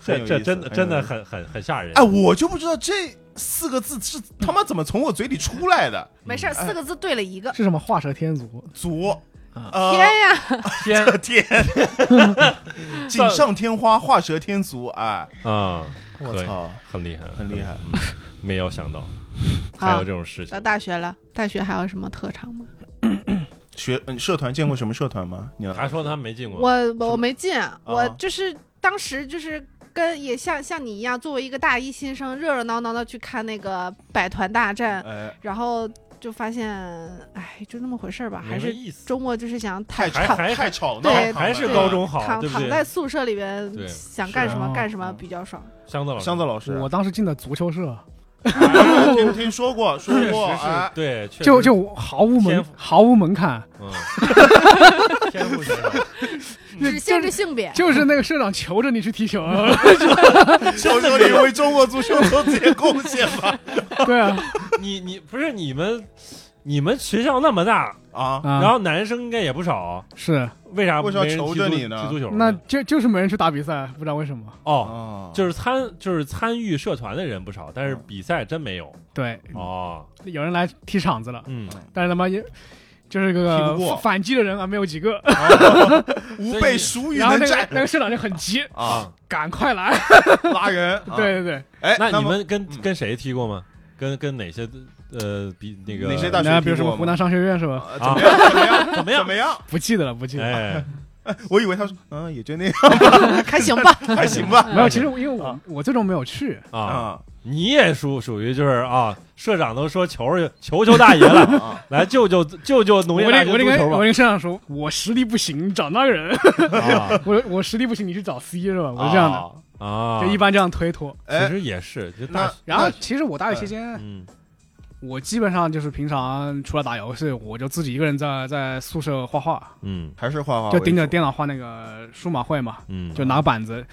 B: 很有
A: 这
B: 意
A: 这
B: 思
A: 真的
B: 很
A: 真的很
B: 有意思
A: 很很吓人
B: 哎，，我就不知道这四个字是他妈怎么从我嘴里出来的，
C: 没事儿，四个字对了一个，
D: 是什么画蛇添足？
B: 足，
A: 嗯
D: 啊
B: 呃
C: 天，呀，
A: 天
B: 天，锦上添花，画蛇添足，哎，
A: 啊，
B: 我
A: 对
B: 操，
A: 很厉害，
B: 很厉害，
A: 嗯，没有想到还有
C: 好
A: 这，种事情
C: 到，大学了，大学还有什么特长吗？
B: 学嗯社团见过什么社团吗？你
A: 还说他没进过，
C: 我我没进，我
B: 啊
C: 就是当时就是跟也像像你一样，作为一个大一新生，热热闹闹的去看那个百团大战，
B: 哎，
C: 然后就发现，哎，就那么回事儿吧，
A: 没
C: 还
A: 什么
C: 是
A: 意思，
C: 周末就是想躺
B: 太
A: 还
B: 吵
A: 还
B: 太吵闹
C: 对
B: 了，
A: 还是
C: 对
A: 高中好，
C: 躺
A: 对不
C: 躺
A: 对？
C: 在宿舍里边
A: 对，
C: 想
A: 是
C: 干什么
D: 啊
C: 干什么
B: 嗯
C: 比较爽。
A: 箱子老师，
B: 箱子老师，
D: 我当时进的足球社，
B: 哎听 [LAUGHS] 听说过说
A: 确
B: 过，
A: 实
B: 哎
A: [LAUGHS] 是，，对，确实
D: 就就毫无门
A: 天赋
D: 毫无门槛，
A: 嗯，天赋学生，
C: 嗯只限制性别，
D: 就是那个社长求着你去踢球，
B: [LAUGHS] 求求你为中国足球做自己的贡献吧，
D: 对
B: [LAUGHS]
D: 啊，
A: 你你不是你们你们学校那么大，
B: 啊，
D: 啊
A: 然后男生应该也不少，
D: 是，
A: 为啥
B: 为啥
A: 没人
B: 求
A: 踢
B: 着
A: 足
B: 你呢
A: 踢足球呢？
D: 那就就是没人去打比赛，不知道为什么。
A: 哦，
B: 哦
A: 就是参就是参与社团的人不少，但是比赛真没有
D: 对，
B: 嗯
A: 哦，
D: 有人来踢场子了，
A: 嗯，
D: 但是他妈也就是
B: 踢
D: 个
B: 不过
D: 反击的人啊，没有几
B: [LAUGHS]
D: 个。
B: 哦吾辈孰与
D: 然后
B: 能
D: 那
B: 战
D: 个那个社长就很急，
B: 啊，
D: 赶快来！
B: 拉人，啊
D: 对对对，
B: 哎，
A: 那你
B: 么
A: 们跟
B: 嗯
A: 跟谁踢过吗？跟跟哪些呃比那个
B: 哪些大学
D: 那比如
B: 踢
D: 什
B: 过
D: 么
B: 吗
D: 湖南商学院是吧？
B: 呃怎么样？怎么样？
A: 怎么
B: 怎
A: 样？
B: 么样？
D: 不记得了，不记得了。
A: 哎，
B: 我以为他说，嗯，也就那样，
C: 啊
A: [LAUGHS]
C: 还行吧。
B: 还行吧。
D: 没有，其实我因为
B: 啊
D: 我我最终没有去，
A: 啊，
B: [LAUGHS] 啊
A: 你也属属于就是啊，社长都说求求求大爷
B: [LAUGHS]
A: 了，
B: 啊！
A: 来救救救救农
D: 我
A: 业大
D: 那
A: 学
D: 我那
A: 足
D: 个
A: 球
D: 我
A: 吧
D: 那个社长说，我实力不行，你找那个人。
A: 啊
D: [LAUGHS] 我我实力不行，你去找 C 是吧？我是这样的，
B: 的。
A: 啊，
D: 就一般这样推脱。
A: 其
B: 哎，
A: 实也是，就大
B: 那
A: 学
D: 然后
B: 那
D: 其实我大学期间，
A: 嗯
D: 我基本上就是平常除了打游戏，我就自己一个人在在宿舍画画，
A: 嗯
B: 还是画画为
D: 就
B: 主，
D: 盯着电脑画那个数码绘嘛。
A: 嗯，
D: 就拿板子。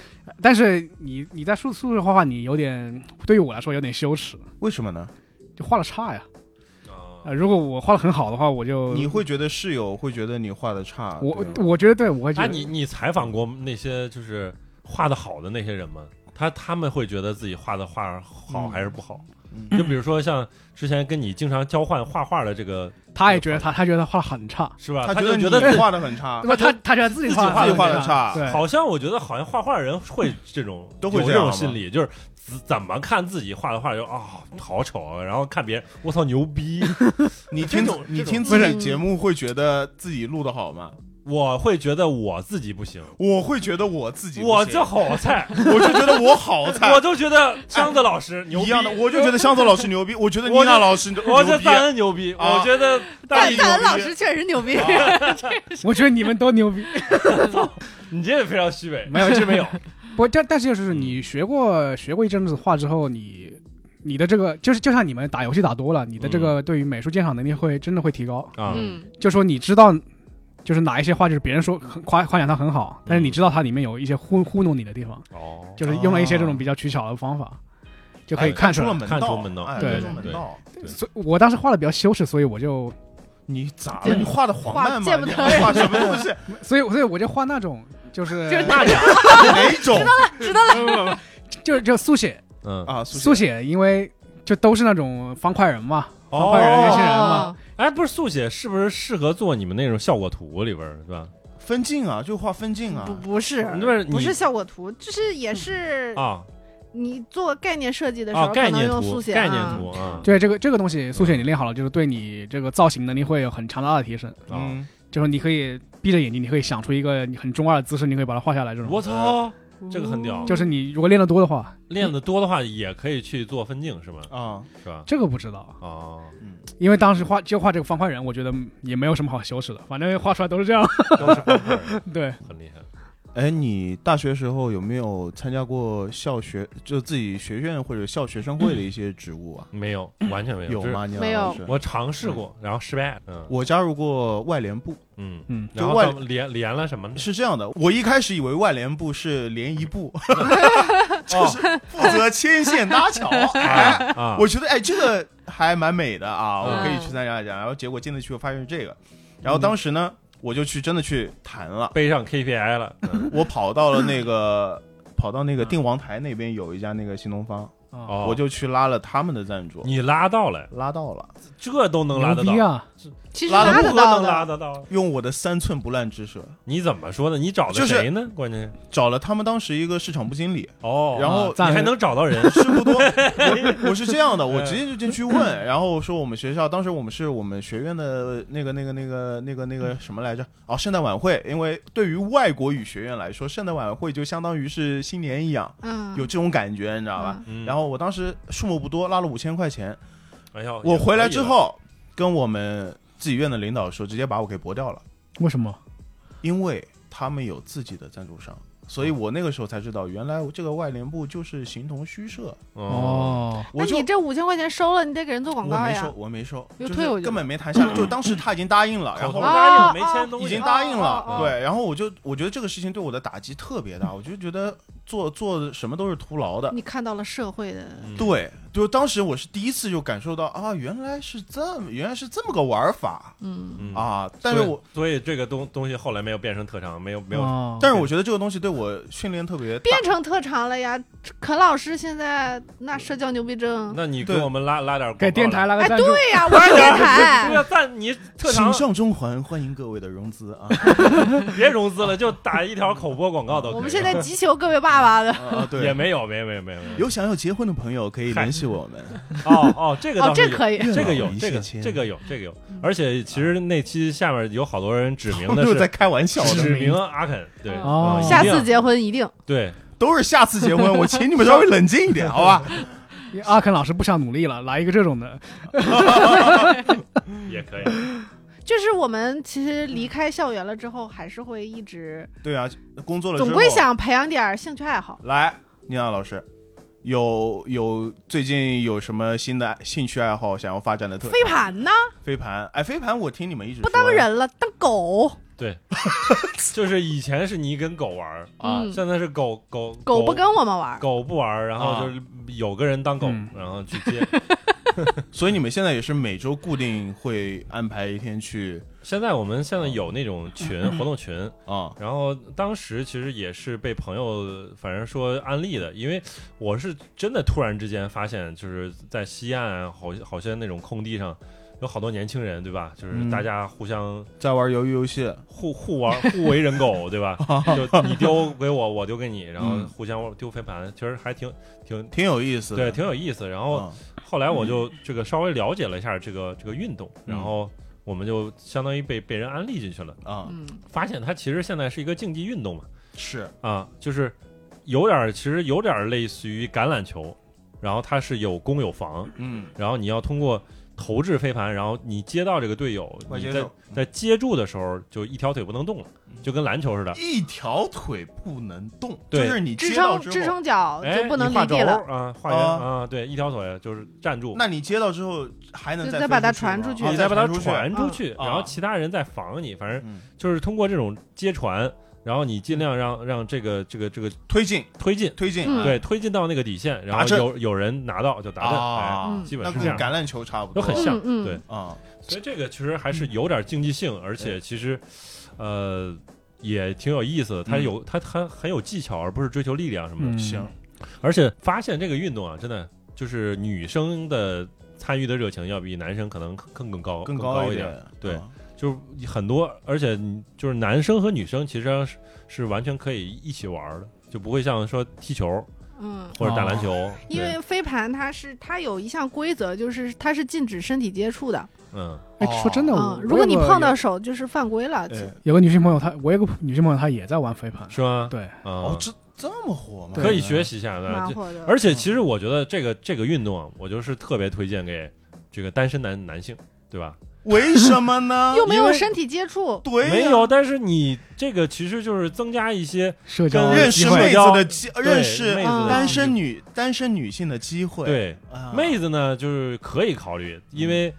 D: 但是你你在宿宿舍画画，你有点对于我来说有点羞耻，
B: 为什么呢？
D: 就画的差呀。
A: 啊
D: 呃，如果我画的很好的话，我就
B: 你会觉得室友会觉得你画的差，
D: 我
B: 对吗
D: 我觉得对我会觉
A: 哎，
D: 得、
A: 你你采访过那些就是画的好的那些人吗？他他们会觉得自己画的画好还是不好？
B: 嗯
A: 就比如说像之前跟你经常交换画画的这个，
D: 他也觉得他他觉得画的很差，
A: 是吧？
B: 他
A: 他
B: 得
A: 就
B: 你
A: 觉得
B: 画的很差
D: [LAUGHS] 对，吧？他他觉得自
A: 啊
D: 己
A: 自己
D: 画
A: 画得
D: 得很
A: 画得
B: 差
D: 对，
A: 好像我觉得好像画画人会这种
B: [LAUGHS] 都会
A: 有
B: 这
A: 这
B: 样
A: 种心理，就是怎怎么看自己画的画就啊、好丑啊，然后看别人我操牛
B: [LAUGHS]
A: 逼，
B: 你
A: 这
B: 听
A: 种
B: 你
A: 这种
B: 听自己节目会觉得自己录的好吗？
A: 我会觉得我自己不行，
B: 我会觉得我自己不行，
A: 我就好
B: [LAUGHS]
A: 菜，
B: 我就觉得我好菜
A: 我，就觉得箱子老师 [LAUGHS] 牛
B: 一
A: 逼，
B: 样的，我就觉得香泽老师牛逼，我觉得妮
A: 我就
B: 娜老师牛逼，
A: 我觉得赞恩牛逼，
B: 啊
A: 我觉
B: [LAUGHS]
A: 得大
E: 但
A: 力
E: 但
A: 牛逼
E: 老师确实牛
A: 啊
E: 逼，
D: [LAUGHS] 我觉得你们都牛逼。
A: 你这也非常虚伪，
D: 没有
A: 其实没有，
D: 不，但但是就是你学过学过一阵子画之后，你。你的这个就是就像你们打游戏打多了，你的
A: 嗯
D: 这个对于美术鉴赏能力会真的会提高。
A: [LAUGHS] 啊
E: 嗯，
D: 就说你知道，就是哪一些话就是别人说很夸夸奖他很好，但是你知道它里面有一些糊糊弄你的地方，
A: 哦，
D: 就是用了一些这
B: 哦
D: 种比较取巧的方法，就
A: 哎
B: 就
D: 可以看出
B: 出
D: 来。
B: 了门
A: 看出
B: 道，
A: 门道
B: 哎
D: 对
B: 看出
A: 对
B: 门
A: 对
B: 道。
D: 所以我当时画的比较羞耻，所以我就，
B: 你咋了？你画的黄
C: 画
B: 漫吗？
C: 见不
B: 你
C: 得人
B: 画什么东
C: [LAUGHS]
B: 西？
D: 所以所以我就画那种
A: [LAUGHS]
D: 就是
E: 就是
A: 那
B: [LAUGHS]
A: 俩，
B: 哪种嗯
D: 就就速写
A: [LAUGHS] 嗯，
B: 啊？
D: 速
B: 写
D: 写，因为就都是那种方块人嘛，方
A: 哦
D: 块人原
A: 这
D: 型
A: 些
D: 人嘛，
E: 哦
A: 哎，不是速写是不是适合做你们那种效果图里边儿是吧？
B: 分镜啊，就画分
D: 嗯
B: 镜啊
C: 不。不是，
A: 你这
C: 不
A: 你
C: 是效果图，就是也是
A: 啊
C: 你做概念设计的时
A: 啊，
C: 候，可
A: 概
C: 能
A: 念
C: 用
A: 图
C: 速写
A: 概
C: 啊
A: 念图啊，
D: 对这个这个东西，速写你练好了，就是对你这个造型能力会有很强大的提升。
A: 啊，
B: 嗯，
D: 就是你可以闭着眼睛，你可以想出一个很中二的姿势，你可以把它画下
B: 嗯
D: 来。这种
A: 我操，这个很
C: 哦
A: 屌
D: 就是你如果练得多的话，
A: 练的多的话也可以去做分镜是吗？
B: 啊，
A: 是吧？
D: 这个不知道，
A: 哦，
D: 因为当时画就画这个方块人，我觉得也没有什么好羞耻的，反正画出来都是这样。 [LAUGHS]
A: 都是方块人
D: 对，
A: 很厉害。
B: 哎，你大学时候有没有参加过校学，就自己学院或者校学生会的一些职务啊？
A: 没有，完全没有。
B: 有
A: 就是
B: 吗？你
C: 没有
B: 老师
A: 我尝试过，然后失败。嗯
B: 我加入过外联部，
A: 嗯，
D: 嗯，
A: 然
B: 就
A: 后
B: 外
A: 怎么连连了什么呢？
B: 是这样的，我一开始以为外联部是联谊部， [LAUGHS] 就是负责牵线搭桥。哎
A: 啊，
B: 我觉得哎，这个还蛮美的啊，我可以
E: 嗯
B: 去参加一下。然后结果进得去，我发现是这个，然后当时呢，我就去真的去谈了，
A: 背上 KPI 了。嗯
B: [LAUGHS] 我跑到了那个。跑到那个定王台那边有一家那个新东方，
D: 哦，
A: 哦，
B: 我就去拉了他们的赞助，
A: 你拉到了，
B: 拉到了，
A: 这都能拉得到
D: 牛逼，啊！
C: 其实
B: 拉得
C: 拉
A: 如
C: 得
A: 何
C: 到
A: 能拉得
C: 的，
A: 到？啊
B: 用我的三寸不烂之舌
A: 你怎么说呢？你找的
B: 就是
A: 谁呢？关键是
B: 找了他们当时一个市场部经理，
A: 哦，
B: 然后
D: 啊
A: 你
D: 赞
A: 还能找到人
B: 事
A: [LAUGHS]
B: 不多，我我是这样的，
A: 嗯
B: 我直接就进去问，然后说我们学校当时我们是我们学院的那个那个那个那个那
A: 嗯
B: 个什么来着？哦，圣诞晚会，因为对于外国语学院来说，圣诞晚会就相当于是新年一样，
C: 嗯，
B: 有这种感觉，你知道吧？
A: 嗯
B: [LAUGHS] 然后我当时数目不多，拉了五千块钱，
A: 哎呦，
B: 我
A: 也
B: 回来
A: 可以
B: 之
A: 了，
B: 后跟我们自己院的领导说，直接把我给驳掉了，
D: 为什么？
B: 因为他们有自己的赞助商。所以
C: 嗯
B: 我那个时候才知道，原来这个外联部就是形同虚设。
A: 哦，
D: 哦，
B: 我
C: 那
B: 就
C: 你这五千块钱收了，你得给人做广告
B: 我没
C: 呀
B: 收，。我没收，就
C: 又
B: 是
C: 退回去
B: 根
C: 了
B: 本没谈
C: [COUGHS]
B: 下来。就当时他已经答应了，然
A: 口头
B: 后
C: 啊
A: 答应没签东西，
B: 已经答应
C: 哦哦
B: 了，
C: 哦
B: 对，然后我就我觉得这个事情对我的打击特别大，我就觉得做做什么都是徒劳的。
C: 你看到了社会的，
A: 嗯，
B: 对，就当时我是第一次就感受到啊，原来是这么，原来是这么个玩法
C: 嗯，哦
A: 嗯，
B: 啊！但是
A: 所以
B: 我，
A: 所以这个东东西后来没有变成特长，没有没有
D: 有
B: 但是我觉得这个东西对我训练特别大
C: 变。成特长了呀。肯老师现在那社交牛逼症，
A: 那你给
B: 对
A: 我们拉拉点广告
D: 给电台
A: 来，
D: 拉个
C: 哎，
D: 赞助，
C: 对呀，我是电
A: 对 [LAUGHS]
C: 台
A: 呀，，赞你特
B: 请
A: 长
B: 上中环，欢迎各位的融资啊！
A: 别融资了，就打一条口播广告都可以。
C: 我们现在急求各位爸爸的。
B: 啊，
A: 也
C: [LAUGHS]
B: 对，
A: 没有，没有没有没有没有。
B: 有想要结婚的朋友可以联系我们。
A: 哦哦， [LAUGHS] 这个
C: 哦
A: 倒，是
C: 这
A: 有
C: 可以，嗯
A: 这个有
B: 啊一，
A: 这个
B: 线牵
A: 这个有，这个有。而且其实那期下面有好多人指明的
B: 又在
A: 是
B: 开玩笑的
A: 指明阿肯，对，
D: 哦
A: 嗯
C: 下
A: 一定
C: 次结婚一定。
A: 对，
B: 都是下次结婚，我请你们稍微冷静一点，好
A: [LAUGHS]
B: 吧？
D: 阿肯老师不想努力了，来一个这种的，
C: 嗯
A: 也可以。
C: 就是我们其实离开校园了之后，还是会一直
B: 对啊，工作了之后
C: 总归想培养点儿兴趣爱好。
B: 来，妮娜老师，有有最近有什么新的兴趣爱好想要发展的特
C: 飞盘呢，
B: 飞盘？哎，飞盘，我听你们一直
C: 不
B: 说啊
C: 当人了，当狗，
A: 就是以前是你跟狗玩儿
B: 啊
C: 嗯
A: 现在是狗狗
C: 狗不跟我们玩儿。
A: 狗不玩儿，然后
B: 啊
A: 就是有个人当狗
D: 嗯，
A: 然后去接。
B: 所以你们现在也是每周固定会安排一天去
A: 现在我们现
B: 哦
A: 在有那种群
B: 嗯
A: 活动群，
B: 啊、
A: 然后当时其实也是被朋友反正说安利的，因为我是真的突然之间发现，就是在西岸啊，好好些那种空地上，有好多年轻人，对吧？就是
B: 嗯
A: 大家互相
B: 在玩鱿鱼游戏，
A: 互互玩互为人
B: [LAUGHS]
A: 狗，对吧？就你丢给我，我丢给你，然后
B: 嗯
A: 互相丢飞盘，其实还挺挺
B: 挺有意思的。
A: 对，挺有意思。然后
B: 嗯
A: 后来我就这个稍微了解了一下这个这个运动，
B: 嗯
A: 然后我们就相当于被被人安利进去了，
B: 啊、
C: 嗯，
A: 发现它其实现在是一个竞技运动嘛。
B: 是
A: 啊，就是有点儿，其实有点儿类似于橄榄球，然后它是有攻有防，
B: 嗯，
A: 然后你要通过投掷飞盘，然后你接到这个队友，
B: 外
A: 你
B: 接嗯
A: 在
B: 手
A: 在接住的时候就一条腿不能动了，就跟篮球似的，
B: 一条腿不能动，
A: 对
B: 就是你
C: 支
B: 接到
C: 撑
B: 之后
C: 支撑脚
A: 哎，
C: 哦就不能
A: 你画
C: 离
A: 轴
C: 地了，
A: 啊，画圆啊，对，一条腿就是站住。
B: 哦那你接到之后还能
C: 就
B: 再
C: 再把
B: 飞
C: 它
B: 出去
C: 传
B: 吗啊
C: 出去
A: 你
B: 再
A: 再把它
B: 出去
A: 传出
C: 嗯
A: 去，
B: 啊
A: 然后其他人再防你，反正
B: 嗯，
A: 就是通过这种接传，然后你尽量让让这个这个这个
B: 推进
A: 推进，
B: 推进，啊
C: 嗯
A: 对，推进到那个底线，然
B: 达
A: 后
B: 阵
A: 有有人拿到就达阵，哎，
B: 啊
C: 嗯，
A: 基本
B: 那
A: 是
B: 跟
A: 这样。
B: 橄榄球差不
A: 都
B: 多，
A: 很像，
C: 嗯嗯
A: 对，
B: 啊，
A: 所以这个其实还是有点竞技性，
B: 嗯
A: 而且其实，呃，也挺有意思的。它
B: 嗯
A: 有它它很有技巧，而不是追求力量什么的。
D: 嗯
B: 行，
A: 而且发现这个运动啊，真的就是女生的参与的热情要比男生可能更更高
B: 更
A: 高
B: 一
A: 点。，对
B: 啊
A: 就是很多，而且你就是男生和女生其实上是是完全可以一起玩的，就不会像说踢球
C: 嗯，
A: 或者打篮球，
C: 因为飞盘它是它有一项规则，就是它是禁止身体接触的。
A: 对嗯，
D: 哎，说真的，
C: 嗯
D: 我，
C: 如果你碰到
D: 有
C: 手就是犯规了。
B: 哎
D: 有个女性朋友，她我有个女性朋友，她也在玩飞盘，
A: 是吗？
D: 对，
A: 嗯
B: 哦，这这么火吗？
D: 对
A: 可以学习一下
C: 蛮
A: 的。这
C: 火的，？
A: 而且其实我觉得这个这个运动，啊，我就是特别推荐给这个单身男男性，对吧？
B: 为什么
A: [LAUGHS]
B: 呢
C: 又没
A: 因
C: 有
A: 为
C: 身体接触，
B: 对哎呀，
A: 没有，但是你这个其实就是增加一些
D: 社交
A: 跟
D: 的
B: 认
D: 机
B: 识
D: 会
A: 妹
B: 妹子的机，
A: 对
B: 啊认识嗯
A: 妹子的
B: 单身女单身女性的机会。
A: 对
B: 啊，嗯
A: 妹子呢，就是可以考虑，因为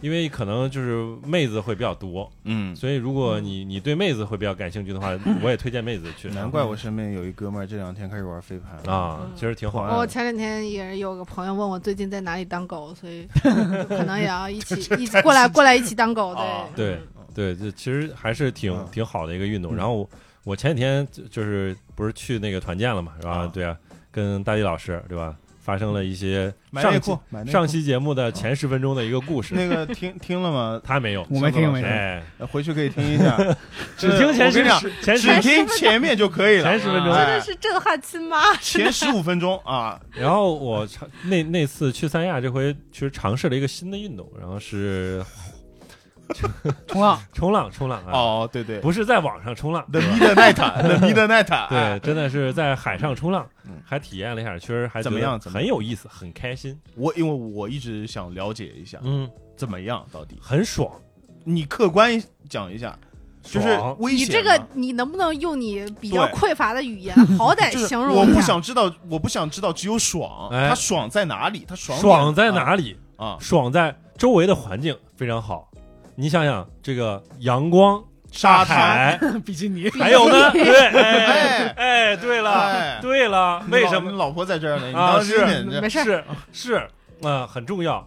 A: 因为可能就是妹子会比较多，
B: 嗯，
A: 所以如果你你对妹子会比较感兴趣的
B: [LAUGHS]
A: 话，我也推荐妹子去。
B: 难怪我身边有一哥们儿这两天开始玩飞盘了。
A: 啊，其实挺好
B: 嗯
A: 的。
C: 我前两天也有个朋友问我最近在哪里当狗，
B: [LAUGHS]
C: 所以可能也要一起一起过来过来一起当狗。
B: 啊
C: 对
A: 对对，这其实还是挺、
B: 嗯
A: 挺好的一个运动。
B: 嗯
A: 然后我我前几天就就是不是去那个团建了嘛，是吧？
B: 啊
A: 对啊，跟大力老师对吧，发生了一些
B: 买内
A: 上期
B: 裤，买内裤
A: 上期节目的前十分钟的一个故事，
B: [LAUGHS] 那个听听了吗？
A: 他没有，
D: 我没听，
B: 上次
D: 没听，
A: 哎，
B: 呃回去可以听
A: [LAUGHS]
B: 一下，
A: 只听前
B: 我跟
A: 十
B: 你讲
A: 前十
B: 只听前面就可以了
A: 前。十分钟
E: 真
B: 哎。
E: 的是震撼亲妈，
B: 前十五分钟啊，
A: 然后我尝那那次去三亚，这回其实尝试了一个新的运动，然后是
D: 冲浪， [LAUGHS]
A: 冲浪，冲浪啊，
B: 哦，对对
A: 不是在网上冲浪，
B: ，The
A: [LAUGHS]
B: 啊 Midnight，The Midnight，
A: 对，，真的是在海上冲浪
B: 嗯，
A: 还体验了一下，确实还
B: 怎么样
A: 觉得
B: 怎么
A: 很
B: 样
A: 有意思，很开心，
B: 我因为我一直想了解一下
A: 嗯，
B: 怎么样到底，
A: 很爽，
B: 你客观讲一下，就是
A: 爽
B: 危
C: 你
B: 险吗。啊
C: 这个你能不能用你比较
B: 对
C: 匮乏的
B: [LAUGHS]
C: 语言，好歹
B: 就是
C: 形
B: 我
C: 容
B: 不
C: 一下？
B: 想知道，我不想知道，只有爽，
A: 哎
B: 它爽在哪里？它爽
A: 爽
B: 爽
A: 在哪里？
B: 啊？
A: 爽在周围的环境非常好，你想想这个阳光、
B: 沙滩，
A: 海，
D: 比基尼，
A: 还有
B: [LAUGHS]
A: 呢，对，哎
B: 哎，
A: 哎，对了
B: 哎，
A: 对了，为什
B: 你
A: 么？
B: 老婆在这儿呢？你
A: 啊
B: 当心
A: 是
B: 点，你这
C: 没事儿，
A: 是是啊、很重要。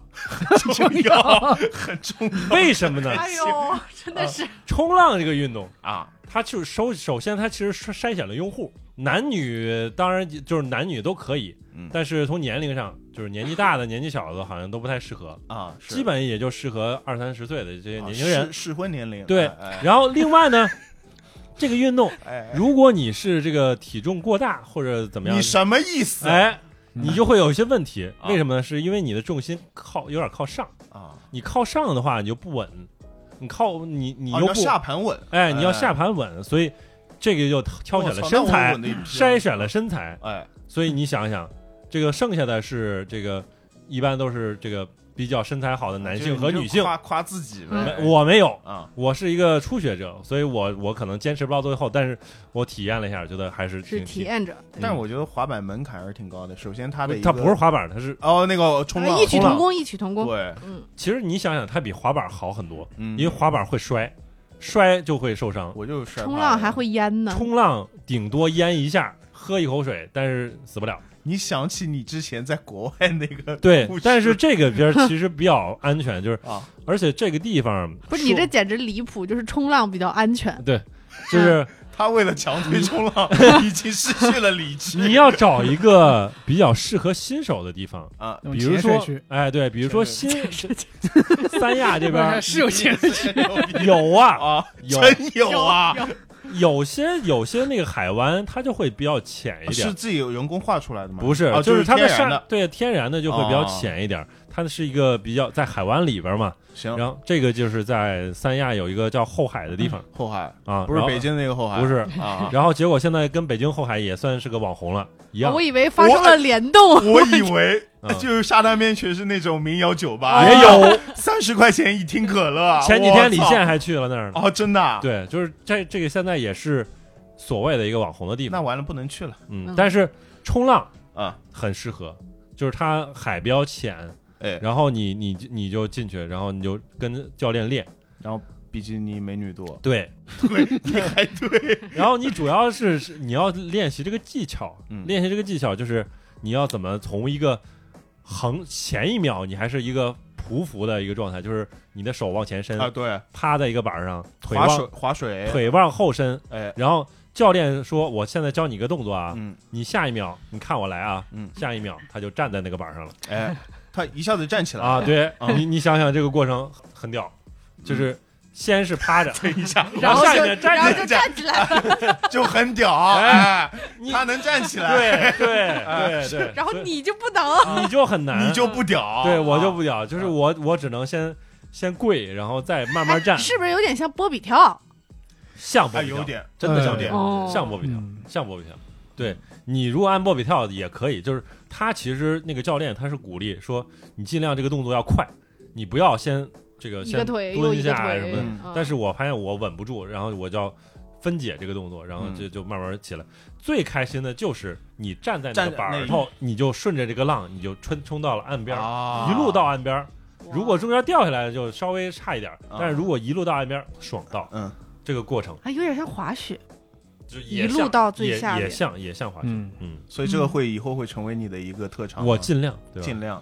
B: 重要，很重要
A: 为什么
B: [LAUGHS]
A: 呢？
E: 哎呦，真的是
A: 冲浪这个运动，
B: 啊！
A: 它就是首首先它其实是筛选了用户，男女当然就是男女都可以，
B: 嗯
A: 但是从年龄上，就是年纪大的、年纪小的，好像都不太适合，
B: 啊，是
A: 基本也就适合二三十岁的这些
B: 啊
A: 年轻人。
B: 适适婚年龄
A: 对
B: 哎
A: 然后另外呢， [LAUGHS] 这个运动，
B: 哎哎
A: 如果你是这个体重过大或者怎么样
B: 你，什么意思？
A: 哎，
D: 嗯 [LAUGHS]
A: 你就会有一些问题。
B: 啊
A: 为什么呢？是因为你的重心靠有点靠上，
B: 啊，
A: 你靠上的话你就不稳，你靠你你
B: 哦
A: 又
B: 要
A: 不
B: 下盘稳，
A: 哎，你要下盘稳，所以这个就挑选
B: 我
A: 了
B: 操
A: 身
B: 那我
A: 材
B: 稳，得
A: [LAUGHS]
B: 一批啊
A: 筛选了身材，
B: 哎
A: 所以你想想，这个剩下的是这个一般都是这个比较身材好的男性和女
B: 就是你就
A: 性，
B: 夸夸自己呗
A: 没，我没有。
B: 啊
A: 我是一个初学者，所以我我可能坚持不到最后，但是我体验了一下，觉得还是
C: 是
A: 挺
C: 体，验者，
A: 挺
B: 但是我觉得滑板门槛还是挺高的。首先，它的一
A: 嗯
B: 个
A: 它不是滑板，它是
B: 哦，那个冲浪
C: 呃，异曲
A: 冲浪
C: 同工，异曲同工。
B: 对，
C: 嗯，
A: 其实你想想，它比滑板好很多，
B: 嗯
A: 因为滑板会摔，摔就会受伤，
B: 我就是摔
C: 冲
B: 趴
C: 浪
B: 了
C: 还会淹呢。
A: 冲浪顶多淹一下，喝一口水，但是死不了。
B: 你想起你之前在国外那个
A: 对
B: 故，事
A: 但是这个边儿其实比
D: [LAUGHS]
A: 较安全，就是
B: 啊，
A: 而且这个地方
C: 不是你这简直离谱，就是冲浪比较安全。
D: [LAUGHS]
A: 就是
B: 他为了强推冲
A: [LAUGHS]
B: 浪，已经失去了理智。
A: 你要找一个比较适合新手的地方，
D: [LAUGHS]
B: 啊，
D: 那种
A: 比如
D: 潜水
C: [LAUGHS]
A: 说
D: 区，
A: 哎对，比如说新 [LAUGHS] 三亚这边儿
D: 是有潜水区，
A: [LAUGHS]
B: [LAUGHS]
A: 有啊，
B: 啊，
A: 有
B: 真有啊，
A: 有些有些那个海湾它就会比较浅一点
B: 啊是，自己有人工画出来的吗？
A: 不是，
B: 啊
A: 就是它的
B: 天然
A: 沙
B: 的。
A: 对天然的就会比较
B: 哦嗯
A: 浅一点儿，它是一个比较在海湾里边儿嘛，
B: 行，
A: 然后这个就是在三亚有一个叫后海的地方
B: 嗯后海
A: 啊，
B: 不是
A: 然后
B: 北京那个后海，
A: 不是。 [LAUGHS]
B: 啊。
A: 然后结果现在跟北京后海也算是个网红了，啊
B: 哎
A: 一样
C: 哦我。以为发生了联 [LAUGHS] 动，
B: 我以为
A: 嗯
B: 就是沙滩边全是那种民谣酒吧，
A: 也有
B: [LAUGHS] 三十块钱一听可乐。啊
A: 前几天李
B: 我操
A: 现还去了那儿呢。
B: 哦，真的啊，
A: 对，就是这这个现在也是所谓的一个网红的地
B: 那
A: 方。
B: 完了不能去了
A: 嗯
C: 嗯，
A: 但是冲浪
B: 啊。
A: 很适合，就是它海比较浅，
B: 哎，
A: 然后你你你就进去，然后你就跟教练练。
B: 然后比基尼美女 [LAUGHS] 多，
A: 对，
B: 你还哎对，
A: 然后你主要是是你要练习这个技巧，
B: 嗯
A: 练习这个技巧就是你要怎么从一个横前一秒你还是一个匍匐的一个状态，就是你的手往前伸，
B: 啊对，
A: 趴在一个板儿上，腿
B: 划水
A: 往
B: 划水，
A: 腿往后伸，
B: 哎，
A: 然后教练说：“我现在教你一个动作啊，
B: 嗯
A: 你下一秒你看我来啊。”
B: 嗯
A: 下一秒他就站在那个板上了
B: 哎，他一下子站起来
A: 啊！
B: 了，
A: 对
B: 嗯
A: 你，你想想这个过程很很屌，就是先是趴
B: [LAUGHS]
A: 着，
B: 等一下，
A: 然后
B: 下
A: 下
B: 一
A: 面
B: 站
E: 然后
B: 起
E: 就
B: 来
E: 站起来，
B: 就很
A: [LAUGHS]
B: 屌，哎，他能站起来，
A: 对
B: [LAUGHS]
A: 对对 [LAUGHS] 对，
E: 然后
A: 所以
E: 你就不能，
A: 你就很难，
B: 哎你就不屌，
A: 对我就
B: 啊
A: 不屌，就是我我只能先先跪，然后再慢慢站，
C: 哎是不是有点像波比跳？
A: 像波
B: 哎
A: 比跳
B: 有，点，
A: 真的
B: 有
A: 像
B: 点，
C: 哦
A: 像波比跳，
D: 嗯
A: 像波比跳。对你如果按波比跳也可以，就是他其实那个教练他是鼓励说你尽量这个动作要快，你不要先这个
C: 一
A: 先
C: 个腿又
A: 蹲
C: 一
A: 一
C: 个
A: 下啊什
C: 腿
A: 么的。
B: 嗯，
A: 但是我发现我稳不住，然后我就要分解这个动作，然
B: 嗯
A: 后就就慢慢起来。最开心的就是你站在那
B: 站
A: 个板
B: 那
A: 儿
B: 一
A: 后，你就顺着这个浪，你就冲冲到了岸边儿，
B: 啊
A: 一路到岸边儿。
C: 哇
A: 如果中间掉下来就稍微差一点儿，
B: 啊
A: 但是如果一路到岸边儿爽到，
B: 嗯，
A: 这个过程
C: 啊，有点像滑雪，
A: 就也
C: 一路
A: 像
C: 到最
A: 也
C: 下
A: 也
C: 面。
A: 像也像滑雪，
F: 嗯，
A: 嗯，
B: 所以这个会以后会成为你的一个特长吗，
A: 我尽量对吧？
B: 啊尽量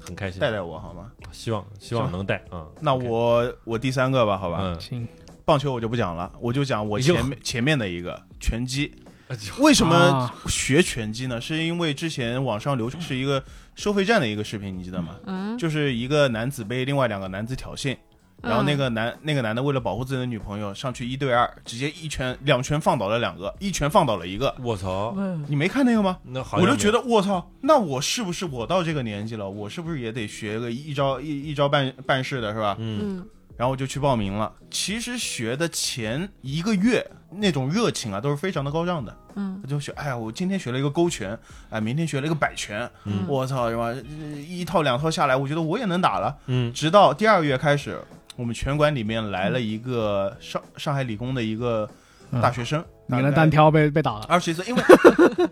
A: 很开心，
B: 带带我好吗？
A: 希望希望能带啊。
B: 那
A: OK
B: 我我第三个吧，好吧，
A: 嗯，
F: 行，
B: 棒球我就不讲了，我就讲我
A: 已经
B: 前面前面的一个拳击
A: 哎呦。
B: 为什么
D: 啊
B: 学拳击呢？是因为之前网上流传是一个收费站的一个视频，你记得吗？
E: 嗯，
B: 就是一个男子被另外两个男子挑衅，
A: 嗯
B: 然后那个男、那个男的为了保护自己的女朋友，上去一对二，直接一拳两拳放倒了两个，一拳放倒了一个。
A: 我操，
B: 你没看那个吗？
A: 那好，
B: 我就觉
A: 得
B: 得我操，那我是不是我到这个年纪了，我是不是也得学个一招一一招办办事的是吧？
A: 嗯
C: 嗯，
B: 然后我就去报名了。其实学的前一个月那种热情啊，都是非常的高涨的。
E: 嗯，
B: 就学，哎呀，我今天学了一个勾拳，哎，明天学了一个摆拳，
A: 嗯
B: 我操，什么一套两套下来，我觉得我也能打了。
A: 嗯
B: 直到第二个月开始，我们拳馆里面来了一个上上海理工的一个
A: 嗯
B: 大学生，
D: 你
B: 大
D: 的
B: 概
D: 单挑被被打了。
B: 二十一岁，
A: [LAUGHS]
B: 因为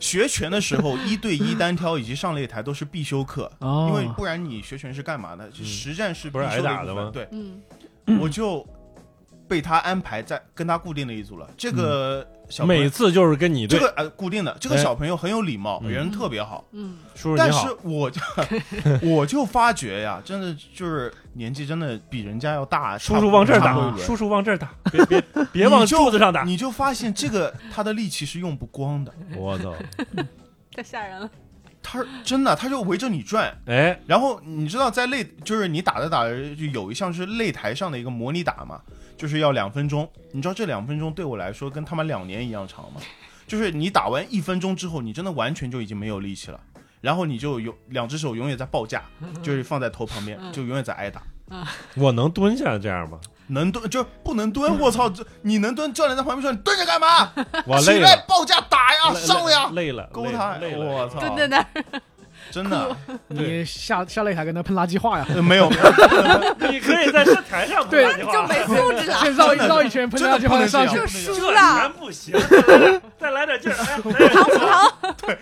B: 学拳的时候，一对一单挑以及上擂台都是必修课，因为
D: 哦，
B: 不然你学拳是干嘛的？就实战是
A: 嗯不是
B: 必修
A: 挨打
B: 一部
A: 的
B: 分
A: 吗
B: 对，
C: 嗯，
A: [LAUGHS]
B: 我就被他安排在跟他固定的一组了。这个小朋
A: 嗯
B: 友
A: 每次就是跟你
B: 这
A: 对
B: 个呃固定的这个
A: 哎
B: 小朋友很有礼貌，
A: 嗯
B: 人特别好。
C: 嗯，
A: 叔叔你
B: 但
A: 好
B: 是，
A: [LAUGHS]
B: 我就我就发觉呀，真的就是年纪真的比人家要大，
A: 叔叔往这儿
B: 差不多
A: 打
B: 一，轮
A: 叔叔往这儿打，别别别往
B: 你就
A: 柱子上打，
B: 你就发现这个他的力气是用不光的，
A: 我操，
E: 太吓人了，
B: 他真的他就围着你转，
A: [LAUGHS] 哎，
B: 然后你知道在擂，就是你打着打着就有一项是擂台上的一个模拟打嘛，就是要两分钟。你知道这两分钟对我来说跟他们两年一样长吗？就是你打完一分钟之后，你真的完全就已经没有力气了，然后你就有两只手永远在报价，就是放在头旁边，就永远在挨打。
A: 我能蹲下这样吗？
B: 能蹲就不能蹲，我操！这你能蹲，教练在旁边说你蹲着干嘛？
A: 我
B: 起
A: 累
B: 来
A: 了，
B: 报价打呀，
A: 累
B: 上呀，
A: 累了，
B: 勾
A: 累
B: 他！
A: 了累了，
B: 我操！
E: 蹲在
A: [LAUGHS]
E: 那儿，
B: 真的
D: 你下下擂台跟他喷垃圾话呀？
B: 呃 [LAUGHS] 没有，
A: 你可以在这台上不
D: 对
A: 打电话
E: 就没素质了，
A: [LAUGHS]
D: 先绕一绕一圈，喷
B: 真的
D: 垃圾话再上
B: 不能这
D: 去
E: 就
B: 样
E: 输
A: 这
E: 了
A: 全，不行，再来点再来点劲儿，哎来点劲儿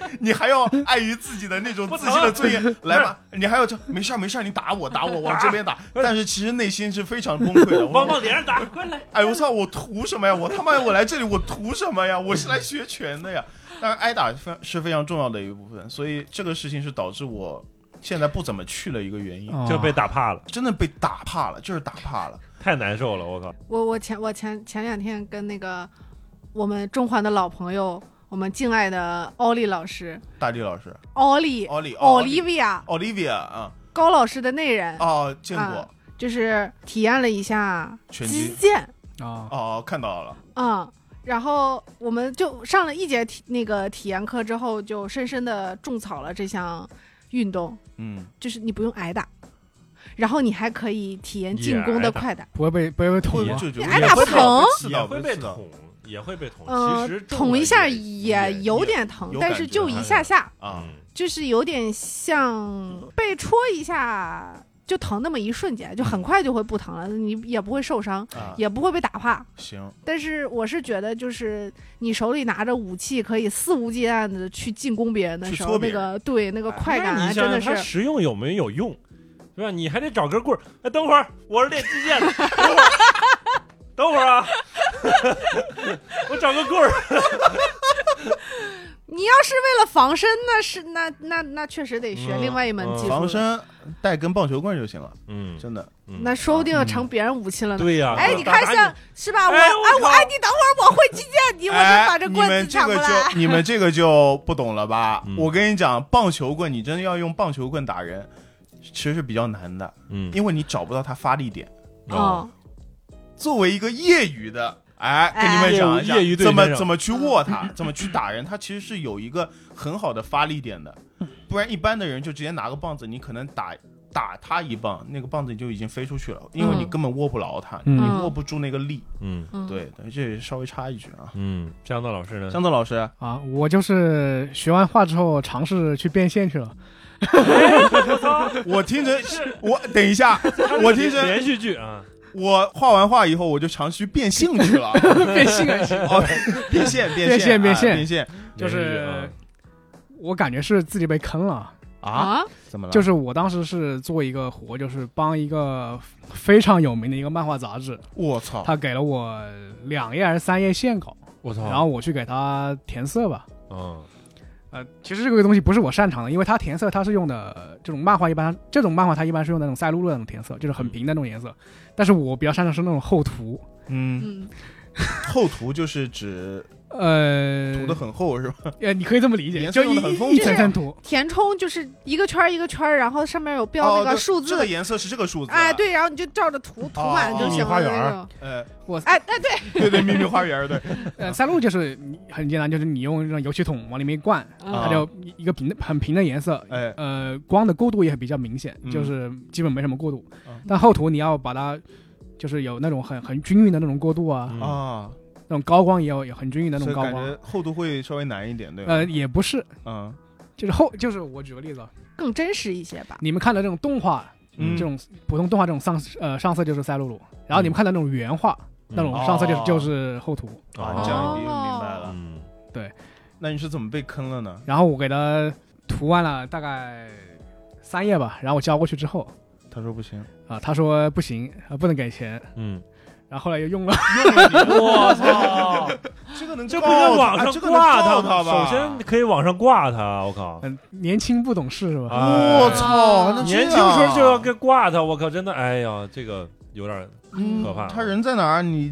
B: [LAUGHS] 你还要碍于自己的那种
A: 不
B: 自
A: 疼
B: 信
A: [LAUGHS]
B: 的尊严，来吧，你还要就没事儿没事儿，你打我打我往这
A: [LAUGHS]
B: 边打，但是其实内心是非常崩溃的。
A: 往
B: 我
A: 往脸上打，快来！
B: 哎我操，我图什么呀？我他妈我来这里我图什
A: [LAUGHS]
B: 么呀？我是来学拳的呀。但是挨打非是非常重要的一部分，所以这个事情是导致我现在不怎么去了一个原因，
D: 哦
A: 就被打怕了，
B: 真的被打怕了，就是打怕了。
A: 太难受了，我靠！
C: 我我前我前前两天跟那个我们中环的老朋友，我们敬爱的奥利老师，
B: 大地老师，
C: 奥利
B: 奥利，奥利
C: ，Olivia
B: ，Olivia 啊，
C: 高老师的内人，
B: 哦，见
C: 啊
B: 过
C: 就是体验了一下
B: 拳
C: 击
B: 击，
C: 剑，
D: 啊！
B: 哦，看到了，
C: 嗯，然后我们就上了一节体那个体验课之后，就深深的种草了这项运动，
B: 嗯，
C: 就是你不用挨打，然后你还可以体验进攻
A: 也挨
C: 的
A: 打
C: 快感，
D: 不会被不会被
B: 会
D: 捅
B: 不
D: 啊？
B: 会就
C: 挨打不疼
B: 刺
A: 也
B: 到
A: 会
B: 会
A: 被
B: 刺到
A: 捅，也会被捅。
C: 嗯
A: 其实，中
C: 捅
A: 文
C: 一下
A: 也
C: 也有点疼
B: 有，
C: 但
B: 感
C: 是
B: 觉
C: 就一下下。
B: 啊。
A: 嗯
C: 就是有点像被戳一下就疼那么一瞬间，就很快就会不疼了，你也不会受伤，
B: 啊，
C: 也不会被打怕。
B: 行，
C: 但是我是觉得，就是你手里拿着武器，可以肆无忌惮的去进攻别人的
B: 去
C: 时
B: 戳
C: 候，
B: 别
C: 那
B: 人
C: 个对那个
B: 哎
C: 快感
A: 那
C: 啊，
A: 你
C: 真
A: 想
C: 的
A: 想它
C: 是
A: 实用有没有用，对吧？你还得找根棍儿。哎，等会儿，我是练击剑
C: [LAUGHS]
A: 的，等会儿，等会儿啊， [LAUGHS] 我找个棍儿。
C: 你要是为了防身，那是那那那确实得学
A: 嗯
C: 另外一门
A: 嗯
C: 技术。
B: 呃防，身带根棒球棍就行了，
A: 嗯，
B: 真的。
C: 那说不定
B: 嗯
C: 成别人武器了呢。
A: 对呀。
B: 啊
C: 哎，你看像是吧？我
A: 哎我
C: 哎我
A: 靠
C: 哎，你等会儿我会击剑，你我就把这
B: 哎你
C: 棍
B: 们
C: 子
B: 这
C: 抢
B: 个
C: 过来。
B: 就你们这个就不懂了吧？
A: 嗯
B: 我跟你讲，棒球棍你真的要用棒球棍打人，其实是比较难的，
A: 嗯，
B: 因为你找不到它发力点。
A: 哦，
C: 嗯，
B: 作为一个业余的，哎，跟你们
A: 哎
B: 讲一下
A: 业余业余对
B: 怎么
A: 战场
B: 怎么去握它，怎么去打人，它其实是有一个很好的发力点的，不然一般的人就直接拿个棒子，你可能打打他一棒，那个棒子就已经飞出去了，因为你
C: 嗯
B: 根本握不牢它，
D: 嗯
B: 你握不住那个力。
A: 嗯
C: 嗯，
B: 对，对这稍微插一句啊，
A: 嗯，江道老师呢？
B: 江泽老师，
D: 啊，我就是学完画之后尝试去变现去了。
B: 我听着，我等一下，我听着
A: 连续剧啊，
B: 我画完画以后，我就尝试去变性去了，
D: 变性啊，
B: 哦，变现，
D: 变现
B: 现，
D: 变
B: 变
D: 现
B: 变现
A: 啊
D: 就是我感觉是自己被坑了。
B: 啊？
C: 啊，
B: 怎么了？
D: 就是我当时是做一个活，就是帮一个非常有名的一个漫画杂志，
B: 我操，
D: 他给了我两页还是三页线稿，
A: 我
B: 哦
A: 操，
D: 然后我去给他填色吧。
A: 嗯
D: 呃，其实这个东西不是我擅长的，因为它填色它是用的呃这种漫画一般，这种漫画它一般是用那种赛璐璐那种填色，就是很平的那种颜色。但是我比较擅长是那种厚涂，
B: 嗯，
C: 嗯，
B: 厚涂就是指
D: 呃，
B: 涂的很厚是吧？
D: 呃，你可以这么理解，
B: 颜
D: 就
B: 色
D: 一
B: 用得很丰
D: 一
B: 富
D: 层
B: [LAUGHS]
D: 层涂，
C: 填充就是一个圈儿一个圈儿，然后上面有标
B: 哦
C: 那个
B: 对
C: 数
B: 这
C: 字
B: 个，颜色是这个数字啊
C: 哎，，对，然后你就照着涂涂满
B: 哦
C: 就
B: 哦
C: 行
B: 迷你
C: 了
F: 花园
C: 那
F: 儿
C: 种。
B: 呃，
C: 哎，哎对，
B: 对对，秘密花园对，
D: 呃，赛璐就是你很简单，就是你用那种油漆桶往里面一灌，它
B: 啊
D: 就一一个平的很平的颜色， [LAUGHS]
B: 哎，
D: 呃，光的过渡也比较明显，
B: 嗯
D: 就是基本没什么过渡。
B: 嗯
D: 但厚涂你要把它，就是有那种很很均匀的那种过渡啊，
A: 嗯
B: 啊，
D: 那种高光也有有很均匀的那
B: 所
D: 种
B: 以感
D: 高光。
B: 觉厚涂会稍微难一点，对吧？
D: 呃，也不是，
B: 嗯，
D: 就是厚，就是我举个例子啊，
C: 更真实一些吧。
D: 你们看的这种动画，
B: 嗯嗯
D: 这种普通动画这种上呃上色就是赛璐璐，然后你们看的那种原画，那种上色就是
B: 哦
D: 就是厚涂。
B: 啊，
A: 哦
B: 这样你就明白了。
A: 嗯
B: 那你是怎么被坑了呢？
D: 然后我给它涂完了大概三页吧，然后我交过去之后
B: 他说不行，
D: 啊，他说不行，呃不能给钱，
A: 嗯，
D: 然后后来又用了。
A: 我操，
B: 这个
A: [LAUGHS]
B: 能
A: 这不能网上挂
B: 告他啊这个能
A: 他
B: 告他吧？
A: 首先可以网上挂他，我靠，
D: 嗯，年轻不懂事是吧？
A: 哎
B: 我操，那这样啊
A: 年轻时候就要跟挂他，我靠，真的，哎呀，这个有点
B: 嗯
A: 可怕
B: 他人在哪儿？你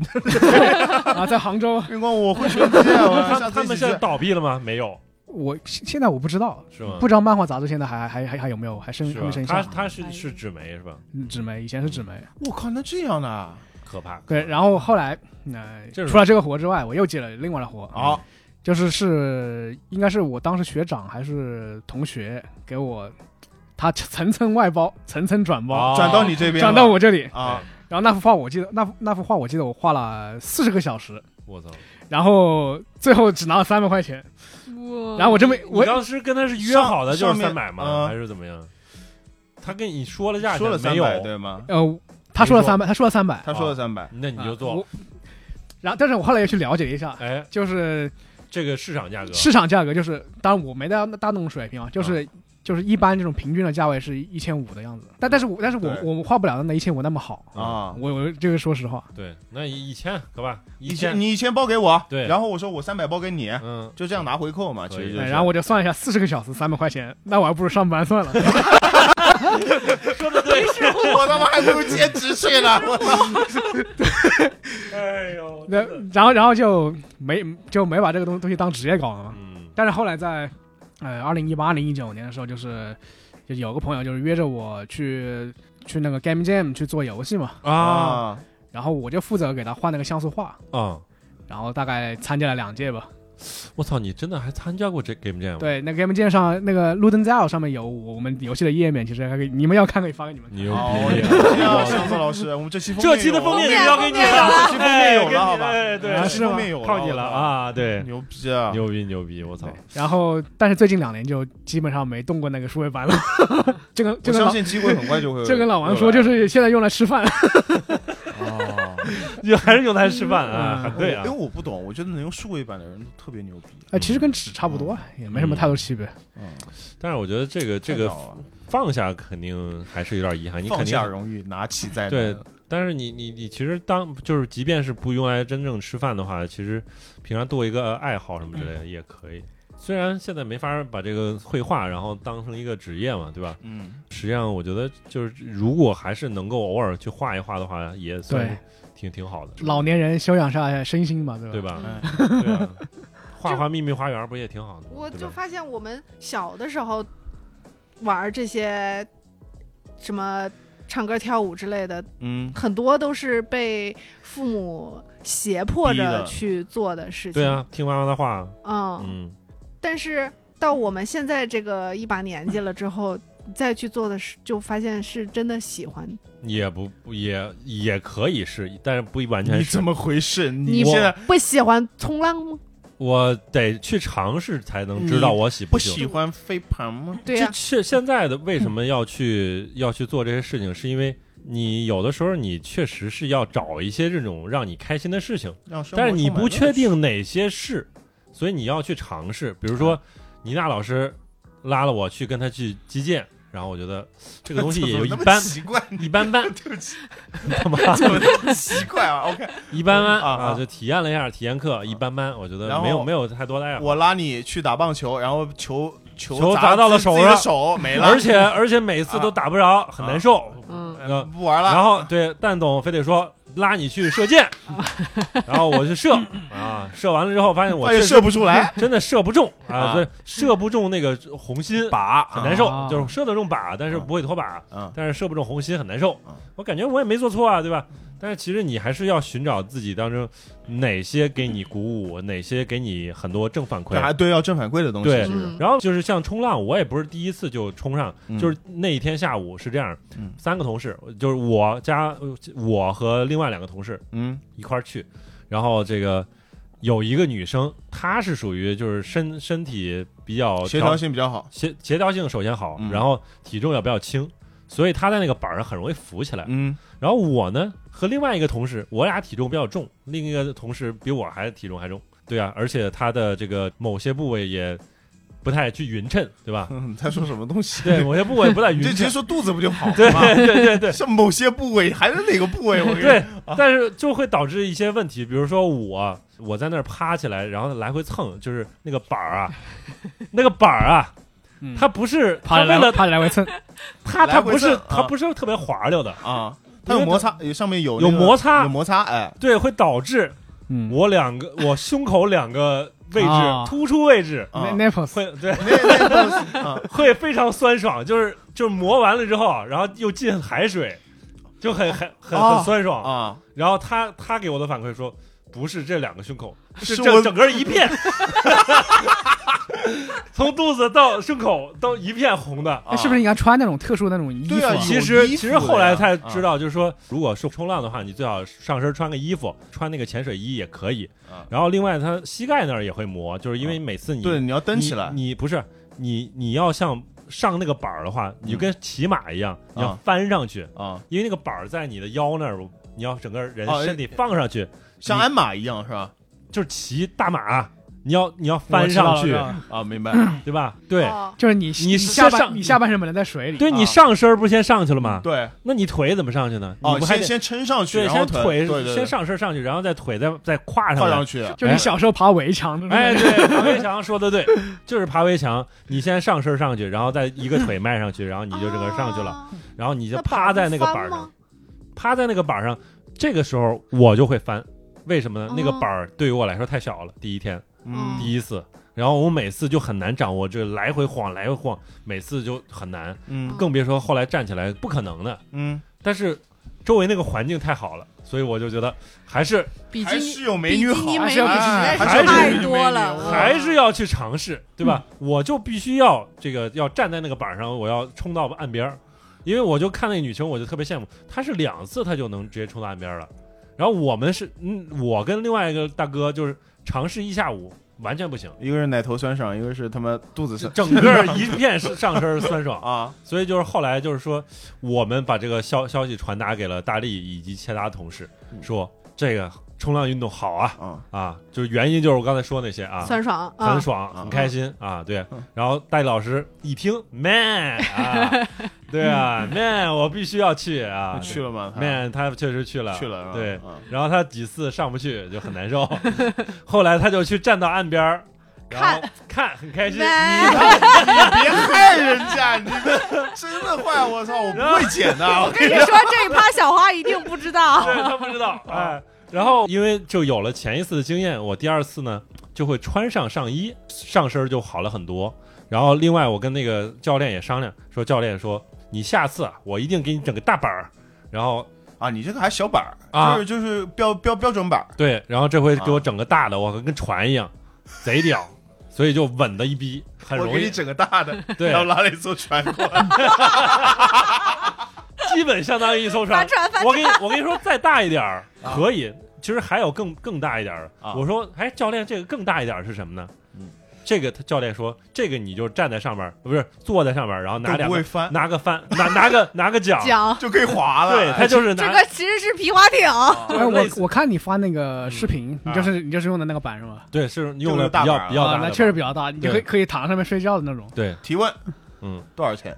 B: [LAUGHS]
D: 啊，在杭州，
B: 月光，我会学这样，我要
A: 他
B: 下
A: 他
B: 次
A: 们
B: 一起
A: 现在
B: 去。
A: 倒闭了吗？没有，
D: [LAUGHS] 我现现在我不知道，
A: 是吗？
D: 不知道漫画杂志现在还还还还有没有，还
A: 嗯
D: 生
A: 是
D: 还
A: 吧
D: 没生？效
A: 他
D: 啊。
A: 他是是纸媒是吧？
D: 嗯纸媒以前是纸媒，
B: 我靠，那这样的啊
A: 可怕。
D: 对。然后后来，呃，
A: 这种
D: 除了这个活之外，我又接了另外的活，
A: 嗯
B: 好
D: 就是是应该是我当时学长还是同学给我，他层层外包，层层转
A: 哦
D: 包，
B: 转到你这边了，
D: 转到我这里。
A: 哎
B: 啊，
D: 然后那幅画我记得，那幅那幅画我记得我画了四十个小时，
A: 我操！
D: 然后最后只拿了三百块钱。
C: 哦
D: 然后我这么
A: 你
D: 我
A: 当时跟他是约好的，
B: 上
A: 就是三百
B: 上面
A: 吗？
B: 嗯
A: 还是怎么样？他跟你说了价钱，
B: 说了
A: 没
B: 三百
A: 有，啊
B: 对吗？
D: 呃，他说了三百，他说了三百，
B: 他说了三百，
A: 那你就
D: 啊
A: 做。
D: 我然后，但是我后来又去了解了一下，
A: 哎，
D: 就是
A: 这个市场价格
D: 市场价格，就是当然我没到大那种水平啊，就是、就是一般这种平均的价位是一千五的样子。但但是我但是我
B: 对
D: 我们画不了那一千五那么好，
B: 啊，
D: 我我这个说实话，
A: 对，那一一千，好吧，
B: 你
A: 一
B: 先
A: 千，
B: 你先包给我，
A: 对
B: 然后我说我三百包给你，
A: 嗯，
B: 就这样拿回扣嘛，其
A: 可以
B: 实就
D: 哎
B: 是。
D: 然后我就算一下，四十个小时三百块钱，那我还不如上班算了。 [LAUGHS]
B: [LAUGHS] 我他妈还不如兼职
A: [LAUGHS]
B: 去呢，我操！
A: 哎呦
D: 那然后然后就没就没把这个东东西当职业搞了嘛。
A: 嗯
D: 但是后来在呃二零一八零一九年的时候，就是就有个朋友就是约着我去去那个 Game Jam 去做游戏嘛，
A: 啊
D: 然后我就负责给他画那个像素画，
A: 啊！
D: 然后大概参加了两届吧。
A: 我操，你真的还参加过这 Game Jam？吗，
D: 对，那个 Game 键上那个 Luden z e l 上面有我们游戏的页面，其实还可以，你们要看可以发给你们看。
A: 牛
B: 哦，
A: 逼！啊
B: 这样，向子老师，我们这期封面
A: 这期的
B: 有了
A: 封面
E: 有
A: 就交给你了，
B: 这期封面有了，好吧？
A: 哎，对，
B: 这
D: 啊
B: 期
D: 是吗
B: 封面有了，
A: 靠你了
B: 我操！
A: 啊！对，
B: 牛逼啊！
A: 牛逼牛逼！我操
D: 对！，然后但是最近两年就基本上没动过那个数位板了， [LAUGHS] 这个
B: 我
D: 这个
B: 相
D: 老
B: 信机会很快就会。
D: [LAUGHS] 这跟老王说，就是现在用来吃饭。 [LAUGHS]
A: 啊
B: 哦，
A: [LAUGHS] 就还是用它吃
B: [LAUGHS]
A: 饭啊，
D: 嗯
A: 很对啊
B: 因为。我不懂，我觉得能用数位版的人都特别牛逼。
D: 呃，其实跟纸差不多，也没什么太多区别。
B: 嗯，
A: 但是我觉得这个这
B: 太
A: 个
B: 屌了
A: 放下肯定还是有点遗憾，你肯
B: 放
A: 定
B: 下荣誉，拿起再难
A: 对但是你你你其实当就是即便是不用来真正吃饭的话，其实平常做一个爱好什么之类
B: 嗯
A: 的也可以。虽然现在没法把这个绘画然后当成一个职业嘛，对吧？
B: 嗯，
A: 实际上我觉得就是如果还是能够偶尔去画一画的话，也算是
D: 对
A: 挺挺好的，
D: 老年人休养下来身心嘛，
A: 对
D: 对吧？
A: 吧？
B: 哎 [LAUGHS]
A: 对啊，画画秘密花园不也挺好的吗？
C: 我
A: 对
C: 就
A: 吧
C: 发现我们小的时候玩这些什么。唱歌跳舞之类的，
B: 嗯，
C: 很多都是被父母胁迫
B: 逼
C: 着
B: 的
C: 去做的事情。
A: 对啊，听妈妈的话，
C: 嗯，
A: 嗯，
C: 但是到我们现在这个一把年纪了之后，再去做的是，就发现是真的喜欢。
A: 嗯也不也也可以是，但是不完全
B: 你
A: 是
B: 怎，么回事？
C: 你
B: 现在
C: 不喜欢冲浪吗？
A: 我得去尝试才能知道我喜
B: 不
A: 喜欢。
B: 喜欢飞盘吗？
C: 对啊呀、
A: 这确现在的为什么要去、要去做这些事情，是因为你有的时候你确实是要找一些这种让你开心的事情，
B: 让生活
A: 但是你
B: 充满
A: 不
B: 乐
A: 确
B: 趣 [LAUGHS]
A: 定哪些是，所以你要去尝试。比如
B: 啊
A: 说，倪娜老师拉了我去跟她去击剑，然后我觉
B: [LAUGHS]
A: 得这个东西也
B: 怎么
A: 就一
B: 那么
A: 般
B: 奇怪，
A: 一般般，
B: 对不起，
A: 他妈
B: [LAUGHS] 怎么那么奇怪啊？OK，
A: [LAUGHS] 一般般
B: 啊啊
A: 啊，就体验了一下体验课，一般般，我觉得
B: 然
A: 没有
B: 后
A: 没有太多的爱好。
B: 我拉你去打棒球，然后球球
A: 球
B: 砸
A: 砸到了
B: 自己
A: 手
B: 自己的
A: 上 [LAUGHS]
B: 手没了，
A: 而且而且每次都
B: 啊
A: 打不着，很难受。
C: 嗯
A: 呃
B: 不玩了。
A: 然后对蛋总非得说拉你去射
B: [LAUGHS]
A: 箭，然后我去射啊，射完了之后发现我
B: 发现
A: 确
B: 射
A: 实
B: 不出来，
A: [LAUGHS] 真的射不中啊，
B: 哎啊
A: 对，射不中那个红心靶，很难受
D: 啊，
A: 就是射得中靶，但是不会脱靶，
B: 嗯，
A: 但是射不中红心很难受
B: 啊。
A: 我感觉我也没做错啊，对吧？但是其实你还是要寻找自己当中哪些给你鼓舞，哪些给你很多正反馈。
B: 答对要正反馈的东西，
A: 对
B: 是不是
C: 嗯
A: 然后就是像冲浪，我也不是第一次就冲上，
B: 嗯
A: 就是那一天下午是这样，
B: 嗯
A: 三个同事，就是我加呃我和另外两个同事
B: 嗯
A: 一块儿去，然后这个有一个女生，她是属于就是身身体比较
B: 协调性比较好，
A: 协协调性首先好，
B: 嗯
A: 然后体重也比较轻，所以她在那个板儿上很容易浮起来。
B: 嗯 [LAUGHS]
A: 然后我呢和另外一个同事，我俩体重比较重，另一个同事比我还体重还重，对啊，而且他的这个某些部位也不太去匀称，对
B: [LAUGHS]
A: 吧？
B: 嗯，他说什么东西？
A: 对，某些部位不太匀
B: 你就直接
A: 称，
B: 说肚子不就好
A: 对
B: 了吗？
A: 对对对
B: 像某些部位还是哪个
A: [LAUGHS]
B: 部位？ [LAUGHS] 我跟你说
A: 对，但是就会导致一些问题，比如说我我在那儿趴起来，然后来回蹭，就是那个板儿啊，那个板儿啊，
D: 嗯
A: 它不是它
D: 趴着
A: 为
D: 来
A: 了
D: 趴着来回蹭，
A: 它它
B: 来回
A: 不是
B: 蹭
A: 它
B: 啊
A: 不是特别滑溜的，
B: 啊，它有摩擦，有上面有
A: 有
B: 那个
A: 摩擦
B: 有摩擦，哎，
A: 对，会导致
D: 嗯
A: 我两个我胸口两个位置
D: 啊
A: 突出位置。
B: 啊
D: 那 Naples
A: 会对， [LAUGHS]
B: 那那东西啊，
A: 会非常酸爽，就是就是磨完了之后，然后又进海水，就很很很
B: 哦
A: 很酸爽。
B: 啊，
A: 然后他他给我的反馈说，不是这两个胸
B: [LAUGHS]
A: 口，是
B: 是
A: 整
B: 我
A: 整个一片， [LAUGHS] 从肚子到胸口都一片红的。
D: [LAUGHS] 那哎是不是应该穿那种特殊的那种衣服
B: 啊对啊
D: 啊？
B: 哦有
A: 其实
B: 衣
A: 其
B: 服
A: 实后来才
B: 的呀啊
A: 知道，就是说，如果是冲浪的话，你最好上身穿个衣服，穿那个潜水衣也可以
B: 啊。
A: 然后另外，它膝盖那儿也会磨，就是因为每次你
B: 对，你要蹬
A: 你
B: 起来，
A: 你不是你你要像上那个板儿的话，你就跟骑马一样，你要
B: 嗯啊
A: 翻上去，
B: 啊，
A: 因为那个板儿在你的腰那儿，你要整个人
B: 哦
A: 身体放上去，
B: 像
A: 你
B: 鞍马一样是吧？
A: 就是骑大马，你要你要
D: 我
A: 翻
D: 知道
A: 上
D: 了
A: 去
D: 知，道了
B: 啊，明白。
A: 对吧？对。
C: 哦
D: 就是你
A: 你
D: 下
A: 上
D: 半你下半身本来在水里，
A: 对你
B: 啊
A: 上身儿不是先上去了吗？
B: 对，
A: 那你腿怎么上去呢？你
B: 嗯哦，
A: 不还
B: 先
A: 得
B: 先撑上去，
A: 对，
B: 然后
A: 先
B: 腿
A: 腿
B: 对对
A: 先
B: 对，
A: 上身上去，然后再腿再再跨上
B: 跨
A: 来
B: 上。去，
D: 就是你小时候爬围墙的那种
A: [LAUGHS] 哎，对，爬围墙说的对，就是爬围墙，你先上身上去，然后再一个腿迈上去，然后你就这个上去了。
C: 啊
A: 然后你就
C: 那
A: 趴在那个板
C: 板
A: 儿
C: 儿不翻
A: 上
C: 吗，
A: 趴在那个板儿上，这个时候我就会翻，为什么呢
C: 哦？
A: 那个板儿对于我来说太小了，第一天，
C: 嗯
A: 第一次，然后我每次就很难掌握，这来回晃，来回晃，每次就很难，
B: 嗯
A: 更别说后来站起来，不可能的。
B: 嗯，
A: 但是周围那个环境太好了，所以我就觉得还是
E: 比基
B: 还
E: 尼
B: 是有美女
E: 比基
B: 好，
E: 尼美
D: 还是有比基尼
B: 哎
E: 实
A: 还
B: 还
A: 是
B: 是
A: 有
E: 在太
A: 比基
B: 有比基尼
E: 多
B: 美女
E: 了，
B: 我
A: 还是要去尝试，对吧？我就必须要这个要站在那个板儿上，我要冲到岸边儿，因为我就看那女生，我就特别羡慕，她是两次她就能直接冲到岸边儿了。然后我们是，嗯，我跟另外一个大哥就是尝试一下午，完全不行，
B: 一个是奶头酸爽，一个是他妈肚子
A: 就
B: 酸
A: 整个一片上身酸爽啊。
B: [LAUGHS] 啊，
A: 所以就是后来就是说，我们把这个消消息传达给了大力以及其他同事，说这个冲浪运动好啊
B: 嗯，
A: 啊，就是原因就是我刚才说那些啊，
C: 酸爽啊，
A: 很爽，很开心啊，对
B: 嗯。
A: 然后戴老师一听，man
B: [LAUGHS]
A: 啊，对啊，man，我必须要去啊，
B: 去了吗？他
A: ，man，他确实去了，
B: 去。了，
A: 对
B: 嗯，
A: 然后他几次上不去就很难受， [LAUGHS] 后来他就去站到岸边儿，然后看很开心。
C: [LAUGHS] Man
B: 别害人 [LAUGHS] 家，你这真的坏，我操，我不会剪 [LAUGHS] 的，我
E: 我
A: [LAUGHS]
E: 跟你说，这一趴小花一定不知道。
A: 对他不 [LAUGHS] 知道，
B: 啊
A: 哎，然后因为就有了前一次的经验，我第二次呢就会穿上上衣，上身就好了很多。然后另外我跟那个教练也商量，说教练说你下次啊我一定给你整个大板儿，然后
B: 啊，你这个还小板儿，
A: 啊
B: 就是就是标标标准板儿，
A: 对，然后这回给我整个大的，我跟船一样，贼屌，
B: [LAUGHS]
A: 所以就稳的一逼，很
B: 我
A: 容
B: 给你
A: 易，
B: 整个大的， [LAUGHS]
A: 对
B: 然后拉了一艘船过 [LAUGHS] 来，
A: 基本相当于一艘
E: 发
A: 船。
E: 传发
B: [LAUGHS]
A: 我跟你我跟你说，再大一点儿
B: 啊
A: 可以，其实还有更更大一点儿
B: 啊。
A: 我说，哎，教练，这个更大一点儿是什么呢
B: 嗯？
A: 这个他教练说，这个你就站在上面，不是坐在上面，然后拿
B: 都
A: 两
B: 不
A: 个
B: 会翻，
A: 拿个帆， [LAUGHS] 拿拿个拿个桨，
B: [LAUGHS]
C: 讲
B: 就可以划了。啊
A: 对他就是
E: 这
A: 拿
E: 个其实是皮划艇，
A: 就
D: 哎，
A: 是
D: 我
A: 类似
D: 我看你发那个视频，
A: 嗯
D: 你就是你就是用的那个板是吧？
A: 对是用
B: 用
A: 的
B: 的
A: 比
B: 大板
A: 较
B: 儿
A: 比较
D: 啊
A: 大
D: 那
A: 的，
D: 确实比较大，你
A: 对
D: 可以可以躺在上面睡觉的那种。
A: 对，
B: [LAUGHS] 提问
A: 嗯，
B: 多少 [LAUGHS] 钱？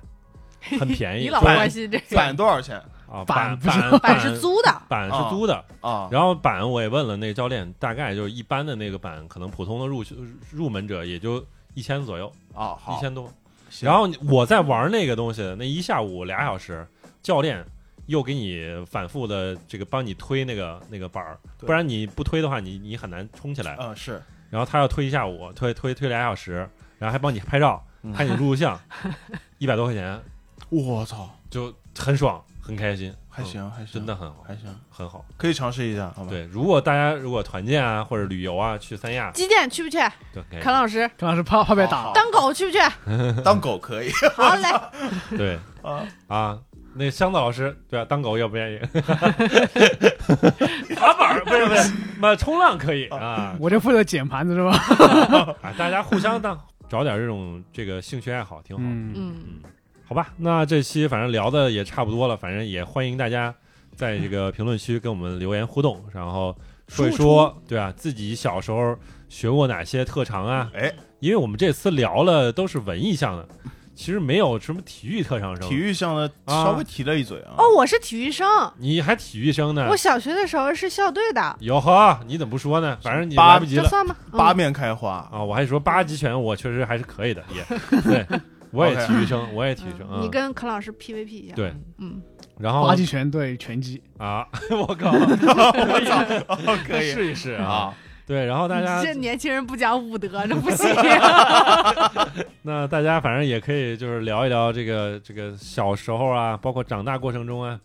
A: 很便宜。
E: 你老
A: 对
E: 关心这个
B: 板多少钱
A: 啊，板
D: 板不是
A: 板
C: 板是租的，
A: 板
B: 啊
A: 是租的，
B: 啊？
A: 然后板我也问了那个教练，大概就是一般的那个板，可能普通的入入门者也就一千左右，
B: 啊，
A: 一
B: 好，
A: 千多。
B: 行
A: 然后你我在玩那个东西，那一下午俩小时，教练又给你反复的这个帮你推那个那个板儿，
B: 对
A: 不然你不推的话，你你很难冲起来。
B: 嗯是
A: 然后他要推一下午，推推推俩小时，然后还帮你拍照
B: 嗯，
A: 拍你录录
B: [LAUGHS]
A: 像，一百多块钱
B: 我操，
A: 就很爽，很开心，
B: 还
A: 嗯，
B: 行还行，
A: 真的很好，
B: 还嗯行，
A: 很好。
B: 可以尝试一下，好吧？
A: 对，如果大家如果团建啊或者旅游啊去三亚，
C: 击剑去不去？
A: 就可以
C: 陈老师，
D: 陈老师怕怕被打
B: 好，
C: 当狗去不去？
B: 当狗可 [LAUGHS] 以
C: 好
A: [LAUGHS]
C: 嘞，
A: 对
B: 啊，
A: 啊，那箱子老师，对啊，当狗愿不 [LAUGHS] 愿意？滑板儿不是不是， [LAUGHS] 那冲浪可以 [LAUGHS] 啊
D: 我就负责捡盘子是吧？
A: 啊，大家互相当找点这种这个兴趣爱好挺好。
D: 嗯，
C: 嗯，
A: 好吧，那这期反正聊的也差不多了，反正也欢迎大家在这个评论区跟我们留言互动，然后说一说，对啊，自己小时候学过哪些特长啊？
B: 哎，
A: 因为我们这次聊了都是文艺项的，其实没有什么体育特长生。
B: 体育项的
A: 啊
B: 稍微提了一嘴啊。
C: 哦，我是体育生，
A: 你还体育生呢
C: 我？小学的时候是校队的，
A: 有呵，你怎么不说呢？反正你
B: 八
A: 来不及
C: 这
A: 了
C: 算吗？嗯
B: 八面开花，
A: 啊！我还说八极拳，我确实还是可以的，也对，我也
B: OK
A: 体育生，我也体育生啊
C: 嗯你。跟肯老师 PVP 一下。
A: 对，
C: 嗯，
A: 然后
D: 八极拳对拳击，
A: 啊，我靠，我也
B: 哦可
A: [LAUGHS]
B: 以
A: 试一试啊。
B: 啊，
A: 对，然后大家
E: 你这年轻人不讲武德，这不
A: [LAUGHS]
E: 行。
A: 那大家反正也可以就是聊一聊这个这个小时候啊，包括长大过程中啊，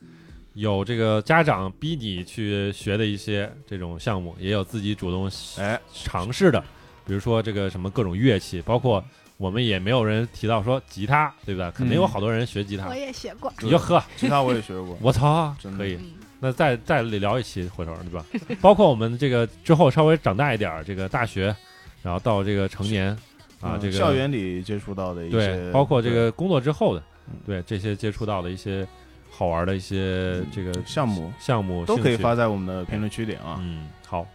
A: 有这个家长逼你去学的一些这种项目，也有自己主动
B: 哎
A: 尝试的，比如说这个什么各种乐器，包括我们也没有人提到说吉他，对吧？肯定有好多人学吉他，
C: 我也学过。
A: 你就喝，，
B: 其他我也学 [LAUGHS] 过
A: 我操
B: 真，的
A: 可以。
E: 嗯
A: 那再再聊一期回头，对吧？包括我们这个之后稍微长大一点儿，这个大学，然后到这个成年啊，
B: 嗯
A: 这个
B: 校园里接触到的一些，
A: 对，包括这个工作之后的
B: 嗯，
A: 对这些接触到的一些好玩的一些这个
B: 对项目
A: 项目
B: 都可以
A: 兴趣
B: 发在我们的评论区里啊。
A: 嗯，好，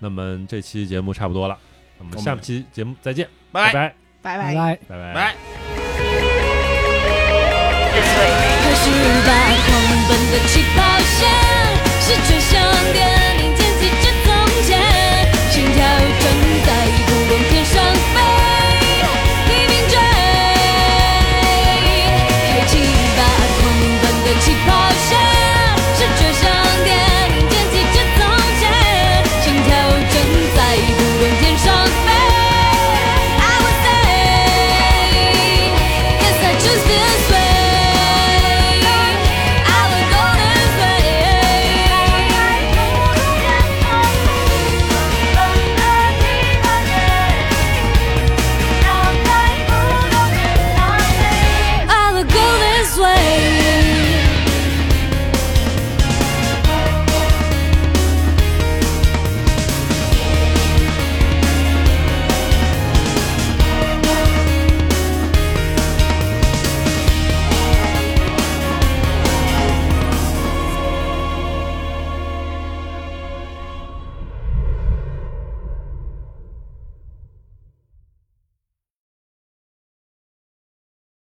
A: 那么这期节目差不多了，我们
B: 我们
A: 下期节目再见，拜
B: 拜
A: 拜，
C: 拜
D: 拜
C: 拜。
D: 拜。
A: 拜拜
B: 拜。
F: 可是吧，